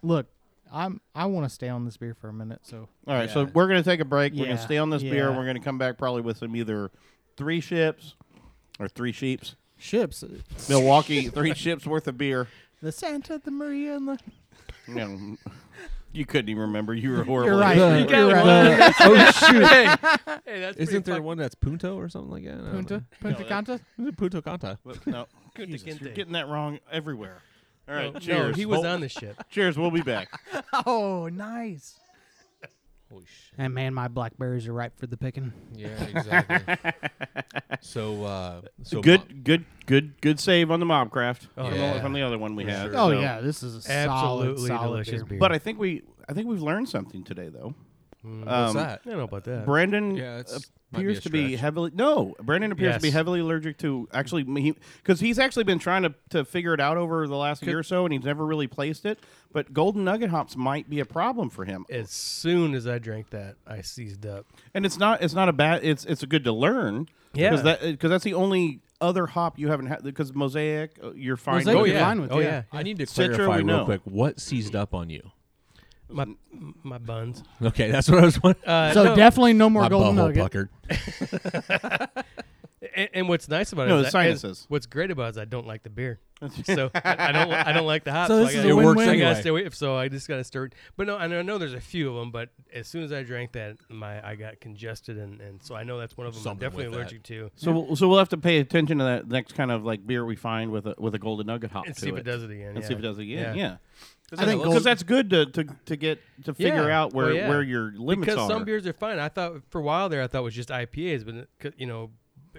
Speaker 4: Look, I'm. I want to stay on this beer for a minute. So.
Speaker 5: All right, so we're going to take a break. We're going
Speaker 4: Yeah,
Speaker 5: to stay on this beer.
Speaker 4: yeah.
Speaker 5: We're going to come back probably with some either three ships or three sheeps.
Speaker 7: uh,
Speaker 4: Ships.
Speaker 5: Milwaukee, three ships worth of beer.
Speaker 4: The Santa, the Maria, and the.
Speaker 5: You, know, you couldn't even remember. You were horrible.
Speaker 4: right.
Speaker 5: at
Speaker 4: You
Speaker 5: it.
Speaker 4: got You're right.
Speaker 6: The- oh shoot!
Speaker 4: Hey. Hey, that's pretty
Speaker 6: Isn't there
Speaker 4: fuck-
Speaker 6: one that's Punto or something like that? I don't
Speaker 4: Punta?
Speaker 6: know.
Speaker 4: Punta Canta?
Speaker 6: Is it Punto Canta?
Speaker 5: But No, Jesus, you're getting that wrong everywhere. All
Speaker 7: No,
Speaker 5: right,
Speaker 7: no,
Speaker 5: cheers.
Speaker 7: he was
Speaker 5: Well-
Speaker 7: on the ship.
Speaker 5: Cheers. We'll be back.
Speaker 4: Oh, nice. And man, my blackberries are ripe for the picking.
Speaker 6: Yeah, exactly. so, uh, so
Speaker 5: good, good, good, good save on the mobcraft
Speaker 6: Oh,
Speaker 5: from,
Speaker 6: yeah.
Speaker 5: the, from the other one we
Speaker 6: For
Speaker 5: had.
Speaker 6: sure.
Speaker 4: Oh
Speaker 5: so-
Speaker 4: yeah, this is a
Speaker 7: Absolutely
Speaker 4: solid, solid
Speaker 7: delicious beer.
Speaker 5: But I think we, I think we've learned something today, though.
Speaker 4: um,
Speaker 7: what's
Speaker 6: that?
Speaker 7: I don't know about that.
Speaker 5: Brandon
Speaker 6: Uh, Yeah, it's- might be
Speaker 5: appears
Speaker 6: a
Speaker 5: to be
Speaker 6: stretch.
Speaker 5: heavily no. Brandon appears to be
Speaker 7: Yes.
Speaker 5: heavily allergic to actually because he's actually been trying to, to figure it out over the last year or so, and he's never really placed it. But golden nugget hops might be a problem for him,
Speaker 7: As soon as I drank that, I seized up.
Speaker 5: and it's not it's not a bad it's it's a good to learn.
Speaker 7: Yeah.
Speaker 5: because that's the only other hop you haven't had because mosaic uh, you're fine.
Speaker 4: Mosaic
Speaker 5: with
Speaker 4: you're
Speaker 5: it.
Speaker 4: fine with,
Speaker 7: Oh,
Speaker 4: yeah.
Speaker 7: yeah.
Speaker 6: I need to
Speaker 5: Citra,
Speaker 6: clarify
Speaker 5: we
Speaker 6: real
Speaker 5: know.
Speaker 6: quick. What seized up on you?
Speaker 7: My my buns.
Speaker 6: Okay, that's what I was wondering.
Speaker 7: Uh,
Speaker 4: So
Speaker 7: no,
Speaker 4: definitely no more
Speaker 6: My
Speaker 4: golden
Speaker 6: butthole
Speaker 4: nugget.
Speaker 6: puckered.
Speaker 7: and, and what's nice about it
Speaker 5: No,
Speaker 7: is
Speaker 5: the
Speaker 7: I- is-
Speaker 5: sinuses.
Speaker 7: what's great about it is I don't like the beer. so I I don't I don't like the hops.
Speaker 4: So
Speaker 7: I
Speaker 4: this is
Speaker 7: gotta-
Speaker 4: a It works win-win.
Speaker 7: I gotta
Speaker 6: anyway.
Speaker 7: stay away. So I just gotta start. But no, and I know there's a few of them. But as soon as I drank that, my I got congested, and, and so I know that's one of them.
Speaker 6: Something
Speaker 7: I'm definitely
Speaker 6: with that.
Speaker 7: allergic to,
Speaker 5: So we'll, so we'll have to pay attention to that next kind of like beer we find with a with a golden nugget hop
Speaker 7: and
Speaker 5: to
Speaker 7: see if it does it again.
Speaker 5: and
Speaker 7: yeah.
Speaker 5: see if it does it again.
Speaker 7: Yeah.
Speaker 5: Yeah.
Speaker 4: I think
Speaker 5: because
Speaker 4: gold-
Speaker 5: that's good to, to, to get to figure
Speaker 7: Yeah.
Speaker 5: out where,
Speaker 7: Well, yeah.
Speaker 5: where your limits
Speaker 7: because
Speaker 5: are.
Speaker 7: some beers are fine. I thought for a while there, I thought it was just IPAs, but it could- you know,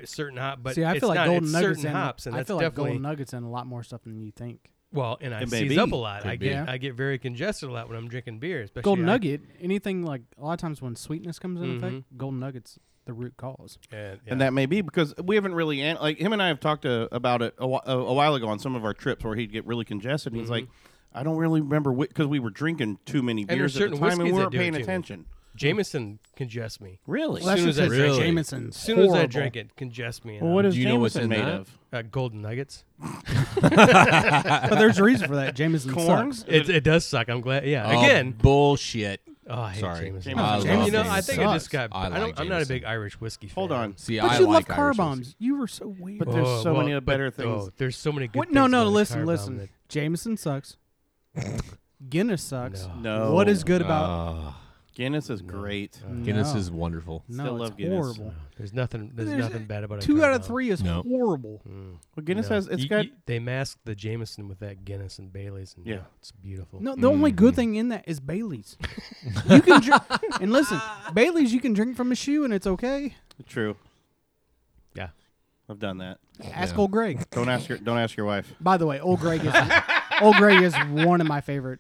Speaker 7: certain hop. But
Speaker 4: See, I
Speaker 7: it's
Speaker 4: feel like
Speaker 7: not.
Speaker 4: golden
Speaker 7: it's
Speaker 4: nuggets
Speaker 7: certain
Speaker 4: in,
Speaker 7: hops, and
Speaker 4: I
Speaker 7: that's
Speaker 4: feel like
Speaker 7: definitely
Speaker 4: golden nuggets in a lot more stuff than you think.
Speaker 7: well. And I
Speaker 5: It may
Speaker 7: seize
Speaker 5: be.
Speaker 7: up a lot. I
Speaker 6: Could
Speaker 7: get
Speaker 4: be.
Speaker 7: I get very congested a lot when I'm drinking beer, especially
Speaker 4: Golden
Speaker 7: I-
Speaker 4: nugget, anything like a lot of times when sweetness comes into
Speaker 7: Mhm.
Speaker 4: effect, golden nuggets the root cause.
Speaker 7: Yeah, yeah.
Speaker 5: and that may be because we haven't really an- like him and I have talked uh about it a, whi- a, a while ago on some of our trips where he'd get really congested.
Speaker 7: Mm-hmm.
Speaker 5: and He's like, I don't really remember because we were drinking too many
Speaker 7: there's
Speaker 5: beers at
Speaker 7: certain
Speaker 5: the time
Speaker 7: whiskeys
Speaker 5: and we
Speaker 7: that
Speaker 5: weren't
Speaker 7: do it
Speaker 5: paying
Speaker 7: to me.
Speaker 5: attention.
Speaker 7: Jameson congests me.
Speaker 5: Really?
Speaker 4: Well,
Speaker 7: soon
Speaker 4: that's
Speaker 7: as I
Speaker 4: just
Speaker 7: drink it.
Speaker 4: Jameson's.
Speaker 7: As soon as I drink it, congest me. and
Speaker 5: well,
Speaker 7: I'm-
Speaker 5: what is
Speaker 6: Do you know what's
Speaker 5: Jameson
Speaker 6: in
Speaker 5: made
Speaker 6: that?
Speaker 5: of?
Speaker 7: uh, golden nuggets?
Speaker 4: but there's a reason for that. Jameson
Speaker 5: Corn?
Speaker 4: sucks.
Speaker 7: It, it does suck. I'm glad. Yeah.
Speaker 6: Oh,
Speaker 7: Again.
Speaker 6: bullshit.
Speaker 7: Oh, I hate
Speaker 6: sorry.
Speaker 7: Jameson.
Speaker 5: Jameson I sucks. love
Speaker 7: you know, I
Speaker 5: Jameson.
Speaker 7: think I just got.
Speaker 6: Sucks. I
Speaker 7: I,
Speaker 6: like
Speaker 7: don't. I'm not a
Speaker 6: Jameson.
Speaker 7: big Irish whiskey fan.
Speaker 5: Hold on.
Speaker 6: See,
Speaker 4: But
Speaker 6: I
Speaker 4: you
Speaker 6: like
Speaker 4: love car
Speaker 6: Irish
Speaker 4: bombs. You were so weird.
Speaker 5: But there's so many
Speaker 7: but-
Speaker 5: better things.
Speaker 7: oh, there's so many good.
Speaker 4: What? No,
Speaker 7: things
Speaker 4: no.
Speaker 7: about a
Speaker 4: Listen,
Speaker 7: car bomb
Speaker 4: listen.
Speaker 7: that-
Speaker 4: Jameson sucks. Guinness sucks.
Speaker 5: No.
Speaker 4: What is good about
Speaker 6: Uh,
Speaker 5: Guinness is great.
Speaker 7: Uh,
Speaker 6: Guinness
Speaker 4: No.
Speaker 6: is wonderful.
Speaker 4: No,
Speaker 5: Still
Speaker 4: it's
Speaker 5: love Guinness.
Speaker 4: horrible.
Speaker 7: There's nothing. There's,
Speaker 4: There's
Speaker 7: nothing bad about a
Speaker 4: Two
Speaker 7: car
Speaker 4: out of
Speaker 7: bomb.
Speaker 4: three is
Speaker 6: No.
Speaker 4: horrible.
Speaker 7: Mm,
Speaker 5: Well, Guinness
Speaker 7: no.
Speaker 5: has it's
Speaker 7: You-
Speaker 5: got
Speaker 7: you- they mask the Jameson with that Guinness and Bailey's. And
Speaker 5: Yeah.
Speaker 7: yeah, it's beautiful.
Speaker 4: No, the only good thing in that is Bailey's. you can drink, and listen, Bailey's you can drink from a shoe and it's okay.
Speaker 5: true.
Speaker 7: Yeah.
Speaker 5: I've done that.
Speaker 4: Ask old Greg.
Speaker 5: Don't ask your don't ask your wife.
Speaker 4: By the way, old Greg is old Greg is one of my favorite.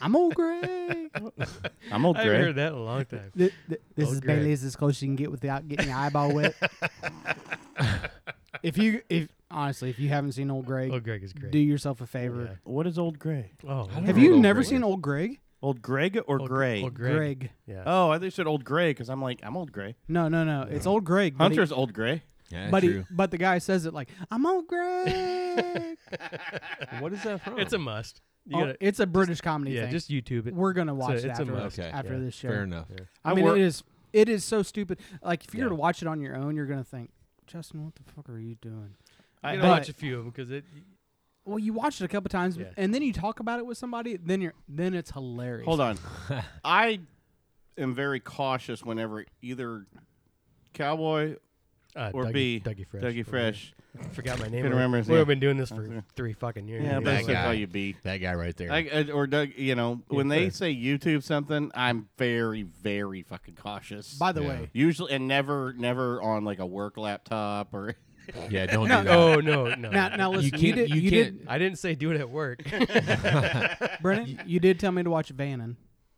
Speaker 4: I'm old Greg.
Speaker 5: I'm old
Speaker 7: I haven't heard
Speaker 5: Greg.
Speaker 7: that in a long time.
Speaker 4: Th- th- this
Speaker 7: Old
Speaker 4: is
Speaker 7: Greg.
Speaker 4: Bailey's as close you can get without getting your eyeball wet. if you, if honestly, if you haven't seen old Greg,
Speaker 7: Oh, Greg is great.
Speaker 4: do yourself a favor.
Speaker 5: What is old Grey?
Speaker 7: oh,
Speaker 6: I don't
Speaker 4: Have
Speaker 6: know what
Speaker 4: you
Speaker 6: old
Speaker 4: never
Speaker 6: Greg
Speaker 4: seen
Speaker 6: is.
Speaker 4: old Greg?
Speaker 5: Old Greg or
Speaker 7: old-
Speaker 5: Gray?
Speaker 7: Old Greg.
Speaker 4: Greg.
Speaker 7: Yeah.
Speaker 5: Oh, I think you said old Gray because I'm like I'm old Gray.
Speaker 4: No, no, no. It's old Greg. but he-
Speaker 5: Hunter's old Gray.
Speaker 6: Yeah,
Speaker 4: but he,
Speaker 6: true.
Speaker 4: but the guy says it like I'm old Greg.
Speaker 6: what is that from?
Speaker 7: It's a must. You
Speaker 4: Oh,
Speaker 7: gotta,
Speaker 4: it's a British comedy
Speaker 7: yeah,
Speaker 4: thing.
Speaker 7: just YouTube it.
Speaker 4: We're gonna watch
Speaker 7: it's
Speaker 4: it
Speaker 7: a
Speaker 4: after,
Speaker 7: must.
Speaker 6: Okay.
Speaker 4: after
Speaker 7: Yeah.
Speaker 4: this show.
Speaker 6: fair enough.
Speaker 4: I,
Speaker 5: I
Speaker 4: mean,
Speaker 5: wor-
Speaker 4: it is it is so stupid. Like if you were to
Speaker 7: Yeah.
Speaker 4: watch it on your own, you're gonna think, Justin, what the fuck are you doing?
Speaker 7: I
Speaker 4: But-
Speaker 7: watch a few of them because it.
Speaker 4: Well, you watch it a couple times,
Speaker 5: Yeah.
Speaker 4: and then you talk about it with somebody. Then you're then it's hilarious.
Speaker 5: Hold on. I am very cautious whenever either Cowboy
Speaker 7: Uh,
Speaker 5: or
Speaker 7: Dougie-
Speaker 5: B.
Speaker 7: Dougie Fresh.
Speaker 5: Dougie Fresh.
Speaker 7: Forgot my name.
Speaker 5: Couldn't remember his
Speaker 7: We've
Speaker 5: name.
Speaker 7: been doing this for three fucking years.
Speaker 5: Yeah,
Speaker 7: You
Speaker 5: but I
Speaker 7: know,
Speaker 5: still
Speaker 7: so-
Speaker 5: call you B.
Speaker 6: That guy right there.
Speaker 5: I, I- or Doug, you know,
Speaker 7: Yeah,
Speaker 5: when they
Speaker 7: sure.
Speaker 5: say YouTube something, I'm very, very fucking cautious.
Speaker 4: By the Yeah. way-
Speaker 5: usually and never, never on like a work laptop or.
Speaker 6: Yeah, don't
Speaker 4: No, do that.
Speaker 7: Oh no, no.
Speaker 4: Now- now You listen, you can't- did- you you did-
Speaker 7: I didn't say do it at work.
Speaker 4: Brennan, you did tell me to watch Vannon.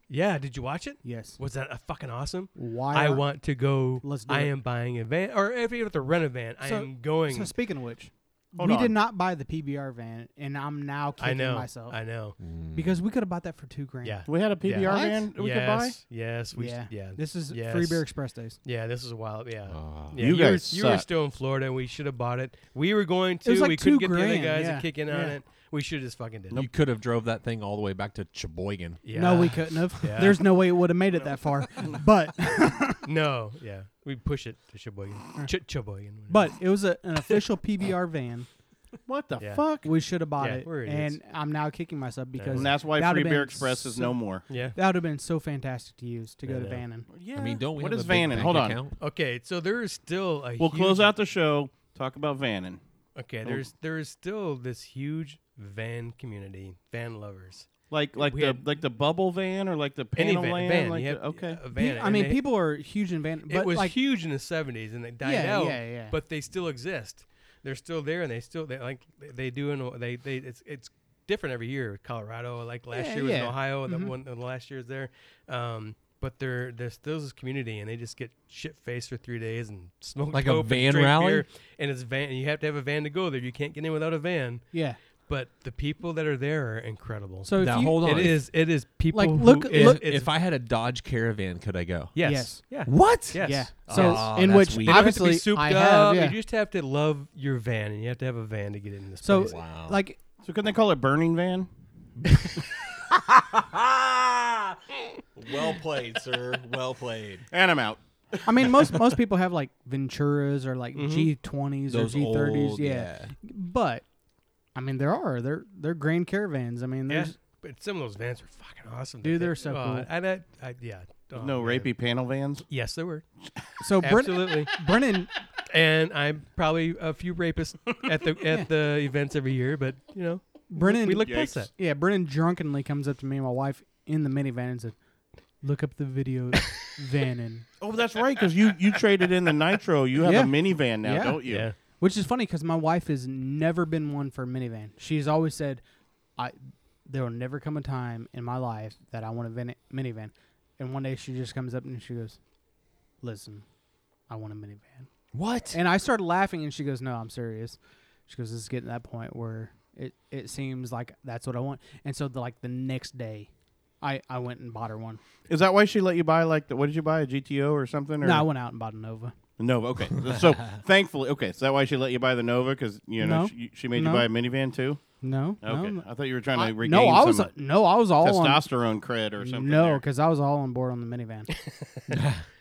Speaker 7: yeah, did you watch it?
Speaker 4: Yes.
Speaker 7: Was that a fucking awesome?
Speaker 4: Why
Speaker 7: I
Speaker 4: aren't-
Speaker 7: want to go.
Speaker 4: Let's do
Speaker 7: I
Speaker 4: it.
Speaker 7: am buying a van, or if you have to rent a van, I
Speaker 4: So-
Speaker 7: am going.
Speaker 4: So speaking of which,
Speaker 7: Hold
Speaker 4: we
Speaker 7: on.
Speaker 4: did not buy the PBR van, and I'm now
Speaker 7: I
Speaker 4: kicking
Speaker 7: know,
Speaker 4: myself.
Speaker 7: I know.
Speaker 4: Because we could have bought that for two grand.
Speaker 7: Yeah.
Speaker 5: We had a
Speaker 7: PBR
Speaker 4: What?
Speaker 7: van we could buy? Yes, we-
Speaker 4: yeah.
Speaker 7: yeah.
Speaker 4: This is
Speaker 7: Yes.
Speaker 4: Free Beer Express days.
Speaker 7: Yeah, this is a while. Yeah,
Speaker 5: You
Speaker 7: were-
Speaker 5: guys
Speaker 7: you were
Speaker 5: suck.
Speaker 7: still in Florida, and we should have bought it. We were going
Speaker 4: It was
Speaker 7: to.
Speaker 4: like
Speaker 7: we couldn't
Speaker 4: two
Speaker 7: get the other
Speaker 4: grand,
Speaker 7: guys
Speaker 4: yeah,
Speaker 7: to kick in on
Speaker 4: yeah.
Speaker 7: it. We should have just fucking did.
Speaker 6: You
Speaker 7: it.
Speaker 6: could have drove that thing all the way back to Cheboygan.
Speaker 7: Yeah.
Speaker 4: No, we couldn't have.
Speaker 7: Yeah.
Speaker 4: There's no way it would have made it that far. But
Speaker 7: No, yeah, we push it to Sheboygan. Ch- Sheboygan.
Speaker 4: but it was a, an official PBR van.
Speaker 5: What the
Speaker 7: Yeah.
Speaker 5: fuck?
Speaker 4: We should have bought
Speaker 7: Yeah,
Speaker 4: it,
Speaker 7: we're idiots.
Speaker 4: and I'm now kicking myself because
Speaker 5: And that's why
Speaker 4: that would've
Speaker 5: Free Beer
Speaker 4: been
Speaker 5: Express is no more.
Speaker 7: Yeah.
Speaker 4: that would have been so fantastic to use to
Speaker 7: I
Speaker 4: go to
Speaker 7: know.
Speaker 4: Vannon.
Speaker 5: Yeah.
Speaker 6: I mean, don't we
Speaker 5: What
Speaker 6: have
Speaker 5: is
Speaker 6: a big
Speaker 5: Vannon?
Speaker 6: bank
Speaker 5: Hold on.
Speaker 6: account?
Speaker 7: Okay, so there is still a.
Speaker 5: We'll
Speaker 7: huge,
Speaker 5: close out the show. Talk about Vannon.
Speaker 7: Okay,
Speaker 5: Oh.
Speaker 7: there's there is still this huge van community, van lovers.
Speaker 5: Like like
Speaker 7: We
Speaker 5: the
Speaker 7: had-
Speaker 5: like the bubble van or like the
Speaker 7: Any
Speaker 5: panel
Speaker 7: van-
Speaker 5: van.
Speaker 7: van,
Speaker 5: like the-
Speaker 7: you have
Speaker 5: okay.
Speaker 7: a van,
Speaker 4: I
Speaker 7: and
Speaker 4: mean,
Speaker 7: they-
Speaker 4: people are huge in Vannon, but
Speaker 7: it was
Speaker 4: like
Speaker 7: huge in the '70s, and they died
Speaker 4: Yeah,
Speaker 7: out.
Speaker 4: yeah, yeah.
Speaker 7: But they still exist. They're still there, and they still they like they do in they they it's it's different every year. Colorado, like last
Speaker 4: Yeah,
Speaker 7: year was in
Speaker 4: yeah.
Speaker 7: Ohio, and
Speaker 4: Mhm.
Speaker 7: the one the last year is there. Um, but they're there's still this community, and they just get shit faced for three days and smoke
Speaker 6: Like a
Speaker 7: dope and
Speaker 6: van
Speaker 7: drink
Speaker 6: rally?
Speaker 7: beer, and it's van. You have to have a van to go there. You can't get in without a van.
Speaker 4: Yeah.
Speaker 7: But the people that are there are incredible.
Speaker 4: So if
Speaker 6: Now
Speaker 4: you-
Speaker 6: hold on.
Speaker 7: It is it is people
Speaker 4: Like,
Speaker 7: who-
Speaker 4: look-
Speaker 7: it-
Speaker 6: If,
Speaker 4: look-
Speaker 7: it's
Speaker 6: if I had a Dodge Caravan, could I go?
Speaker 7: Yes.
Speaker 4: Yes.
Speaker 7: Yeah.
Speaker 6: What?
Speaker 7: Yes.
Speaker 4: Yeah.
Speaker 6: Oh,
Speaker 4: So
Speaker 6: that's
Speaker 4: in which
Speaker 6: weak.
Speaker 7: You don't have to be
Speaker 4: obviously
Speaker 7: souped
Speaker 4: I
Speaker 7: up.
Speaker 4: have. Yeah.
Speaker 7: You just have to love your van, and you have to have a van to get in this
Speaker 4: So
Speaker 7: place.
Speaker 6: Wow.
Speaker 4: like
Speaker 5: So couldn't they call it Burning Van?
Speaker 6: Well played, sir. Well played.
Speaker 5: And I'm out.
Speaker 4: I mean, most most people have like Venturas or
Speaker 7: Mm-hmm.
Speaker 4: like G twenties or
Speaker 6: Those
Speaker 4: G thirties.
Speaker 6: old-
Speaker 4: Yeah. but I mean, there are they're they're grand caravans. I mean,
Speaker 7: Yeah.
Speaker 4: there's
Speaker 7: But some of those vans are fucking awesome.
Speaker 4: Dude, they're so
Speaker 7: oh,
Speaker 4: cool.
Speaker 7: I, I, I, yeah. Oh,
Speaker 5: no
Speaker 7: man.
Speaker 5: rapey panel vans.
Speaker 7: Yes, there were.
Speaker 4: so Brennan,
Speaker 7: Absolutely.
Speaker 4: Brennan
Speaker 7: and I'm probably a few rapists at the at the events every year, but you know,
Speaker 4: Brennan
Speaker 7: we look past
Speaker 5: Yikes.
Speaker 7: that.
Speaker 4: Yeah, Brennan drunkenly comes up to me and my wife in the minivan and said, "Look up the video, Vannon,"
Speaker 5: Oh, that's right, because you you traded in the nitro. You have
Speaker 4: Yeah.
Speaker 5: a minivan now,
Speaker 4: Yeah.
Speaker 5: don't you?
Speaker 7: Yeah.
Speaker 4: which is funny because my wife has never been one for minivan. She's always said, "I there will never come a time in my life that I want a van- minivan," and one day she just comes up and she goes, "Listen, I want a minivan."
Speaker 6: What?
Speaker 4: And I started laughing, and she goes, "No, I'm serious." She goes, "This is getting to that point where it it seems like that's what I want." And so, the, like the next day, I I went and bought her one.
Speaker 5: Is that why she let you buy like the, what did you buy a GTO or something? Or
Speaker 4: No, I went out and bought a Nova.
Speaker 5: Nova. Okay, so thankfully, okay, is that why she let you buy the Nova? Because you know
Speaker 4: No.
Speaker 5: she, she made
Speaker 4: No.
Speaker 5: you buy a minivan too.
Speaker 4: No,
Speaker 5: Okay,
Speaker 4: no,
Speaker 5: I thought you were trying to
Speaker 4: I-
Speaker 5: regain
Speaker 4: no, I was
Speaker 5: some
Speaker 4: no, I was all on
Speaker 5: testosterone cred or something.
Speaker 4: no,
Speaker 5: there.
Speaker 4: because I was all on board on the minivan.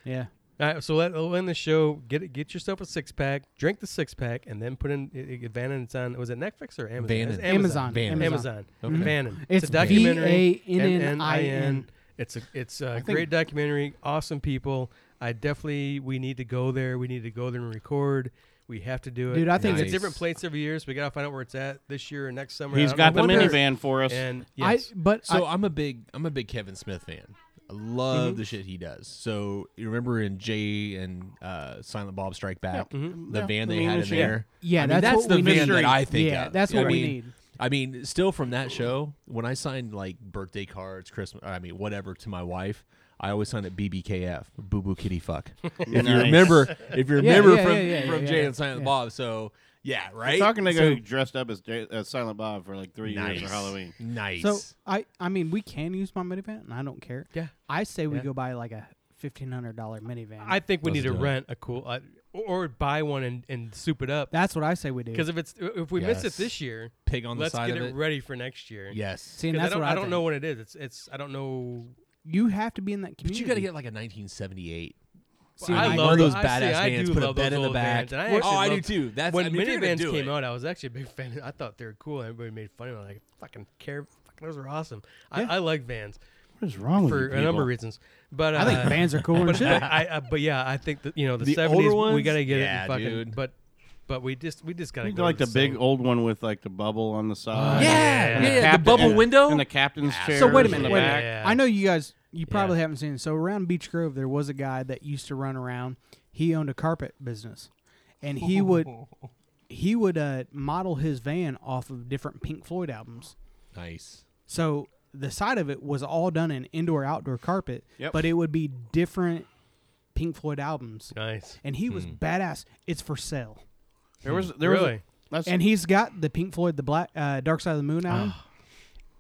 Speaker 4: yeah,
Speaker 7: All right, so let, we'll end the show. Get it, get yourself a six pack, drink the six pack, and then put in uh, uh, Vannon. It's on. Was it Netflix or Amazon?
Speaker 6: Vannon.
Speaker 7: It's
Speaker 4: Amazon.
Speaker 7: Amazon.
Speaker 6: Vannon.
Speaker 7: Amazon.
Speaker 6: Okay.
Speaker 7: Vannon.
Speaker 4: It's
Speaker 7: a documentary.
Speaker 4: V-A-N-N-I-N.
Speaker 7: It's a it's a
Speaker 5: think-
Speaker 7: great documentary. Awesome people. I definitely we need to go there. We need to go there and record. We have to do it.
Speaker 4: Dude, I think
Speaker 7: it's a
Speaker 6: Nice.
Speaker 7: different place every year, so we gotta find out where it's at this year or next summer.
Speaker 5: he's
Speaker 7: I
Speaker 5: got
Speaker 7: don't
Speaker 5: the
Speaker 7: know where-
Speaker 5: minivan for us.
Speaker 7: And yes,
Speaker 4: I but
Speaker 6: So
Speaker 4: I, Mm-hmm.
Speaker 6: I, am a big I'm a big Kevin Smith fan. I love the shit he does. So you remember in Jay and uh, Silent Bob Strike Back,
Speaker 4: mm-hmm.
Speaker 6: the
Speaker 5: Yeah,
Speaker 6: van
Speaker 5: the
Speaker 6: they had in
Speaker 5: meanest shit.
Speaker 6: there. I
Speaker 4: Yeah,
Speaker 6: mean,
Speaker 4: that's
Speaker 6: that's
Speaker 4: what
Speaker 6: the
Speaker 4: we
Speaker 6: van
Speaker 4: need.
Speaker 6: that I think
Speaker 4: Yeah,
Speaker 6: of.
Speaker 4: that's what
Speaker 6: I
Speaker 4: we
Speaker 6: mean,
Speaker 4: need.
Speaker 6: I mean, still from that show, when I signed like birthday cards, Christmas, I mean, whatever to my wife, I always signed it BBKF, Boo Boo Kitty Fuck. If you
Speaker 5: Nice.
Speaker 6: remember, if you remember
Speaker 4: yeah,
Speaker 6: from
Speaker 4: yeah, yeah,
Speaker 6: from
Speaker 4: yeah,
Speaker 6: Jay
Speaker 4: yeah,
Speaker 6: and Silent
Speaker 4: yeah.
Speaker 6: Bob, so yeah, right.
Speaker 5: Talking to a guy
Speaker 6: So-
Speaker 5: who dressed up as, J- as Silent Bob for like three
Speaker 6: nice,
Speaker 5: years for Halloween.
Speaker 6: Nice.
Speaker 4: so I I mean we can use my minivan and I don't care.
Speaker 7: Yeah.
Speaker 4: I say we
Speaker 7: Yeah.
Speaker 4: go buy like a fifteen hundred dollar minivan.
Speaker 7: I think we
Speaker 6: Let's
Speaker 7: need to
Speaker 6: do it.
Speaker 7: rent a cool uh, or buy one and, and soup it up.
Speaker 4: that's what I say we do.
Speaker 7: Because if it's if we miss
Speaker 6: Yes.
Speaker 7: it this year,
Speaker 6: Pig on the
Speaker 7: let's
Speaker 6: side
Speaker 7: get
Speaker 6: of
Speaker 7: it,
Speaker 6: it.
Speaker 7: ready for next year.
Speaker 6: yes.
Speaker 4: See, and
Speaker 7: 'Cause
Speaker 4: that's
Speaker 7: I don't,
Speaker 4: what
Speaker 7: I,
Speaker 4: I,
Speaker 7: don't
Speaker 4: think.
Speaker 7: know what it is. It's it's I don't know.
Speaker 4: You have to be in that
Speaker 6: But
Speaker 4: community.
Speaker 6: you got to get like a 1978
Speaker 7: See,
Speaker 12: I
Speaker 7: I
Speaker 12: love
Speaker 7: do-
Speaker 12: those
Speaker 7: I-
Speaker 12: badass
Speaker 7: see, I
Speaker 12: vans.
Speaker 7: do
Speaker 12: Put a
Speaker 7: love
Speaker 12: bed
Speaker 7: those
Speaker 12: in the
Speaker 7: old
Speaker 12: back.
Speaker 7: vans, and I
Speaker 12: Oh,
Speaker 7: actually
Speaker 12: I do
Speaker 7: loved-
Speaker 12: too. That's-
Speaker 7: when
Speaker 12: I mean, if you're gonna
Speaker 7: minivans
Speaker 12: do
Speaker 7: came
Speaker 12: it.
Speaker 7: out. I was actually a big fan. I thought they were cool. Everybody made fun of them. Like fucking care. Fucking those are awesome. I, I like vans.
Speaker 4: What is wrong with
Speaker 7: for
Speaker 4: you
Speaker 7: a number
Speaker 4: people?
Speaker 7: of reasons, but uh,
Speaker 4: I think vans are cool and
Speaker 7: But,
Speaker 4: shit.
Speaker 7: I, I, but yeah, I think that you know the,
Speaker 5: The older
Speaker 7: 70s we
Speaker 5: ones?
Speaker 7: gotta get it.
Speaker 5: Yeah,
Speaker 7: And fucking,
Speaker 5: dude.
Speaker 7: But but we just we just gotta
Speaker 5: You
Speaker 7: go
Speaker 5: like
Speaker 7: to
Speaker 5: the big
Speaker 7: same-
Speaker 5: old one with like the bubble on the side.
Speaker 7: Yeah,
Speaker 5: and
Speaker 7: yeah, the
Speaker 5: captain-
Speaker 7: bubble
Speaker 5: and-
Speaker 7: window?
Speaker 5: and the captain's
Speaker 4: Oh,
Speaker 5: chair.
Speaker 4: Ah, So wait a
Speaker 5: in
Speaker 4: minute.
Speaker 5: the
Speaker 4: Wait a
Speaker 5: back.
Speaker 4: minute. I know you guys. You probably haven't seen. it. So around Beach Grove, there was a guy that used to run around. He owned a carpet business, and he would he would uh, model his van off of different Pink Floyd albums.
Speaker 6: Nice.
Speaker 4: So the side of it was all done in indoor outdoor carpet,
Speaker 7: Yep.
Speaker 4: but it would be different Pink Floyd albums.
Speaker 7: Nice.
Speaker 4: And he was
Speaker 7: Hmm.
Speaker 4: badass. It's for sale.
Speaker 5: There was- there was a- Really? that's-
Speaker 4: and he's got the Pink Floyd, the Black uh, Dark Side of the Moon album.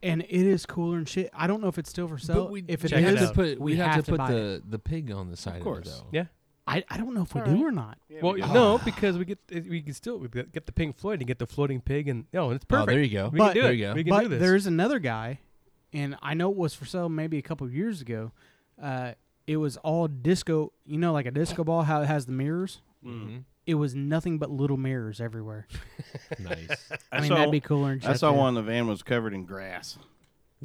Speaker 4: And it is cooler and shit. I don't know if it's still for sale.
Speaker 6: we
Speaker 4: if it
Speaker 6: we have
Speaker 4: is,
Speaker 6: to put,
Speaker 4: we
Speaker 6: we'd have, to, put
Speaker 4: buy
Speaker 6: the,
Speaker 4: it.
Speaker 6: the pig on the side of,
Speaker 4: course.
Speaker 6: it, though.
Speaker 7: Yeah.
Speaker 4: I, I don't know if we do or not.
Speaker 7: well, no, because we get we can still we get get the Pink Floyd and get the floating pig and oh, it's perfect. We
Speaker 4: but
Speaker 7: can do it. We can
Speaker 4: but
Speaker 7: do this.
Speaker 4: there's another guy, and I know it was for sale maybe a couple of years ago. Uh, it was all disco, you know, like a disco ball, how it has the mirrors.
Speaker 5: Mhm.
Speaker 4: It was nothing but little mirrors everywhere.
Speaker 6: nice.
Speaker 4: I mean,
Speaker 5: saw-
Speaker 4: that'd be cooler. And
Speaker 5: I
Speaker 4: shit
Speaker 5: saw
Speaker 4: too.
Speaker 5: one. The van was covered in grass,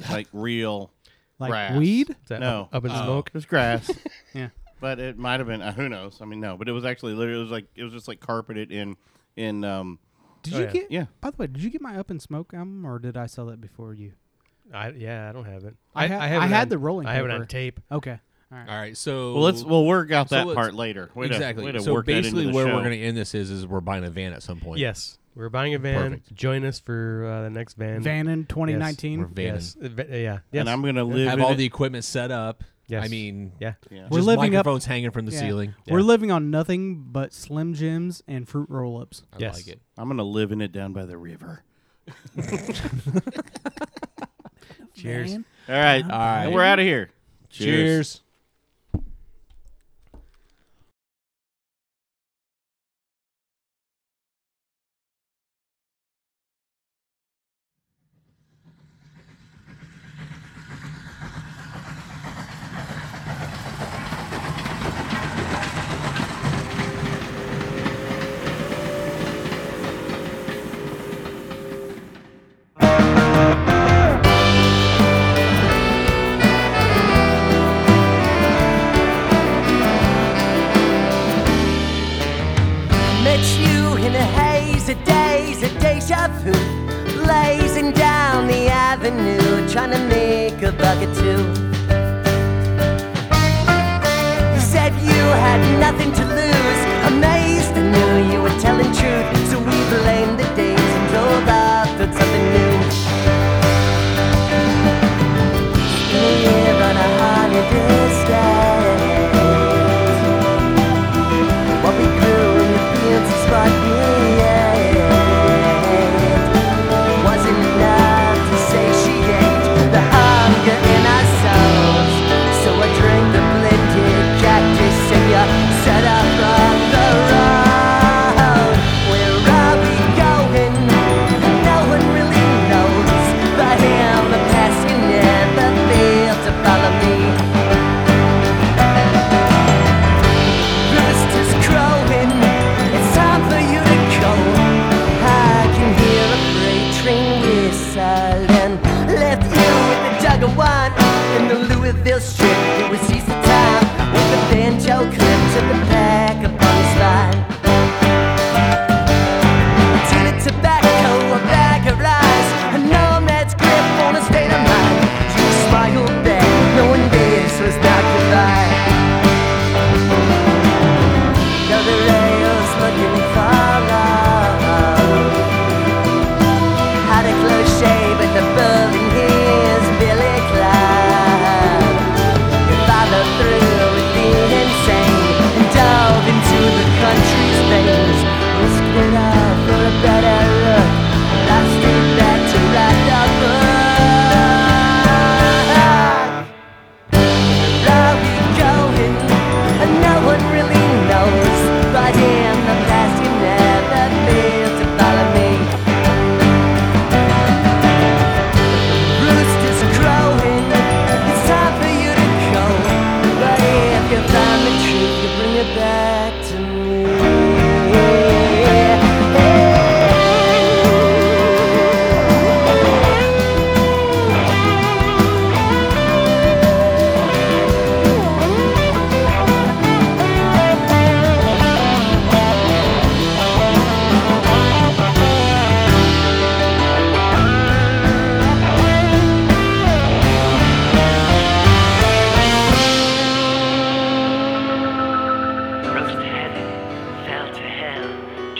Speaker 5: like real
Speaker 4: Like
Speaker 5: grass.
Speaker 4: weed? Is
Speaker 7: that
Speaker 5: no,
Speaker 7: up- up in
Speaker 5: Oh.
Speaker 7: smoke?
Speaker 5: It was grass.
Speaker 4: Yeah.
Speaker 5: but it might have been. Uh, who knows? I mean, no. But it was actually literally. It was like it was just like carpeted in in. Um,
Speaker 4: Did
Speaker 5: oh,
Speaker 4: you
Speaker 5: yeah.
Speaker 4: get?
Speaker 5: Yeah.
Speaker 4: By the way, did you get my Up in Smoke album, or did I sell that before you?
Speaker 7: I, yeah, I don't have it.
Speaker 4: I ha- I
Speaker 7: it
Speaker 4: had
Speaker 7: on-
Speaker 4: the rolling
Speaker 7: I have it
Speaker 4: paper.
Speaker 7: on tape.
Speaker 4: Okay.
Speaker 6: All right, so
Speaker 5: Well, let's- we'll work out that
Speaker 6: let's-
Speaker 5: part later. Way to-
Speaker 6: exactly.
Speaker 5: way to
Speaker 6: so
Speaker 5: work that into
Speaker 6: basically,
Speaker 5: the
Speaker 6: where
Speaker 5: show.
Speaker 6: we're going to end this is, is we're buying a van at some point.
Speaker 7: Yes, we're buying a van.
Speaker 6: Perfect.
Speaker 7: Join us for uh, the next van.
Speaker 4: Van in 2019?
Speaker 6: We're vanning.
Speaker 7: Yes. Uh, va- yeah. Yes.
Speaker 5: And I'm gonna live
Speaker 6: have
Speaker 5: in
Speaker 6: all
Speaker 5: it.
Speaker 6: the equipment set up.
Speaker 7: Yes.
Speaker 6: I mean,
Speaker 7: Yeah.
Speaker 5: Yeah.
Speaker 6: We're living microphones hanging from the
Speaker 4: yeah.
Speaker 6: ceiling.
Speaker 4: We're living on nothing but Slim Jims and fruit roll ups.
Speaker 6: I Yes. like it.
Speaker 5: I'm gonna live in it down by the river.
Speaker 7: Cheers.
Speaker 5: All right. All right. We're out of here.
Speaker 6: Cheers.
Speaker 13: Met you in a haze of days of deja vu. Blazing down the avenue, trying to make a buck or two. You said you had nothing to lose. Amazed I knew you were telling truth. So we blamed the days and drove up towards something new. Here on a holiday stand. What we grew in the fields is what we ate. Wasn't enough to satiate the hunger in our souls. So I drank the blended cactus and you set up a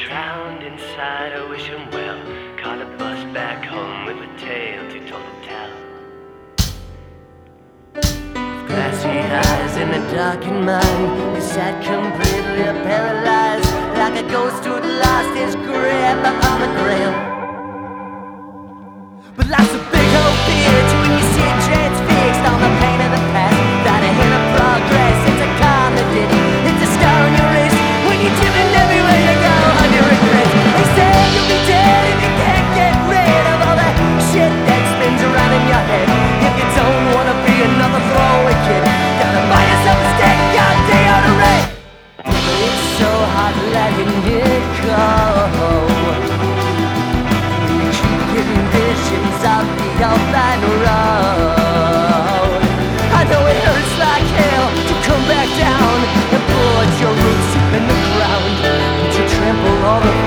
Speaker 14: inside, I wish him well. Caught a bus back home with a tale too told to tell.
Speaker 13: glassy eyes and a darkened mind. I sat completely paralyzed, like a ghost who'd lost his grip on the grill. But life's a big old bitch when you see it transfixed on the pain of the past. That a hit of progress, it's a comedy. It's a scar on your wrist when you dip in everywhere you go on your regrets. They say you'll be dead if you can't get rid of all that shit that spins around in your head. If you don't wanna be another throwaway kid, gotta buy yourself a stick of deodorant. But it's so hot letting it go. You keep getting visions of the Alpine Road. I know it hurts like hell to come back down and pull at your roots in the ground, but you trample all the